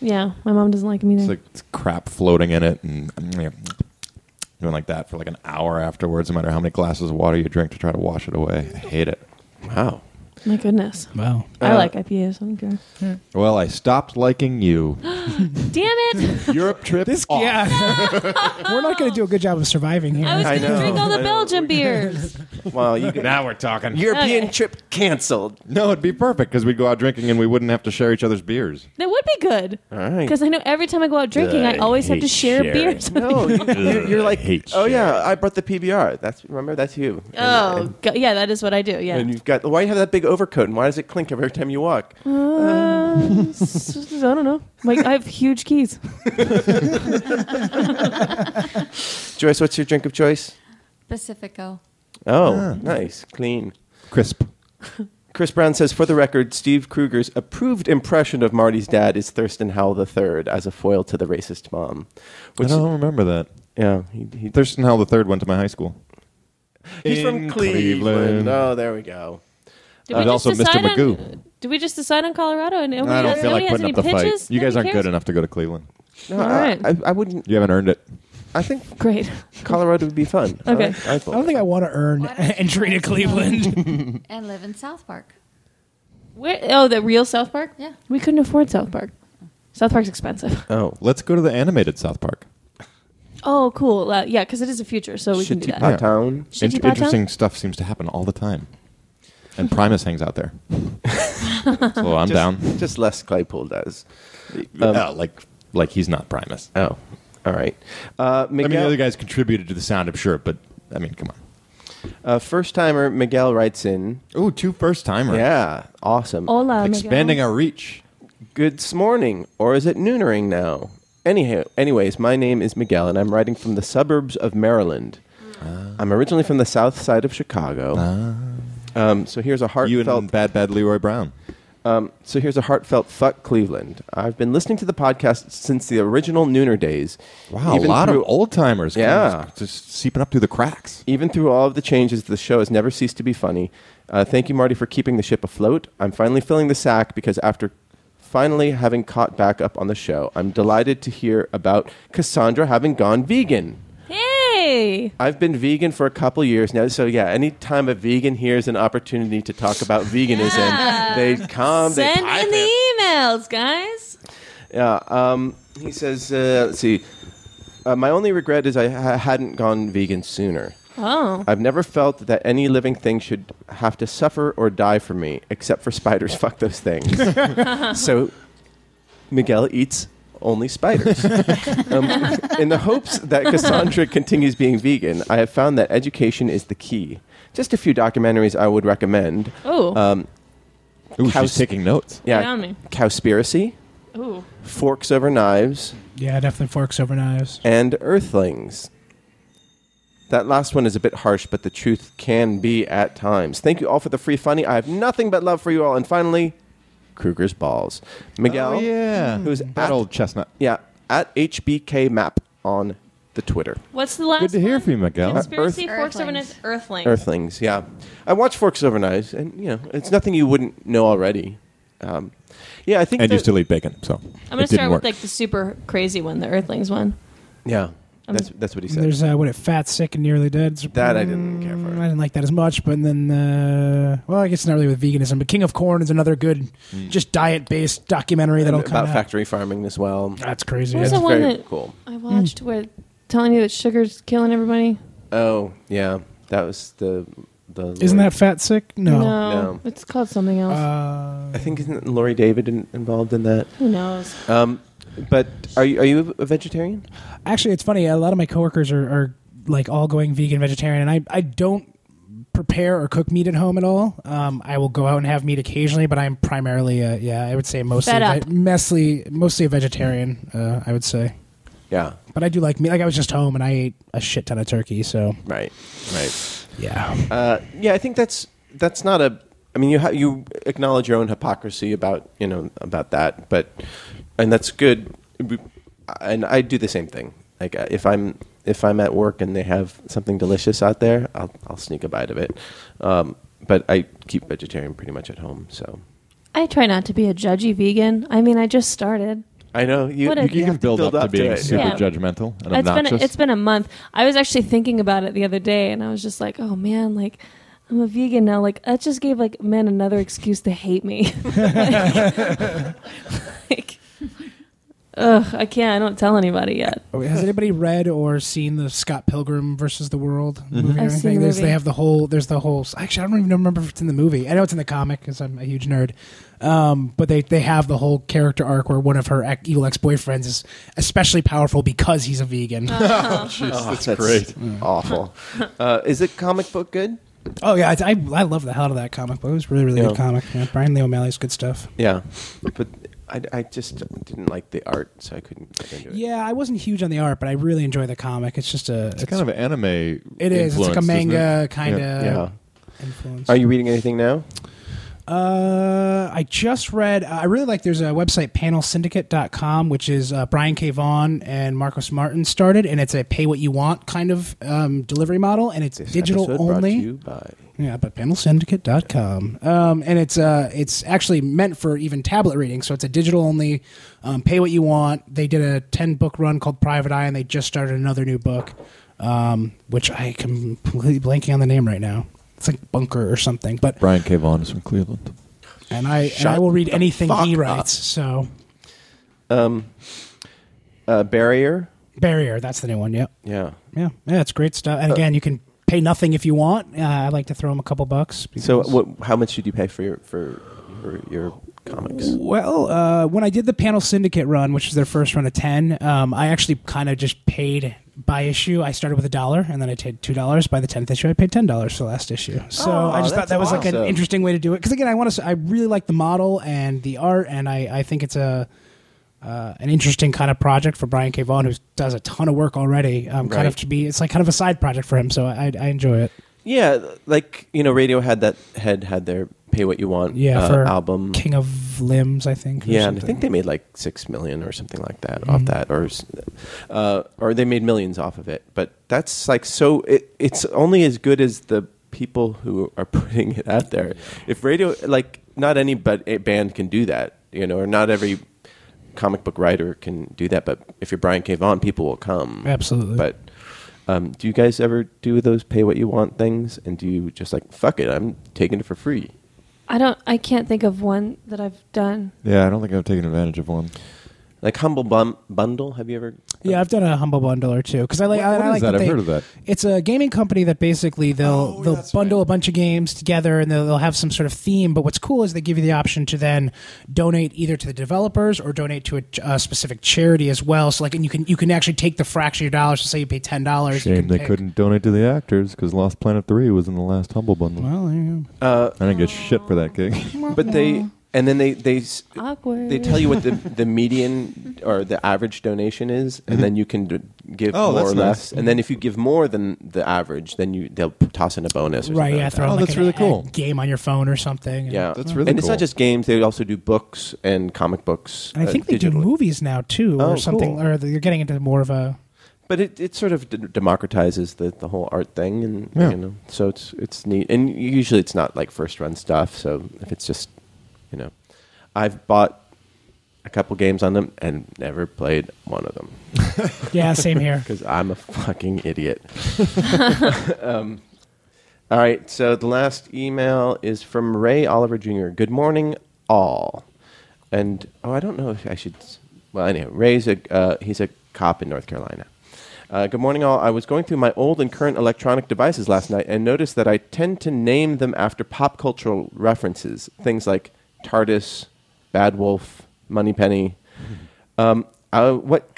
Speaker 4: Yeah, my mom doesn't like them either.
Speaker 3: It's like crap floating in it and doing like that for like an hour afterwards, no matter how many glasses of water you drink to try to wash it away. I hate it.
Speaker 2: wow.
Speaker 4: my goodness,
Speaker 5: Wow.
Speaker 3: Uh,
Speaker 4: I like IPAs. I don't care.
Speaker 3: Well, I stopped liking you.
Speaker 4: Damn it!
Speaker 3: Europe trip.
Speaker 5: This
Speaker 3: off.
Speaker 5: yeah, we're not going to do a good job of surviving here.
Speaker 4: I was
Speaker 2: I
Speaker 4: going to
Speaker 2: know.
Speaker 4: drink all
Speaker 2: I
Speaker 4: the
Speaker 2: know.
Speaker 4: Belgian beers.
Speaker 2: Well, you could,
Speaker 3: Now we're talking.
Speaker 2: European
Speaker 4: Okay.
Speaker 2: trip canceled.
Speaker 3: no, it'd be perfect because we'd go out drinking and we wouldn't have to share each other's beers.
Speaker 4: That would be good.
Speaker 2: All right.
Speaker 4: Because I know every time I go out drinking, I,
Speaker 3: I
Speaker 4: always have
Speaker 3: hate
Speaker 4: to share
Speaker 3: sharing.
Speaker 4: beers.
Speaker 2: No, Oh, you, you- you're like,
Speaker 3: hate
Speaker 2: oh yeah, I brought the PBR. That's remember, that's you. And-
Speaker 4: Oh,
Speaker 2: and,
Speaker 4: go- yeah, that is what I do. Yeah.
Speaker 2: and you've got why do you have that big overcoat, and why does it clink every time you walk?
Speaker 4: Uh, s- s- I don't know. Like I have huge keys.
Speaker 2: Joyce, what's your drink of choice?
Speaker 6: Pacifico.
Speaker 2: Oh, nice, clean.
Speaker 3: Crisp.
Speaker 2: Chris Brown says, for the record, Steve Kruger's approved impression of Marty's dad is Thurston Howell III as a foil to the racist mom. Which,
Speaker 3: I don't remember that.
Speaker 2: yeah, he, he,
Speaker 3: Thurston Howell III went to my high school.
Speaker 2: he's from
Speaker 3: In
Speaker 2: Cleveland.
Speaker 3: Cleveland.
Speaker 2: Oh, there we go.
Speaker 4: Did
Speaker 3: And also Mr.
Speaker 4: decide On,
Speaker 3: Magoo.
Speaker 4: did we just decide on Colorado? And nobody,
Speaker 3: I don't feel
Speaker 4: nobody
Speaker 3: like
Speaker 4: has
Speaker 3: putting
Speaker 4: any
Speaker 3: up the
Speaker 4: pitches?
Speaker 3: fight. You guys
Speaker 4: Nobody
Speaker 3: aren't
Speaker 4: cares?
Speaker 3: good enough to go to Cleveland.
Speaker 2: No,
Speaker 4: All
Speaker 2: I-
Speaker 4: right.
Speaker 2: I, I wouldn't.
Speaker 3: You haven't earned it.
Speaker 2: I think
Speaker 4: Great.
Speaker 2: Colorado would be fun. I
Speaker 4: Okay.
Speaker 2: like- I,
Speaker 5: I don't think I want to earn
Speaker 6: Why don't you
Speaker 5: entry to
Speaker 6: guys go?
Speaker 5: Cleveland.
Speaker 6: And live in South Park.
Speaker 4: Where, oh, the real South Park?
Speaker 6: Yeah.
Speaker 4: We couldn't afford South Park. South Park's expensive.
Speaker 2: oh,
Speaker 3: Let's go to the animated South Park.
Speaker 4: Oh, cool. Uh, yeah, because it is a future, so we can do that.
Speaker 2: Shitty Town.
Speaker 4: Shitty
Speaker 3: Int-
Speaker 4: Pot
Speaker 3: interesting
Speaker 4: Town?
Speaker 3: stuff seems to happen all the time. And Primus hangs out there. so I'm down.
Speaker 2: Just less Claypool does.
Speaker 3: Uh, like, like he's not Primus.
Speaker 2: Oh, all right. Uh,
Speaker 3: I mean, the
Speaker 2: Miguel,
Speaker 3: other guys contributed to the sound, I'm sure, but I mean, come on.
Speaker 2: uh, first timer Miguel writes in.
Speaker 3: Ooh, two first timers.
Speaker 2: Yeah, awesome.
Speaker 4: Hola, Uh, Miguel.
Speaker 3: Expanding our reach.
Speaker 2: Good morning, or is it noonering now? Anyhow, anyways, my name is Miguel, and I'm writing from the suburbs of Maryland.
Speaker 3: Ah.
Speaker 2: I'm originally from the south side of Chicago. Um, so here's a
Speaker 3: You
Speaker 2: heartfelt.
Speaker 3: and Bad Bad Leroy Brown.
Speaker 2: So here's a heartfelt fuck Cleveland. I've been listening to the podcast since the original Nooner days.
Speaker 3: Wow,
Speaker 2: Even
Speaker 3: a lot
Speaker 2: through-
Speaker 3: of old timers.
Speaker 2: Yeah.
Speaker 3: Just seeping up through the cracks.
Speaker 2: Even through all of the changes, the show has never ceased to be funny. Uh, thank you, Marty, for keeping the ship afloat. I'm finally filling the sack because after finally having caught back up on the show. I'm delighted to hear about Cassandra having gone vegan.
Speaker 4: Hey!
Speaker 2: I've been vegan for a couple years now, so yeah. Any time a vegan hears an opportunity to talk about veganism,
Speaker 4: Yeah.
Speaker 2: they come. they
Speaker 4: Send
Speaker 2: pipe
Speaker 4: in
Speaker 2: in.
Speaker 4: the emails, guys.
Speaker 2: Yeah. Um, he says, uh, let's see. Uh, my only regret is I ha- hadn't gone vegan sooner.
Speaker 4: Oh.
Speaker 2: I've never felt that any living thing should have to suffer or die for me, except for spiders. Fuck those things. so Miguel eats only spiders. um, in the hopes that Cassandra continues being vegan, I have found that education is the key. Just a few documentaries I would recommend.
Speaker 9: Uh,
Speaker 4: Oh.
Speaker 2: Um,
Speaker 9: Ooh,
Speaker 2: Cows-
Speaker 9: she's taking notes.
Speaker 2: yeah,
Speaker 4: on me.
Speaker 2: Cowspiracy,
Speaker 4: Ooh.
Speaker 2: Forks Over Knives,
Speaker 5: Yeah, definitely forks over knives.
Speaker 2: and Earthlings. That last one is a bit harsh, but the truth can be at times. Thank you all for the free funny. I have nothing but love for you all. And finally, Kruger's Balls. Miguel,
Speaker 9: Oh, yeah.
Speaker 2: who's
Speaker 9: that
Speaker 2: at,
Speaker 9: old chestnut?
Speaker 2: yeah, at HBK Map on the Twitter.
Speaker 4: What's the last
Speaker 9: Good to hear
Speaker 4: one?
Speaker 9: from you, Miguel. Uh,
Speaker 4: Conspiracy Forks Over
Speaker 6: Earthlings.
Speaker 4: Knives Earthling.
Speaker 2: Earthlings, yeah. I watched Forks Over Knives, and, you know, it's nothing you wouldn't know already. Um, yeah, I think
Speaker 9: And
Speaker 2: that-
Speaker 9: you still eat bacon, so
Speaker 4: I'm going
Speaker 9: it
Speaker 4: to
Speaker 9: didn't
Speaker 4: start
Speaker 9: work.
Speaker 4: with like the super crazy one, the Earthlings one.
Speaker 2: Yeah, that's, that's what he said.
Speaker 5: Um, There's uh, what it fat, sick, and nearly dead. Mm,
Speaker 2: That I didn't care for.
Speaker 5: I didn't like that as much, but then, uh, well, I guess not really with veganism. But King of Corn is another good, just diet-based documentary that'll
Speaker 2: Mm.
Speaker 5: come
Speaker 2: About
Speaker 5: out.
Speaker 2: factory farming as well.
Speaker 5: That's crazy.
Speaker 4: What was
Speaker 2: That's
Speaker 4: the one
Speaker 2: very
Speaker 4: that-
Speaker 2: cool.
Speaker 4: I
Speaker 9: Hmm.
Speaker 4: watched where telling you that sugar's killing everybody.
Speaker 2: Oh yeah, that was the the.
Speaker 5: Isn't
Speaker 2: Lori-
Speaker 5: that fat, sick? No.
Speaker 2: No.
Speaker 4: It's called something else.
Speaker 5: Uh,
Speaker 2: I think isn't Lori David in, involved in that?
Speaker 4: Who knows?
Speaker 9: uh,
Speaker 2: Um, but are you are you a vegetarian?
Speaker 5: actually, it's funny. A lot of my coworkers are, are like all going vegan, vegetarian, and I, I don't prepare or cook meat at home at all. Um, I will go out and have meat occasionally, but I'm primarily, uh, yeah, I would say mostly,
Speaker 4: Fed up.
Speaker 5: ve- mostly, mostly a vegetarian. Uh, I would say.
Speaker 2: Yeah.
Speaker 5: But I do like meat. Like I was just home and I ate a shit ton of turkey. So
Speaker 2: Right. Right.
Speaker 5: yeah,
Speaker 2: Uh, yeah, I think that's that's not a. I mean, you ha- you acknowledge your own hypocrisy about you know about that, but and that's good. We- And I do the same thing. Like uh, if I'm if I'm at work and they have something delicious out there, I'll I'll sneak a bite of it. Um, but I keep vegetarian pretty much at home, so.
Speaker 4: I try not to be a judgy vegan. I mean, I just started.
Speaker 2: I know you.
Speaker 4: What a-
Speaker 2: you
Speaker 4: You
Speaker 2: can
Speaker 4: can
Speaker 2: build,
Speaker 9: build, up to being
Speaker 2: it.
Speaker 9: super
Speaker 4: Yeah.
Speaker 9: judgmental and
Speaker 4: It's been
Speaker 9: obnoxious.
Speaker 4: it's been a month. I was actually thinking about it the other day, and I was just like, oh man, like. I'm a vegan now. Like that just gave like men another excuse to hate me. like, ugh, I can't. I don't tell anybody yet.
Speaker 5: Oh, has anybody read or seen the Scott Pilgrim versus the World
Speaker 9: Mm-hmm.
Speaker 5: movie or
Speaker 4: I've seen
Speaker 5: anything?
Speaker 4: the
Speaker 5: There's,
Speaker 4: movie.
Speaker 5: they have the whole. There's the whole. Actually, I don't even remember if it's in the movie. I know it's in the comic because I'm a huge nerd. Um, but they they have the whole character arc where one of her ex, evil ex boyfriends is especially powerful because he's a vegan.
Speaker 4: Uh-huh.
Speaker 2: Oh, that's, great. Awful. Uh, is it comic book good?
Speaker 5: oh yeah, it's, I I love the hell out of that comic book. It was really really
Speaker 2: Yeah.
Speaker 5: good comic. Yeah, Brian Lee O'Malley's good stuff.
Speaker 2: Yeah, but I, I just didn't like the art, so I couldn't get into it.
Speaker 5: Yeah, I wasn't huge on the art, but I really enjoy the comic. It's just a
Speaker 9: It's kind of an anime.
Speaker 5: it is. It's like
Speaker 9: influence, isn't
Speaker 5: a
Speaker 9: it?
Speaker 5: manga kind of
Speaker 9: Yeah.
Speaker 2: Yeah.
Speaker 5: influence.
Speaker 2: Uh, Are you reading anything now?
Speaker 5: Uh, I just read. uh, I really like. There's a website, panelsyndicate.com, which is uh, Brian K. Vaughan and Marcos Martin started, and it's a pay what you want kind of um, delivery model, and it's
Speaker 2: This
Speaker 5: digital
Speaker 2: episode brought to
Speaker 5: only.
Speaker 2: you by-
Speaker 5: Yeah, but panelsyndicate.com. Um, and it's uh, it's actually meant for even tablet reading, so it's a digital only. Um, pay what you want. They did a ten book run called Private Eye, and they just started another new book, um, which I am completely blanking on the name right now. It's like Bunker or something, but
Speaker 9: Brian K. Vaughan is from Cleveland.
Speaker 5: and I and
Speaker 2: Shut
Speaker 5: I will read anything
Speaker 2: fuck
Speaker 5: he
Speaker 2: up.
Speaker 5: writes. So
Speaker 2: uh, Barrier.
Speaker 5: Barrier, that's the new one. Yep.
Speaker 2: Yeah.
Speaker 5: Yeah, yeah, it's great stuff.
Speaker 2: Uh,
Speaker 5: And again, you can pay nothing if you want. Uh, I like to throw him a couple bucks.
Speaker 2: So,
Speaker 5: because-
Speaker 2: what? How much did you pay for your for, for your comics?
Speaker 5: Well, uh, when I did the panel syndicate run, which was their first run of ten, um, I actually kind of just paid by issue. I started with a dollar, and then I paid two dollars. By the tenth issue, I paid ten dollars for the last issue. So
Speaker 2: Oh,
Speaker 5: I just
Speaker 2: that's
Speaker 5: thought that was like
Speaker 2: awesome.
Speaker 5: an interesting way to do it. Because again, I want to. I really like the model and the art, and I, I think it's a. Uh, an interesting kind of project for Brian K. Vaughan, who does a ton of work already. Um, Kind
Speaker 2: Right.
Speaker 5: of to be, it's like kind of a side project for him, so I, I enjoy it.
Speaker 2: Yeah, like you know, Radio had that had had their "Pay What You Want"
Speaker 5: Yeah,
Speaker 2: uh,
Speaker 5: for
Speaker 2: album.
Speaker 5: King of Limbs, I think. or
Speaker 2: Yeah, and I
Speaker 5: something. Mm-hmm.
Speaker 2: think they made like six million or something like that off that, or s- uh, or they made millions off of it. But that's like so. It, it's only as good as the people who are putting it out there. If radio, like, not any but a eh, band can do that. you know, or not every comic book writer can do that. But if you're Brian K. Vaughan, people will come.
Speaker 5: Absolutely.
Speaker 2: But um, do you guys ever do those pay what you want things? And do you just like fuck it? I'm taking it for free.
Speaker 4: I don't. I can't think of one that I've done.
Speaker 9: Yeah, I don't think I've taken advantage of one.
Speaker 2: Like humble bum- bundle. Have you ever?
Speaker 5: Yeah, I've done a humble bundle or two because I like.
Speaker 9: What-
Speaker 5: I,
Speaker 9: what
Speaker 5: I
Speaker 9: is
Speaker 5: like
Speaker 9: that? I've
Speaker 5: they-
Speaker 9: heard of that.
Speaker 5: It's a gaming company that basically they'll they'll bundle a bunch of games together and they'll, they'll have some sort of theme. But what's cool is they give you the option to then donate either to the developers or donate to a, ch- a specific charity as well. So like, and you can you can actually take the fraction of your dollars. So say you pay ten dollars.
Speaker 9: Shame they couldn't donate to the actors because Lost Planet Three was in the last Humble Bundle.
Speaker 5: Well, there you go.
Speaker 9: I didn't get shit for that gig.
Speaker 2: But they and then they they s-
Speaker 4: Awkward.
Speaker 2: they tell you what the the median or the average donation is, and
Speaker 5: Mm-hmm.
Speaker 2: then you can d- give
Speaker 9: Oh,
Speaker 2: more or
Speaker 9: that's
Speaker 2: less.
Speaker 9: nice.
Speaker 2: And then if you give more than the average, then you they'll p- toss in a bonus. Or
Speaker 5: Right.
Speaker 2: something
Speaker 5: Yeah.
Speaker 2: like
Speaker 5: Throw
Speaker 9: Oh,
Speaker 5: like
Speaker 9: that's
Speaker 5: an
Speaker 9: really
Speaker 5: a-
Speaker 9: cool.
Speaker 5: game on your phone or something.
Speaker 2: that. yeah,
Speaker 9: That's really
Speaker 2: And it's not
Speaker 9: cool.
Speaker 2: just games; they also do books and comic books.
Speaker 5: And I
Speaker 2: uh,
Speaker 5: think they do
Speaker 2: digitally.
Speaker 5: movies now too,
Speaker 2: Oh,
Speaker 5: or something,
Speaker 2: cool.
Speaker 5: or they're getting into more of a
Speaker 2: But it, it sort of d- democratizes the, the whole art thing, and
Speaker 9: Yeah.
Speaker 2: you know, so it's it's neat. And usually it's not like first run stuff. So if it's just, you know, I've bought a couple games on them and never played one of them
Speaker 5: yeah. Same here.
Speaker 2: because I'm a fucking idiot. um, all right, so the last email is from Ray Oliver Jr. Good morning, all. And oh, I don't know if I should. s- Well, anyway, Ray's a uh, he's a cop in North Carolina. Uh, good morning, all. I was going through my old and current electronic devices last night and noticed that I tend to name them after pop cultural references, things like TARDIS, Bad Wolf, Moneypenny. Um, uh, what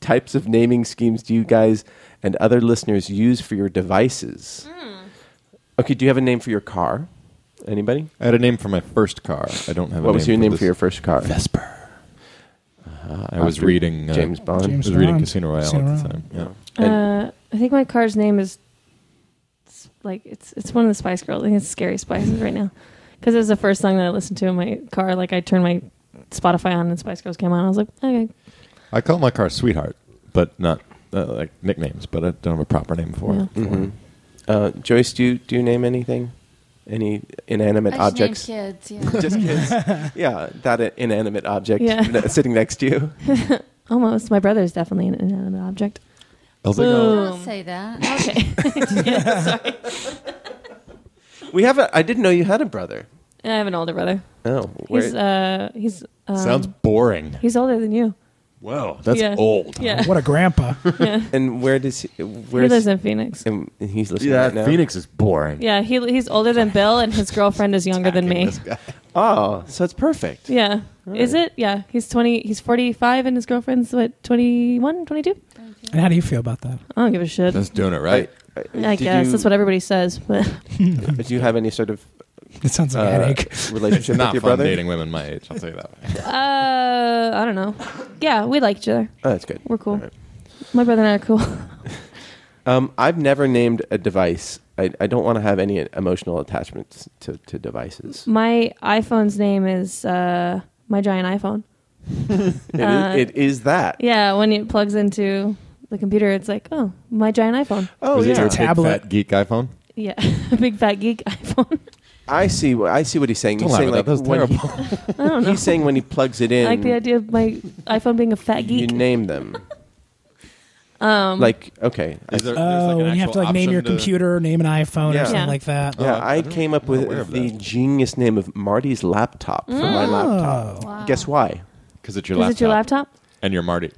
Speaker 2: types of naming schemes do you guys and other listeners use for your devices?
Speaker 9: Hmm.
Speaker 2: Okay, do you have a name for your car? Anybody?
Speaker 9: I had a name for my first car. I don't have. a
Speaker 2: what was your name for your
Speaker 9: this.
Speaker 2: first car?
Speaker 9: Vesper? I was
Speaker 2: After
Speaker 9: reading uh,
Speaker 2: James Bond.
Speaker 9: I
Speaker 5: James-
Speaker 9: was reading
Speaker 5: Bond.
Speaker 9: Casino Royale
Speaker 5: Casino
Speaker 9: at
Speaker 5: Royale.
Speaker 9: the time. Yeah.
Speaker 4: Uh, I think my car's name is it's like it's it's one of the Spice Girls. I think it's Scary Spices right now because it was the first song that I listened to in my car. Like I turned my Spotify on and Spice Girls came on. I was like, okay,
Speaker 9: I call my car Sweetheart, but not uh, like nicknames. But I don't have a proper name for it.
Speaker 2: Mm-hmm.
Speaker 9: for it.
Speaker 2: Uh, Joyce, do you, do you name anything? Any inanimate
Speaker 6: I
Speaker 2: objects?
Speaker 6: just named kids. Yeah.
Speaker 2: Just kids. yeah, that i- inanimate object
Speaker 4: Yeah.
Speaker 2: n- sitting next to you.
Speaker 4: almost. My brother's definitely an inanimate object.
Speaker 9: I was like,
Speaker 4: Boo.
Speaker 9: oh,
Speaker 6: Don't say that.
Speaker 4: Okay, yeah, sorry.
Speaker 2: We have a. I didn't know you had a brother.
Speaker 4: I have an older brother.
Speaker 2: Oh, where-
Speaker 4: He's uh he's um,
Speaker 9: sounds boring.
Speaker 4: he's older than you.
Speaker 2: Oh.
Speaker 7: Well,
Speaker 9: That's
Speaker 4: yeah.
Speaker 7: old.
Speaker 4: Yeah,
Speaker 5: What a grandpa.
Speaker 2: and where does he?
Speaker 4: he
Speaker 2: Where
Speaker 4: lives in Phoenix.
Speaker 2: and he's listening
Speaker 9: Yeah,
Speaker 2: right now.
Speaker 9: Phoenix is boring.
Speaker 4: Yeah, he he's older than Bill, and his girlfriend is
Speaker 2: Ah,
Speaker 4: younger than me.
Speaker 2: Oh, so it's perfect.
Speaker 4: Yeah. Is it? Yeah. He's 20, he's 45 and his girlfriend's what, 21, 22?
Speaker 5: And how do you feel about that?
Speaker 4: I don't give a shit.
Speaker 9: That's doing it right.
Speaker 2: I,
Speaker 4: I guess that's what everybody says, but
Speaker 2: Do you have any sort of
Speaker 5: It sounds like a
Speaker 2: uh,
Speaker 5: headache.
Speaker 2: relationship
Speaker 9: Not
Speaker 2: with your
Speaker 9: fun
Speaker 2: brother?
Speaker 9: dating women my age. I'll tell you that.
Speaker 4: uh I don't know. Yeah, we like each other.
Speaker 2: Oh, that's good.
Speaker 4: We're cool.
Speaker 2: All right.
Speaker 4: My brother and I are cool.
Speaker 2: Um, I've never named a device. I, I don't want to have any emotional attachments to, to devices.
Speaker 4: My iPhone's name is uh my giant iPhone.
Speaker 2: It is
Speaker 4: Uh,
Speaker 2: it is that.
Speaker 4: Yeah, when it plugs into the computer, it's like, "Oh, my giant iPhone."
Speaker 2: Oh,
Speaker 9: Is it
Speaker 2: yeah.
Speaker 9: your
Speaker 5: Tablet.
Speaker 9: big fat geek iPhone?
Speaker 4: Yeah. Big fat geek iPhone.
Speaker 2: I see. wh- I see what he's saying.
Speaker 9: Don't
Speaker 2: he's
Speaker 9: laugh
Speaker 2: saying
Speaker 9: at that.
Speaker 2: like
Speaker 9: That was
Speaker 2: when
Speaker 9: terrible.
Speaker 2: he-
Speaker 4: I don't know.
Speaker 2: he's saying when he plugs it
Speaker 4: I
Speaker 2: in,
Speaker 4: like the idea of my iPhone being a fat
Speaker 2: you
Speaker 4: geek.
Speaker 2: name them. Um, like okay, I-
Speaker 5: Oh, when you have to like name your computer, name an iPhone,
Speaker 2: Yeah.
Speaker 5: or something
Speaker 4: Yeah.
Speaker 5: like that.
Speaker 2: yeah,
Speaker 9: I-
Speaker 2: I,
Speaker 9: uh, I don't-
Speaker 2: came up
Speaker 9: I'm not aware
Speaker 2: with
Speaker 9: of
Speaker 2: the
Speaker 9: that.
Speaker 2: genius name of Marty's laptop for my
Speaker 4: Mm.
Speaker 2: laptop.
Speaker 4: Oh,
Speaker 6: Wow.
Speaker 2: Guess why?
Speaker 9: Because it's your
Speaker 4: Is
Speaker 9: laptop.
Speaker 4: it your laptop?
Speaker 9: And your Marty.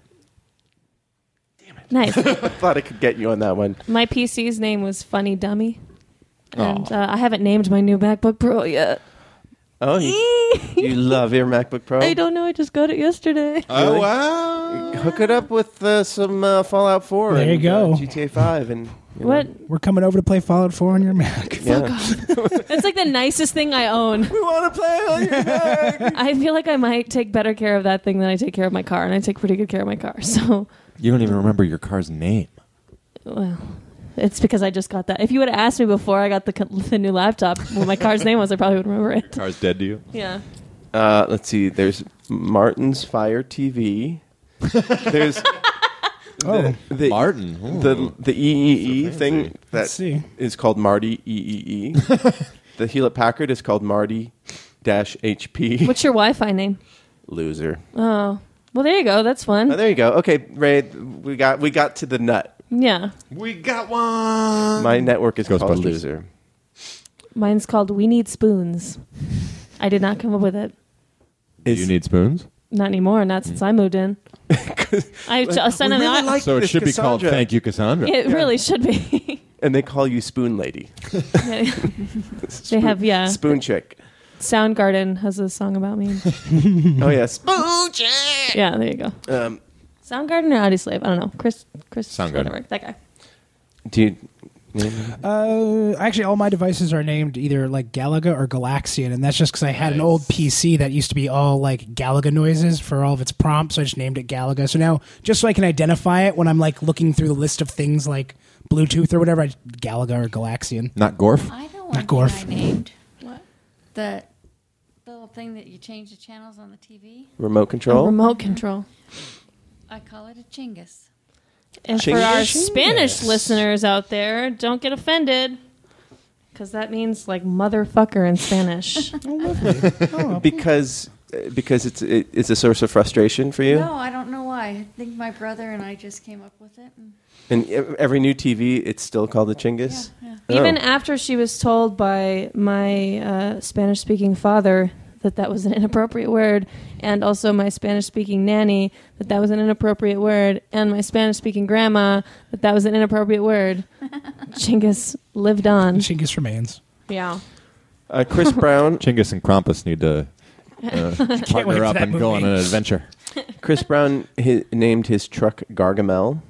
Speaker 4: Nice.
Speaker 2: I thought I could get you on that one.
Speaker 4: My PC's name was Funny Dummy. And uh, I haven't named my new MacBook Pro yet.
Speaker 2: Oh, you, you love your MacBook Pro?
Speaker 4: I don't know. I just got it yesterday.
Speaker 9: Oh, wow.
Speaker 2: Hook it up with uh, some uh, Fallout 4.
Speaker 5: There you
Speaker 2: and, uh,
Speaker 5: go.
Speaker 2: GTA 5 and you know,
Speaker 4: What?
Speaker 5: We're coming over to play Fallout 4 on your Mac.
Speaker 2: yeah.
Speaker 4: That's like the nicest thing I own.
Speaker 2: We want to play on your Mac.
Speaker 4: I feel like I might take better care of that thing than I take care of my car, and I take pretty good care of my car. So,
Speaker 9: You don't even remember your car's name.
Speaker 4: well, it's because I just got that. If you would have asked me before I got the, co- the new laptop, what my car's name was, I probably would remember it.
Speaker 9: Car's dead to you?
Speaker 4: Yeah.
Speaker 2: Uh, let's see. There's Martin's Fire TV. There's
Speaker 5: Oh,
Speaker 2: the
Speaker 9: Martin.
Speaker 2: the the EEE thing that
Speaker 5: Let's see.
Speaker 2: E is called Marty EEE. the Hewlett Packard is called Marty dash HP.
Speaker 4: What's your Wi-Fi name?
Speaker 2: Loser.
Speaker 4: Well, there you go. That's
Speaker 2: Oh,
Speaker 4: fun.
Speaker 2: there you go. Okay, Ray, we got we got to the nut.
Speaker 4: Yeah,
Speaker 3: We got one.
Speaker 2: My network is called
Speaker 3: Ghostbusters.
Speaker 2: Loser.
Speaker 4: mine's called We Need Spoons. I did not come up with it.
Speaker 3: Do you need spoons?
Speaker 4: Not anymore. Not since I moved in. I just sent
Speaker 2: we
Speaker 4: an.
Speaker 2: really
Speaker 4: I-
Speaker 2: like
Speaker 3: So it
Speaker 2: this
Speaker 3: should be called
Speaker 2: Cassandra.
Speaker 3: Thank You, Cassandra.
Speaker 4: it really should be.
Speaker 2: And they call you Spoon Lady.
Speaker 4: they have yeah.
Speaker 2: Spoon Chick.
Speaker 4: Soundgarden has a song about me.
Speaker 2: Oh, yeah. Spoon.
Speaker 4: yeah, there you go.
Speaker 2: Um,
Speaker 4: Soundgarden or Audioslave? I don't know. Chris, Chris,
Speaker 3: Soundgarden.
Speaker 4: whatever, that guy.
Speaker 2: dude,
Speaker 5: Uh, actually, all my devices are named either like Galaga or Galaxian, and that's just because I had an old PC that used to be all like Galaga noises for all of its prompts. So I just named it Galaga. So now, just so I can identify it when I'm like looking through the list of things like Bluetooth or whatever, I, Galaga or Galaxian.
Speaker 3: Not Gorf.
Speaker 6: I know one
Speaker 5: Gorf.
Speaker 6: thing I named. What? The little thing that you change the channels on the TV.
Speaker 2: remote control.
Speaker 4: Remote control.
Speaker 6: I call it a Chingus.
Speaker 4: And for our
Speaker 2: Chingus.
Speaker 4: Spanish listeners out there, don't get offended. Because that means like motherfucker in Spanish.
Speaker 2: Oh. because uh, because it's it, it's a source of frustration for you.
Speaker 6: No, I don't know why. I think my brother and I just came up with it. and-
Speaker 2: And e- every new TV, it's still called the Chingus.
Speaker 6: Yeah,
Speaker 2: Oh.
Speaker 4: Even after she was told by my uh, Spanish speaking father that that was an inappropriate word, and also my Spanish speaking nanny that that was an inappropriate word, and my Spanish speaking grandma that that was an inappropriate word, Chingus lived on.
Speaker 5: Chingus remains.
Speaker 4: Yeah.
Speaker 2: uh, Chris Brown,
Speaker 3: Chingus and Krampus need to uh,
Speaker 5: wait
Speaker 3: partner
Speaker 5: for
Speaker 3: up
Speaker 5: that
Speaker 3: and go on
Speaker 5: movie.
Speaker 3: an adventure.
Speaker 2: Chris Brown hi named his truck Gargamel.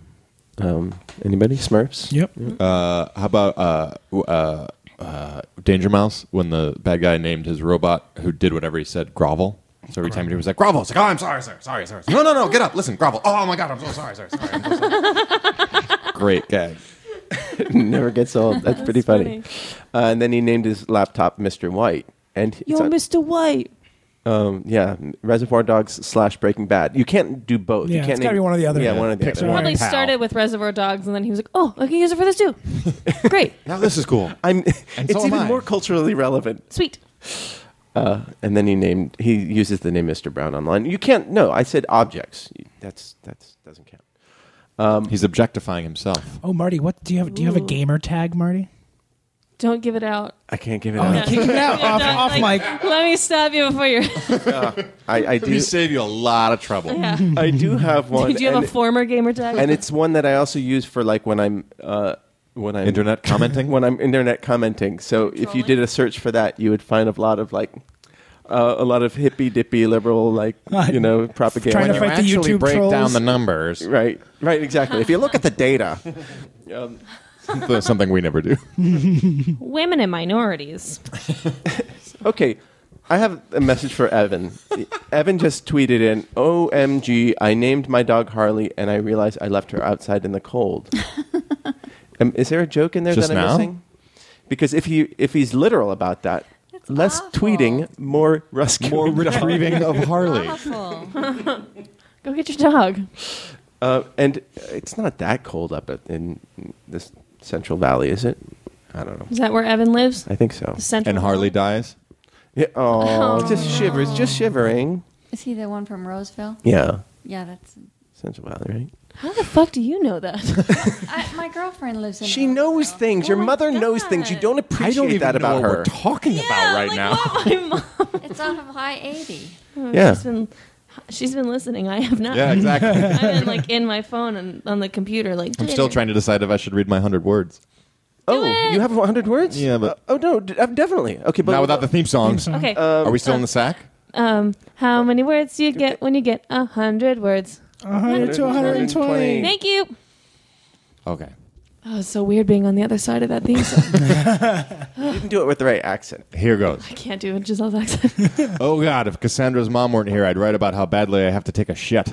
Speaker 2: Um, anybody? Smurfs.
Speaker 5: Yep.
Speaker 3: Uh, how about uh, w- uh, uh, Danger Mouse when the bad guy named his robot who did whatever he said grovel? So every time he was like grovel, it's like oh I'm sorry sir, sorry sir. No no no, get up, listen grovel. Oh my god, I'm so sorry sir, sorry. I'm so sorry. Great gag.
Speaker 2: Never gets old. That's pretty funny.
Speaker 4: funny.
Speaker 2: Uh, and then he named his laptop Mr. White. And it's
Speaker 4: Yo,
Speaker 2: on-
Speaker 4: Mr. White.
Speaker 2: um, yeah, Reservoir Dogs slash Breaking Bad. You can't do both.
Speaker 5: Yeah,
Speaker 2: you can't
Speaker 5: it's gotta be one or the other.
Speaker 2: Yeah, one of the
Speaker 5: Pixar.
Speaker 2: other.
Speaker 5: Well,
Speaker 4: Probably
Speaker 3: Pal.
Speaker 4: started with Reservoir Dogs, and then he was like, "Oh, I can use it for this too. Great,
Speaker 3: Now this is cool.
Speaker 2: I'm. it's
Speaker 3: so am
Speaker 2: even
Speaker 3: I.
Speaker 2: more culturally relevant.
Speaker 4: sweet."
Speaker 2: Uh, and then he named he uses the name Mr. Brown online. You can't. No, I said objects. That's that's doesn't count.
Speaker 3: He's objectifying himself.
Speaker 5: Oh, Marty, what do you have? Do you have a
Speaker 4: Ooh.
Speaker 5: gamer tag, Marty?
Speaker 4: Don't give it out.
Speaker 2: I can't
Speaker 4: Oh,
Speaker 2: give it up.
Speaker 5: Kick it out off,
Speaker 4: Don't,
Speaker 5: off
Speaker 4: like,
Speaker 5: mic.
Speaker 4: Let me stop you before you're.
Speaker 2: I, I
Speaker 3: He
Speaker 2: do.
Speaker 3: save you a lot of trouble.
Speaker 4: yeah.
Speaker 2: I do have one.
Speaker 4: Did you have
Speaker 2: and,
Speaker 4: a former gamer tag?
Speaker 2: and it's one that I also use for like when I'm uh, when I'm
Speaker 3: Internet commenting.
Speaker 2: when I'm internet commenting. So if you
Speaker 4: Trolling?
Speaker 2: did a search for that, you would find a lot of like uh, a lot of hippy dippy liberal like you know propaganda.
Speaker 5: Trying to fight the
Speaker 3: actually
Speaker 5: YouTube
Speaker 3: break
Speaker 5: trolls.
Speaker 3: down the numbers.
Speaker 2: right, right, exactly. If you look at the data,
Speaker 3: That's something we never do.
Speaker 4: Women and minorities.
Speaker 2: Okay, I have a message for Evan. Evan just tweeted in, "OMG, I named my dog Harley, and I realized I left her outside in the cold." um, is there a joke in there
Speaker 3: Just
Speaker 2: that I'm
Speaker 3: now?
Speaker 2: missing? Because if he if he's literal about that, less
Speaker 6: awful.
Speaker 2: tweeting, more rescue.
Speaker 3: More retrieving of Harley.
Speaker 6: Awful.
Speaker 4: Go get your dog.
Speaker 2: Uh, and it's not that cold up at- in this Central Valley, is it? I don't know.
Speaker 4: Is that where Evan lives?
Speaker 2: I think so.
Speaker 4: The Central.
Speaker 3: And Harley dies.
Speaker 2: Yeah, oh, just shivers, just shivering.
Speaker 6: Is he the one from Roseville?
Speaker 2: Yeah,
Speaker 6: Yeah, that's.
Speaker 2: Central Valley, right?
Speaker 4: How the fuck do you know that?
Speaker 6: I, my girlfriend lives in.
Speaker 2: She knows
Speaker 6: Roseville.
Speaker 2: things.
Speaker 3: Oh
Speaker 2: Your
Speaker 4: my
Speaker 2: mother knows things. You
Speaker 4: God.
Speaker 2: don't appreciate that about her.
Speaker 3: talking about right now.
Speaker 4: My mom.
Speaker 6: It's off of High 80.
Speaker 2: yeah.
Speaker 4: She's been, she's been listening. I have not.
Speaker 3: Yeah, exactly.
Speaker 4: I've been like in my phone and on the computer. Like
Speaker 3: I'm still trying to decide if I should read my hundred words.
Speaker 2: oh,
Speaker 4: it.
Speaker 2: you have 100 words?
Speaker 3: Yeah, but-
Speaker 2: Uh, oh no, d- uh, definitely. Okay, but uh,
Speaker 3: Not without the theme song.
Speaker 4: Okay.
Speaker 3: Are we still in the sack?
Speaker 4: Um, how many words do you get when you get a hundred words?
Speaker 5: 100 to 120.
Speaker 4: Thank you.
Speaker 3: Okay.
Speaker 4: Oh, it's so weird being on the other side of that theme song.
Speaker 2: you can do it with the right accent.
Speaker 3: Here goes.
Speaker 4: I can't do it, Giselle's accent.
Speaker 3: Oh God! If Cassandra's mom weren't here, I'd write about how badly I have to take a shit,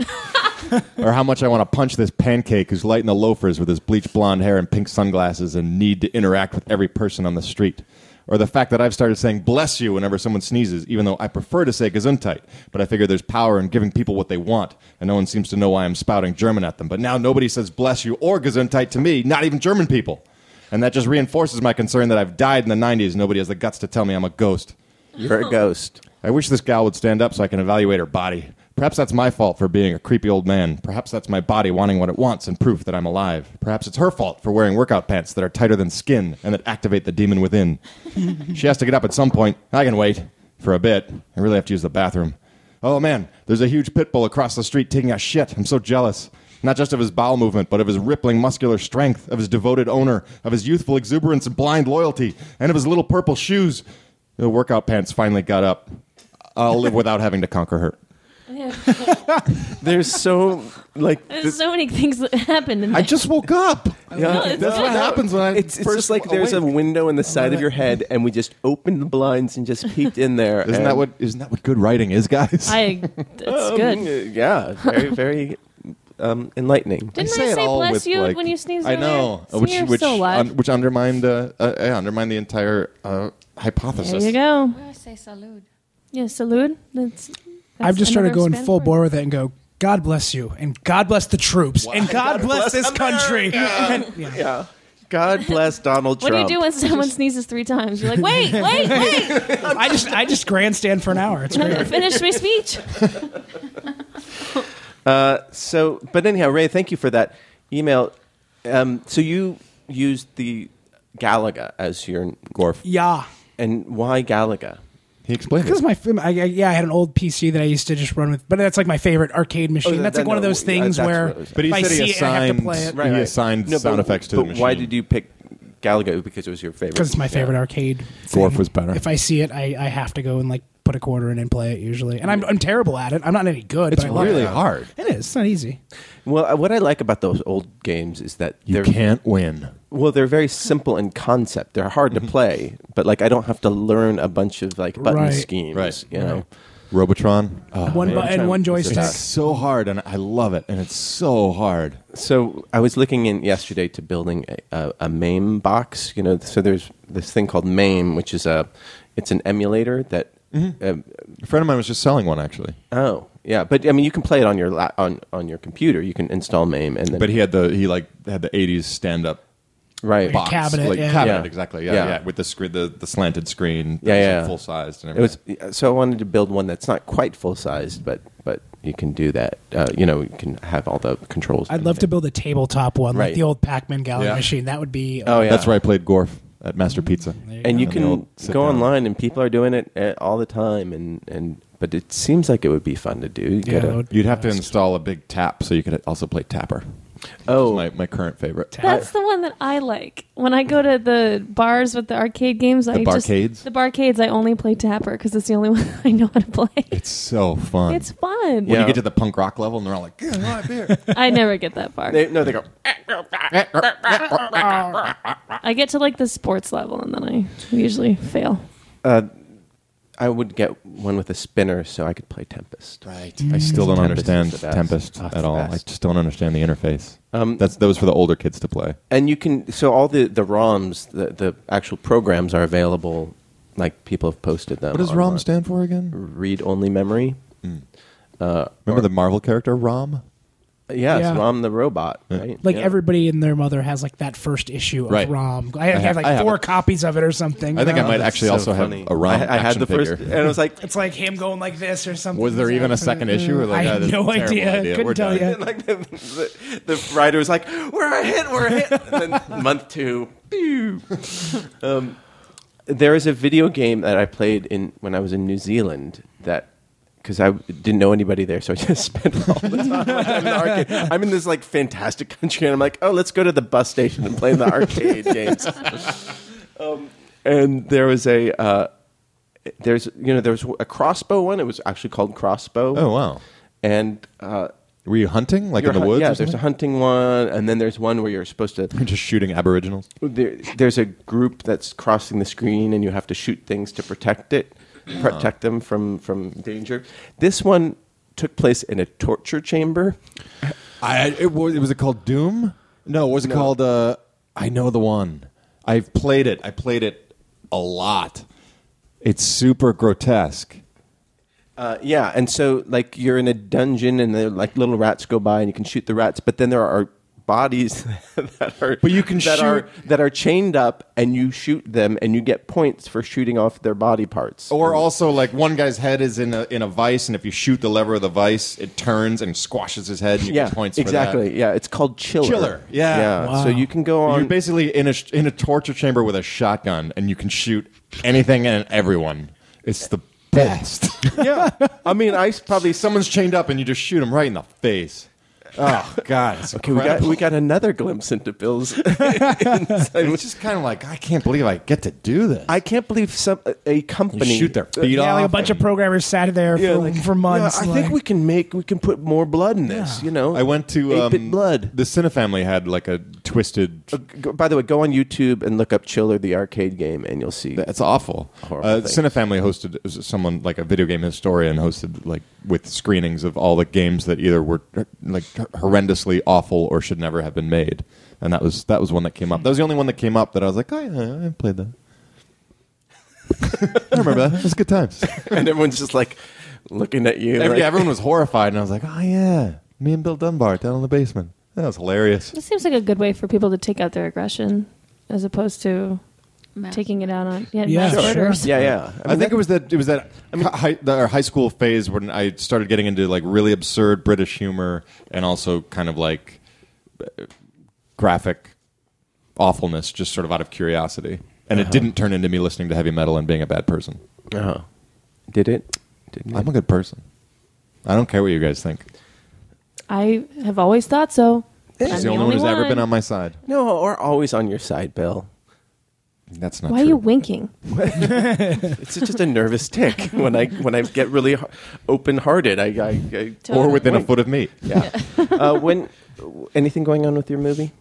Speaker 3: or how much I want to punch this pancake who's lighting the loafers with his bleached blonde hair and pink sunglasses and need to interact with every person on the street, or the fact that I've started saying "bless you" whenever someone sneezes, even though I prefer to say "gesundheit." But I figure there's power in giving people what they want, and no one seems to know why I'm spouting German at them. But now nobody says "bless you" or "gesundheit" to me, not even German people, and that just reinforces my concern that I've died in the '90s. Nobody has the guts to tell me I'm a ghost.
Speaker 2: You're a ghost.
Speaker 3: I wish this gal would stand up so I can evaluate her body. Perhaps that's my fault for being a creepy old man. Perhaps that's my body wanting what it wants and proof that I'm alive. Perhaps it's her fault for wearing workout pants that are tighter than skin and that activate the demon within. she has to get up at some point. I can wait. For a bit. I really have to use the bathroom. Oh man, there's a huge pit bull across the street taking a shit. I'm so jealous. Not just of his bowel movement, but of his rippling muscular strength, of his devoted owner, of his youthful exuberance and blind loyalty, and of his little purple shoes. The workout pants finally got up. I'll live without having to conquer her.
Speaker 2: There's so like
Speaker 4: There's so many things that happened in
Speaker 3: I
Speaker 4: that.
Speaker 3: just woke up.
Speaker 4: it's
Speaker 3: That's what
Speaker 4: good.
Speaker 3: happens when I
Speaker 2: It's, it's
Speaker 3: first
Speaker 2: just like there's a
Speaker 3: awake.
Speaker 2: window in the side of your head, and we just opened the blinds and just peeked in there.
Speaker 3: Isn't that
Speaker 2: and-
Speaker 3: what? Isn't that what good writing is, guys?
Speaker 4: I. It's
Speaker 2: Um,
Speaker 4: good.
Speaker 2: Yeah, very very um, enlightening.
Speaker 4: Didn't I say, bless you when you sneezed?
Speaker 3: I
Speaker 4: earlier?
Speaker 3: know,
Speaker 4: See,
Speaker 3: which
Speaker 4: you're
Speaker 3: which
Speaker 4: still alive.
Speaker 3: un- which undermined uh, uh, yeah, undermined the entire uh, hypothesis.
Speaker 4: there you go.
Speaker 6: Well, I say salud.
Speaker 4: Yeah, salute. That's.
Speaker 5: I've just started
Speaker 4: another
Speaker 5: going
Speaker 4: Spanish
Speaker 5: full
Speaker 4: word.
Speaker 5: bore with it and go, God bless you, and God bless the troops, and God, bless, this country. And- yeah.
Speaker 2: God bless Donald
Speaker 4: What
Speaker 2: Trump.
Speaker 4: do you do when someone sneezes three times? You're like, wait, wait, wait!
Speaker 5: I just I just grandstand for an hour. It's great.
Speaker 4: Finish my speech.
Speaker 2: So, but anyhow, Ray, thank you for that email. Um, so you used the Galaga as your Gorf,
Speaker 5: Yeah.
Speaker 2: and why Galaga?
Speaker 3: He explained
Speaker 5: Because
Speaker 3: it.
Speaker 5: my film, I, I, yeah, I had an old PC that I used to just run with, but that's like my favorite arcade machine.
Speaker 2: that-
Speaker 5: that's like
Speaker 2: that-
Speaker 5: one of
Speaker 2: no,
Speaker 5: those
Speaker 2: uh,
Speaker 5: things
Speaker 2: that's
Speaker 5: where
Speaker 2: what it was.
Speaker 3: But he
Speaker 5: if I
Speaker 3: said he
Speaker 5: see it, I have to
Speaker 3: assigned-
Speaker 5: play it
Speaker 3: Right. He assigned sound
Speaker 2: but,
Speaker 3: effects to the
Speaker 2: but why
Speaker 3: machine.
Speaker 2: did you pick Galaga? Because it was your favorite.
Speaker 5: because it's my favorite arcade. Thing.
Speaker 3: Gorf was better.
Speaker 5: If I see it, I, I have to go and like put a quarter in and play it usually. And I'm I'm terrible at it. I'm not any good.
Speaker 3: It's
Speaker 5: but I love
Speaker 3: really
Speaker 5: it.
Speaker 3: hard.
Speaker 5: It is. It's not easy.
Speaker 2: Well, uh, what I like about those old games is that
Speaker 3: You
Speaker 2: they're
Speaker 3: can't win.
Speaker 2: well, they're very simple in concept. They're hard
Speaker 3: Mm-hmm.
Speaker 2: to play, but like I don't have to learn a bunch of like button
Speaker 5: Right.
Speaker 2: schemes.
Speaker 3: Right.
Speaker 2: You know,
Speaker 3: Robotron. Oh,
Speaker 5: One
Speaker 2: man,
Speaker 5: bu- and one
Speaker 2: Uh, it's a
Speaker 5: joystick.
Speaker 3: it's so hard, and I love it, and it's so hard.
Speaker 2: so I was looking in yesterday to building a, a, a MAME box. You know, so there's this thing called MAME, which is a it's an emulator that.
Speaker 5: Mm-hmm.
Speaker 2: Uh,
Speaker 3: A friend of mine was just selling one actually,
Speaker 2: oh yeah, but I mean you can play it on your la- on on your computer. You can install MAME and then
Speaker 3: but he had the he like had the '80s stand up
Speaker 2: right
Speaker 3: box,
Speaker 5: cabinet,
Speaker 3: like
Speaker 5: yeah.
Speaker 3: cabinet
Speaker 2: Yeah.
Speaker 3: exactly, yeah,
Speaker 2: Yeah.
Speaker 3: yeah, with the screen, the, the slanted screen,
Speaker 2: Yeah, yeah.
Speaker 3: full sized, and
Speaker 2: It was
Speaker 3: everything.
Speaker 2: so I wanted to build one that's not quite full sized, but but you can do that. Uh, you know, you can have all the controls.
Speaker 5: I'd love to build a tabletop one,
Speaker 2: Right.
Speaker 5: like the old Pac-Man Galaga
Speaker 3: Yeah.
Speaker 5: machine. That would be.
Speaker 2: Oh yeah,
Speaker 3: That's where I played Gorf at Master Pizza.
Speaker 2: And you
Speaker 3: And they'll
Speaker 2: can
Speaker 3: sit
Speaker 2: go
Speaker 3: down.
Speaker 2: online, and people are doing it uh, all the time. And and but it seems like it would be fun to do. You
Speaker 5: Yeah,
Speaker 2: gotta-
Speaker 5: that would be
Speaker 3: You'd have to
Speaker 5: best.
Speaker 3: install a big tap so you could also play Tapper.
Speaker 2: Oh.
Speaker 3: my, my current favorite.
Speaker 4: That's the one that I like. When I go to the bars with the arcade games, I
Speaker 3: barcades?
Speaker 4: just the barcades. I only play Tapper because it's the only one I know how to play.
Speaker 3: It's so fun.
Speaker 4: It's fun.
Speaker 3: when
Speaker 2: Yeah.
Speaker 3: you get to the punk rock level and they're all like, "Yeah, I want beer."
Speaker 4: I never get that far.
Speaker 2: They, no, they go. "Eh."
Speaker 4: I get to like the sports level, and then I usually fail.
Speaker 2: I would get one with a spinner so I could play Tempest.
Speaker 3: right. I still don't
Speaker 2: Tempest is
Speaker 3: understand
Speaker 2: the best.
Speaker 3: Tempest
Speaker 2: Oh, it's
Speaker 3: at
Speaker 2: the
Speaker 3: all. I
Speaker 2: best. Um,
Speaker 3: just don't understand the interface. That's those for the older kids to play.
Speaker 2: And you can so all the the ROMs, the the actual programs are available. Like people have posted them.
Speaker 3: What does
Speaker 2: online.
Speaker 3: ROM stand for again?
Speaker 2: Read only memory.
Speaker 3: Remember the Marvel character ROM?
Speaker 2: Yeah,
Speaker 5: Yeah.
Speaker 2: it's Rom the robot, right?
Speaker 5: Like
Speaker 2: Yeah.
Speaker 5: everybody and their mother has like that first issue of
Speaker 3: Right.
Speaker 5: ROM. I, have
Speaker 3: have-
Speaker 5: like
Speaker 3: I have
Speaker 5: four
Speaker 3: it.
Speaker 5: copies of it or something.
Speaker 3: I think
Speaker 5: you
Speaker 3: I
Speaker 5: know?
Speaker 3: might actually
Speaker 2: Oh, So
Speaker 3: also
Speaker 2: funny.
Speaker 3: have a ROM.
Speaker 2: I, I had
Speaker 3: action
Speaker 2: the first,
Speaker 3: figure.
Speaker 2: and I was like,
Speaker 5: It's like him going like this or something.
Speaker 3: Was there even a second issue? Or like,
Speaker 5: I
Speaker 3: "Ah,
Speaker 5: have
Speaker 3: this is a
Speaker 5: no
Speaker 3: terrible
Speaker 5: idea. Couldn't
Speaker 3: We're
Speaker 5: tell
Speaker 3: done."
Speaker 5: you.
Speaker 2: like the, the, the writer was like, "We're a hit, we're a hit." And then month two, pew. um, there is a video game that I played in when I was in New Zealand that. Because I didn't know anybody there, so I just spent all the time in the arcade. I'm in this like fantastic country, and I'm like, oh, let's go to the bus station and play the arcade games. Um, and there was a uh, there's you know there was a crossbow one. It was actually called crossbow.
Speaker 3: Oh wow.
Speaker 2: And uh,
Speaker 3: Were you hunting like in the
Speaker 2: you're hu-
Speaker 3: woods?
Speaker 2: Yeah,
Speaker 3: or
Speaker 2: there's a
Speaker 3: something?
Speaker 2: hunting one, and then there's one where you're supposed to.
Speaker 3: Just shooting aboriginals.
Speaker 2: There, there's a group that's crossing the screen, and you have to shoot things to protect it, protect them from from danger. This one took place in a torture chamber.
Speaker 3: I it was, was it called Doom? No, was it called? Uh, I know the one. I've played it. I played it a lot. It's super grotesque.
Speaker 2: Uh, yeah, and so like you're in a dungeon, and there like little rats go by, and you can shoot the rats, but then there are bodies that are
Speaker 10: But you can
Speaker 2: that
Speaker 10: shoot-
Speaker 2: are that are chained up and you shoot them and you get points for shooting off their body parts.
Speaker 3: Or also, like one guy's head is in a in a vice, and if you shoot the lever of the vice, it turns and squashes his head. And you
Speaker 2: yeah,
Speaker 3: get points
Speaker 2: exactly.
Speaker 3: For
Speaker 2: Yeah, it's called chiller.
Speaker 3: Chiller, yeah.
Speaker 2: So you can go
Speaker 3: that.
Speaker 2: on
Speaker 3: You're basically in a sh- in a torture chamber with a shotgun, and you can shoot anything and everyone. It's the best.
Speaker 2: Yeah. I mean, I s- probably some
Speaker 3: Someone's chained up, and you just shoot him right in the face. Oh God! It's
Speaker 2: Okay, we got
Speaker 3: incredible.
Speaker 2: we got another glimpse into Bill's
Speaker 3: It was just kind of like I can't believe I get to do this.
Speaker 2: I can't believe some a- a
Speaker 3: You
Speaker 2: company
Speaker 3: shoot their feet
Speaker 5: yeah,
Speaker 3: off.
Speaker 5: like a bunch of programmers sat there for, for months.
Speaker 2: Yeah, I think
Speaker 5: like-
Speaker 2: we can make we can put more blood in this. You know,
Speaker 3: I went to
Speaker 2: Eight
Speaker 3: um,
Speaker 2: Bit blood.
Speaker 3: The Cine family had like a twisted.
Speaker 2: Go- By the way, go on YouTube and look up Chiller the arcade game, and you'll see.
Speaker 3: That's awful.
Speaker 2: Horrible
Speaker 3: Uh,
Speaker 2: thing.
Speaker 3: Cine family hosted uh, someone like a video game historian hosted like with screenings of all the games that either were uh, like horrendously awful or should never have been made, and that was that was one that came up. That was the only one that came up that I was like, oh yeah, I played that. I remember that. It was good times.
Speaker 2: and everyone's just like looking at you.
Speaker 3: Every,
Speaker 2: like,
Speaker 3: yeah, everyone was horrified, and I was like, oh yeah, me and Bill Dunbar down in the basement. That was hilarious.
Speaker 4: This seems like a good way for people to take out their aggression as opposed to
Speaker 6: Mass
Speaker 4: taking it out on yeah,
Speaker 5: Yeah,
Speaker 4: mass
Speaker 5: sure.
Speaker 4: murders.
Speaker 2: yeah, yeah.
Speaker 3: I, think it was that it was that high, the, our high school phase when I started getting into like really absurd British humor and also kind of like uh, graphic awfulness, just sort of out of curiosity. And it didn't turn into me listening to heavy metal and being a bad person.
Speaker 2: Uh-huh. Did it? Didn't it?
Speaker 3: I'm a good person. I don't care what you guys think.
Speaker 4: I have always thought so. I'm
Speaker 3: She's the only one who's ever been on my side.
Speaker 2: No, or always on your side, Bill.
Speaker 3: That's not
Speaker 4: Why are
Speaker 3: true.
Speaker 4: you winking?
Speaker 2: It's just a nervous tick when I when I get really open hearted. I, I, I
Speaker 3: or within a foot of me.
Speaker 2: Yeah. uh, when anything going on with your movie?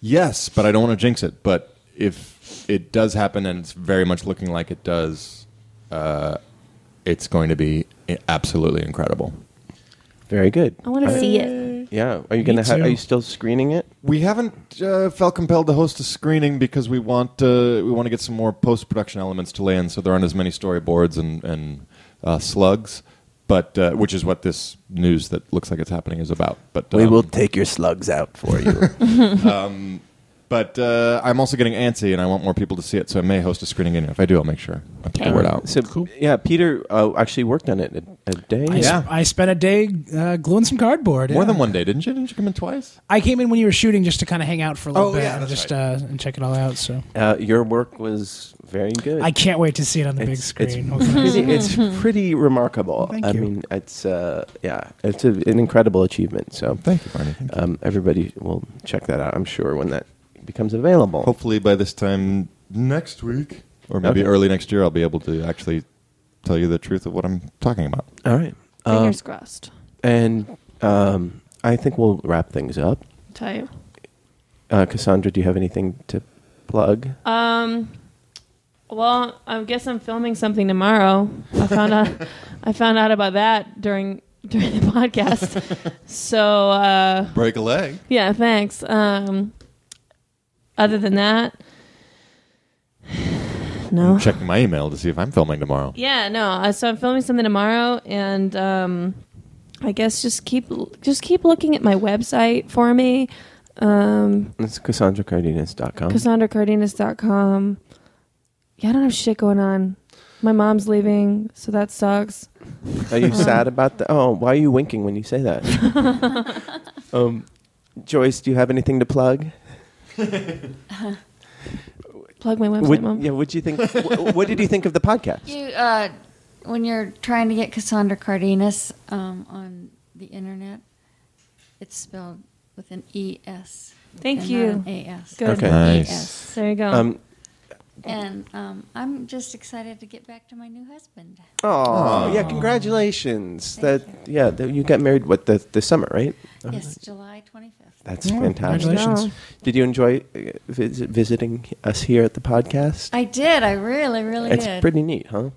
Speaker 3: Yes, but I don't want to jinx it. But if it does happen and it's very much looking like it does, uh, it's going to be i- absolutely incredible.
Speaker 2: Very good.
Speaker 4: I want to see it.
Speaker 2: Uh, Yeah. Are you gonna? Ha-
Speaker 5: too.
Speaker 2: are you still screening it?
Speaker 3: We haven't uh, felt compelled to host a screening because we want uh, we want to get some more post production elements to lay in, so there aren't as many storyboards and and uh, slugs. But uh, which is what this news that looks like it's happening is about. But um,
Speaker 2: take your slugs out for you.
Speaker 3: But uh, I'm also getting antsy, and I want more people to see it, so I may host a screening. And if I do, I'll make sure I get
Speaker 4: Okay.
Speaker 3: the word out.
Speaker 2: so yeah, Peter uh, actually worked on it a, a day.
Speaker 5: I, sp- I spent a day uh, gluing some cardboard.
Speaker 3: More
Speaker 5: yeah.
Speaker 3: than one day, didn't you? Didn't you come in twice?
Speaker 5: I came in when you were shooting just to kind of hang out for a little
Speaker 3: Oh,
Speaker 5: bit
Speaker 3: yeah,
Speaker 5: and
Speaker 3: that's
Speaker 5: just uh, and check it all out. So
Speaker 2: Uh, your work was very good.
Speaker 5: I can't wait to see it on the big
Speaker 2: It's- it's
Speaker 5: screen.
Speaker 2: pretty, it's pretty remarkable.
Speaker 5: Thank
Speaker 2: I
Speaker 5: you.
Speaker 2: mean, it's uh, yeah, it's a, an incredible achievement. So
Speaker 3: Thank you, Barney.
Speaker 2: um, everybody will check that out. I'm sure when that becomes available.
Speaker 3: Hopefully, by this time next week, or maybe
Speaker 2: Okay.
Speaker 3: early next year, I'll be able to actually tell you the truth of what I'm talking about.
Speaker 2: All right, um,
Speaker 4: Fingers crossed.
Speaker 2: and um, I think we'll wrap things up.
Speaker 4: Tell you.
Speaker 2: Uh, Cassandra, do you have anything to plug?
Speaker 4: Um. Well, I guess I'm filming something tomorrow. I found out. I found out about that during during the podcast. so uh,
Speaker 3: Break a leg.
Speaker 4: yeah, thanks. Um. Other than that, no.
Speaker 3: I'm checking my email to see if I'm filming tomorrow.
Speaker 4: Yeah, no. uh, So I'm filming something tomorrow, and um, I guess just keep just keep looking at my website for me, um,
Speaker 2: It's CassandraCardenas.com.
Speaker 4: CassandraCardenas.com. Yeah, I don't have shit going on. My mom's leaving, so that sucks.
Speaker 2: Are you sad about that? Oh, why are you winking when you say that? um, Joyce, do you have anything to plug?
Speaker 4: Plug my website,
Speaker 2: What,
Speaker 4: mom.
Speaker 2: yeah, what do you think? what, what did you think of the podcast?
Speaker 6: You, uh, when you're trying to get Cassandra Cardenas um, on the internet, it's spelled with an E S.
Speaker 4: Thank
Speaker 6: and
Speaker 4: you.
Speaker 6: Not an A S.
Speaker 4: Good.
Speaker 2: Okay.
Speaker 3: Nice.
Speaker 6: E-S.
Speaker 4: There you go.
Speaker 2: Um,
Speaker 6: And um, I'm just excited to get back to my new husband.
Speaker 2: oh, yeah, congratulations. That yeah, that you got married what the this summer, right?
Speaker 6: Yes, July 25th.
Speaker 2: That's fantastic.
Speaker 5: congratulations.
Speaker 2: Did you enjoy uh, visit, visiting us here at the podcast?
Speaker 6: I did. I really, really
Speaker 2: it's
Speaker 6: did.
Speaker 2: pretty neat, huh?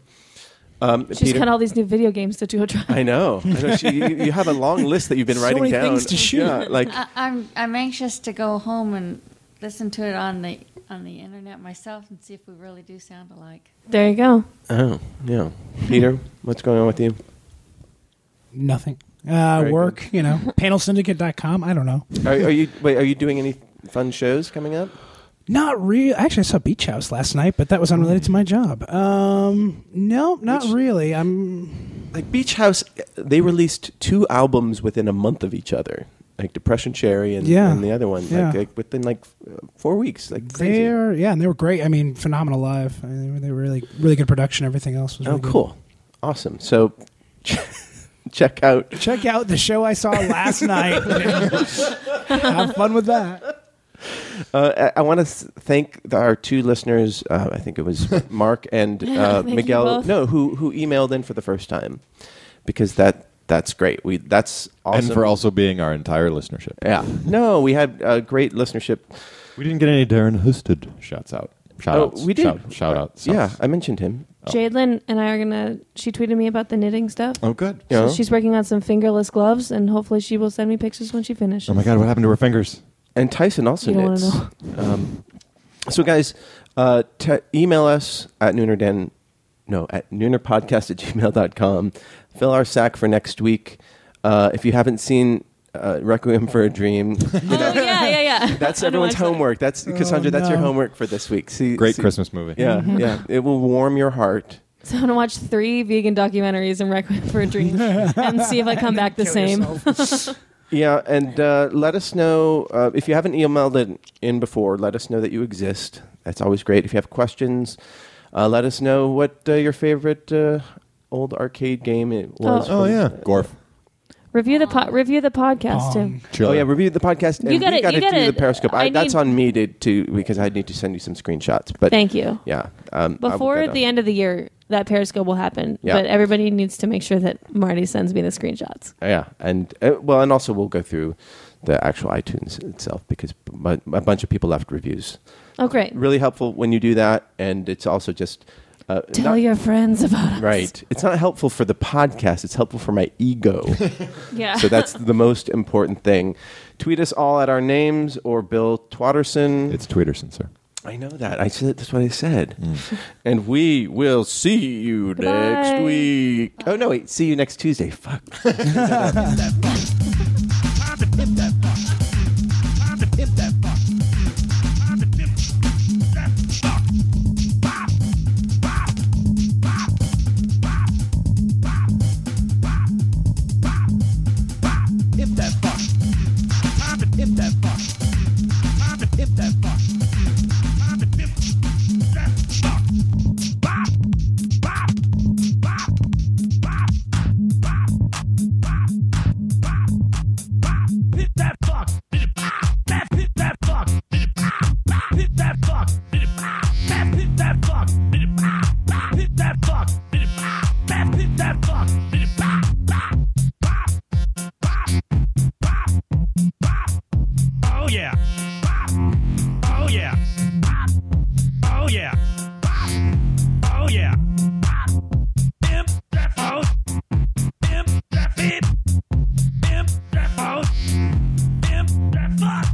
Speaker 2: Um,
Speaker 4: She's
Speaker 2: Peter?
Speaker 4: got all these new video games to do a try.
Speaker 2: I know. I know. She, you, you have a long list that you've been
Speaker 5: So
Speaker 2: writing
Speaker 5: many
Speaker 2: down.
Speaker 5: things to shoot.
Speaker 2: Yeah, like
Speaker 6: I, I'm I'm anxious to go home and listen to it on the on the internet myself and see if we really do sound alike.
Speaker 4: There you go.
Speaker 2: oh yeah, Peter, what's going on with you?
Speaker 5: Nothing. uh,
Speaker 2: Very
Speaker 5: work, you know, panelsyndicate.com. I don't know.
Speaker 2: Are, are you wait, are you doing any fun shows coming up?
Speaker 5: Not real. Actually, I saw Beach House last night, but that was unrelated to my job. Um, no, not really. I'm
Speaker 2: Like Beach House, they released two albums within a month of each other, like Depression Cherry and,
Speaker 5: Yeah.
Speaker 2: and the other one,
Speaker 5: Yeah.
Speaker 2: like, like within like f- four weeks, like crazy.
Speaker 5: there. Yeah, and they were great. I mean, phenomenal live. I mean, they, were, they were really, really good production. Everything else was
Speaker 2: Oh,
Speaker 5: really good.
Speaker 2: cool, awesome. So check out
Speaker 5: Check out the show I saw last night. Have fun with that.
Speaker 2: Uh, I, I want to thank the, our two listeners. Uh, I think it was Mark and uh,
Speaker 4: Thank you
Speaker 2: Miguel.
Speaker 4: both.
Speaker 2: No, who who emailed in for the first time, because that that's great. We that's awesome.
Speaker 9: And for also being our entire listenership.
Speaker 2: yeah, no, we had uh, great listenership.
Speaker 9: We didn't get any Darren Hosted shouts out. Shout outs.
Speaker 2: oh, we did
Speaker 9: Shout, shout outs.
Speaker 2: Yeah, I mentioned him.
Speaker 4: Jadelyn and I are gonna. She tweeted me about the knitting stuff.
Speaker 9: Oh, good.
Speaker 2: You know?
Speaker 4: So she's working on some fingerless gloves, and hopefully she will send me pictures when she finishes.
Speaker 9: Oh my God, what happened to her fingers?
Speaker 2: and Tyson also
Speaker 4: You don't wanna
Speaker 2: knits. Um, so guys, uh, te- email us at noonerden, no, at noonerpodcast at gmail.com. Fill our sack for next week. Uh, if you haven't seen uh, Requiem for a Dream,
Speaker 4: Oh yeah, yeah, yeah.
Speaker 2: that's
Speaker 4: I know,
Speaker 2: everyone's
Speaker 4: I saw it.
Speaker 2: homework. That's Cassandra.
Speaker 4: Oh,
Speaker 2: That's your
Speaker 5: no.
Speaker 2: homework for this week. See,
Speaker 9: Great
Speaker 2: see-
Speaker 9: Christmas movie.
Speaker 2: Yeah,
Speaker 4: Mm-hmm.
Speaker 2: yeah. It will warm your heart.
Speaker 4: So I'm gonna watch three vegan documentaries and Requiem for a Dream, and see if I come back the same.
Speaker 2: Yeah, and uh, let us know uh, if you haven't emailed it in before. Let us know that you exist. That's always great. If you have questions, uh, let us know what uh, your favorite uh, old arcade game it was.
Speaker 9: Oh,
Speaker 2: from-
Speaker 9: yeah. Gorf.
Speaker 4: Review the po- review the podcast too.
Speaker 2: Oh yeah, review the podcast. And
Speaker 4: You gotta-
Speaker 2: we gotta
Speaker 4: you gotta-
Speaker 2: do the Periscope. I,
Speaker 4: I
Speaker 2: that's
Speaker 4: need-
Speaker 2: on me to, to because I need to send you some screenshots. But
Speaker 4: Thank you.
Speaker 2: Yeah, um, I will
Speaker 4: Before
Speaker 2: get on-
Speaker 4: the end of the year, that Periscope will happen.
Speaker 2: Yeah.
Speaker 4: But everybody needs to make sure that Marty sends me the screenshots.
Speaker 2: Yeah, and uh, well, and also we'll go through the actual iTunes itself because bu- a bunch of people left reviews.
Speaker 4: Oh great!
Speaker 2: Really helpful when you do that, and it's also just uh,
Speaker 4: Tell
Speaker 2: not-
Speaker 4: your friends about us.
Speaker 2: Right. It's not helpful for the podcast. It's helpful for my ego.
Speaker 4: Yeah.
Speaker 2: so that's the most important thing. Tweet us all at our names or Bill Twatterson.
Speaker 9: It's Tweederson, sir.
Speaker 2: I know that. I said that's what I said. and we will see you next
Speaker 4: Goodbye.
Speaker 2: week. Oh no, wait. See you next Tuesday. Fuck.
Speaker 8: Time to pimp that fuck. Time to pimp that fuck. Time to pimp that fuck. Bop, bop, bop, bop, bop, bop, bop, bop. Pimp that fuck. Time to pimp that fuck. Time to pimp that fuck. Time to pimp that fuck. Bop, bop, bop, bop, bop, bop, bop bop, hit that fuck, hit it, pow, bap, hit that fuck, hit it, pow, bap, hit that fuck, hit it, pow, bap, hit that fuck, hit it, pow, bap, hit that fuck, hit it, pow, bap, hit that fuck, hit it, pow, bop, bop, bop, bop, bop. Oh yeah, bop, oh yeah, bop, oh yeah, bop, oh yeah, bop. Imp that fuck, imp that fit, imp that fuck. Pimp that fuck.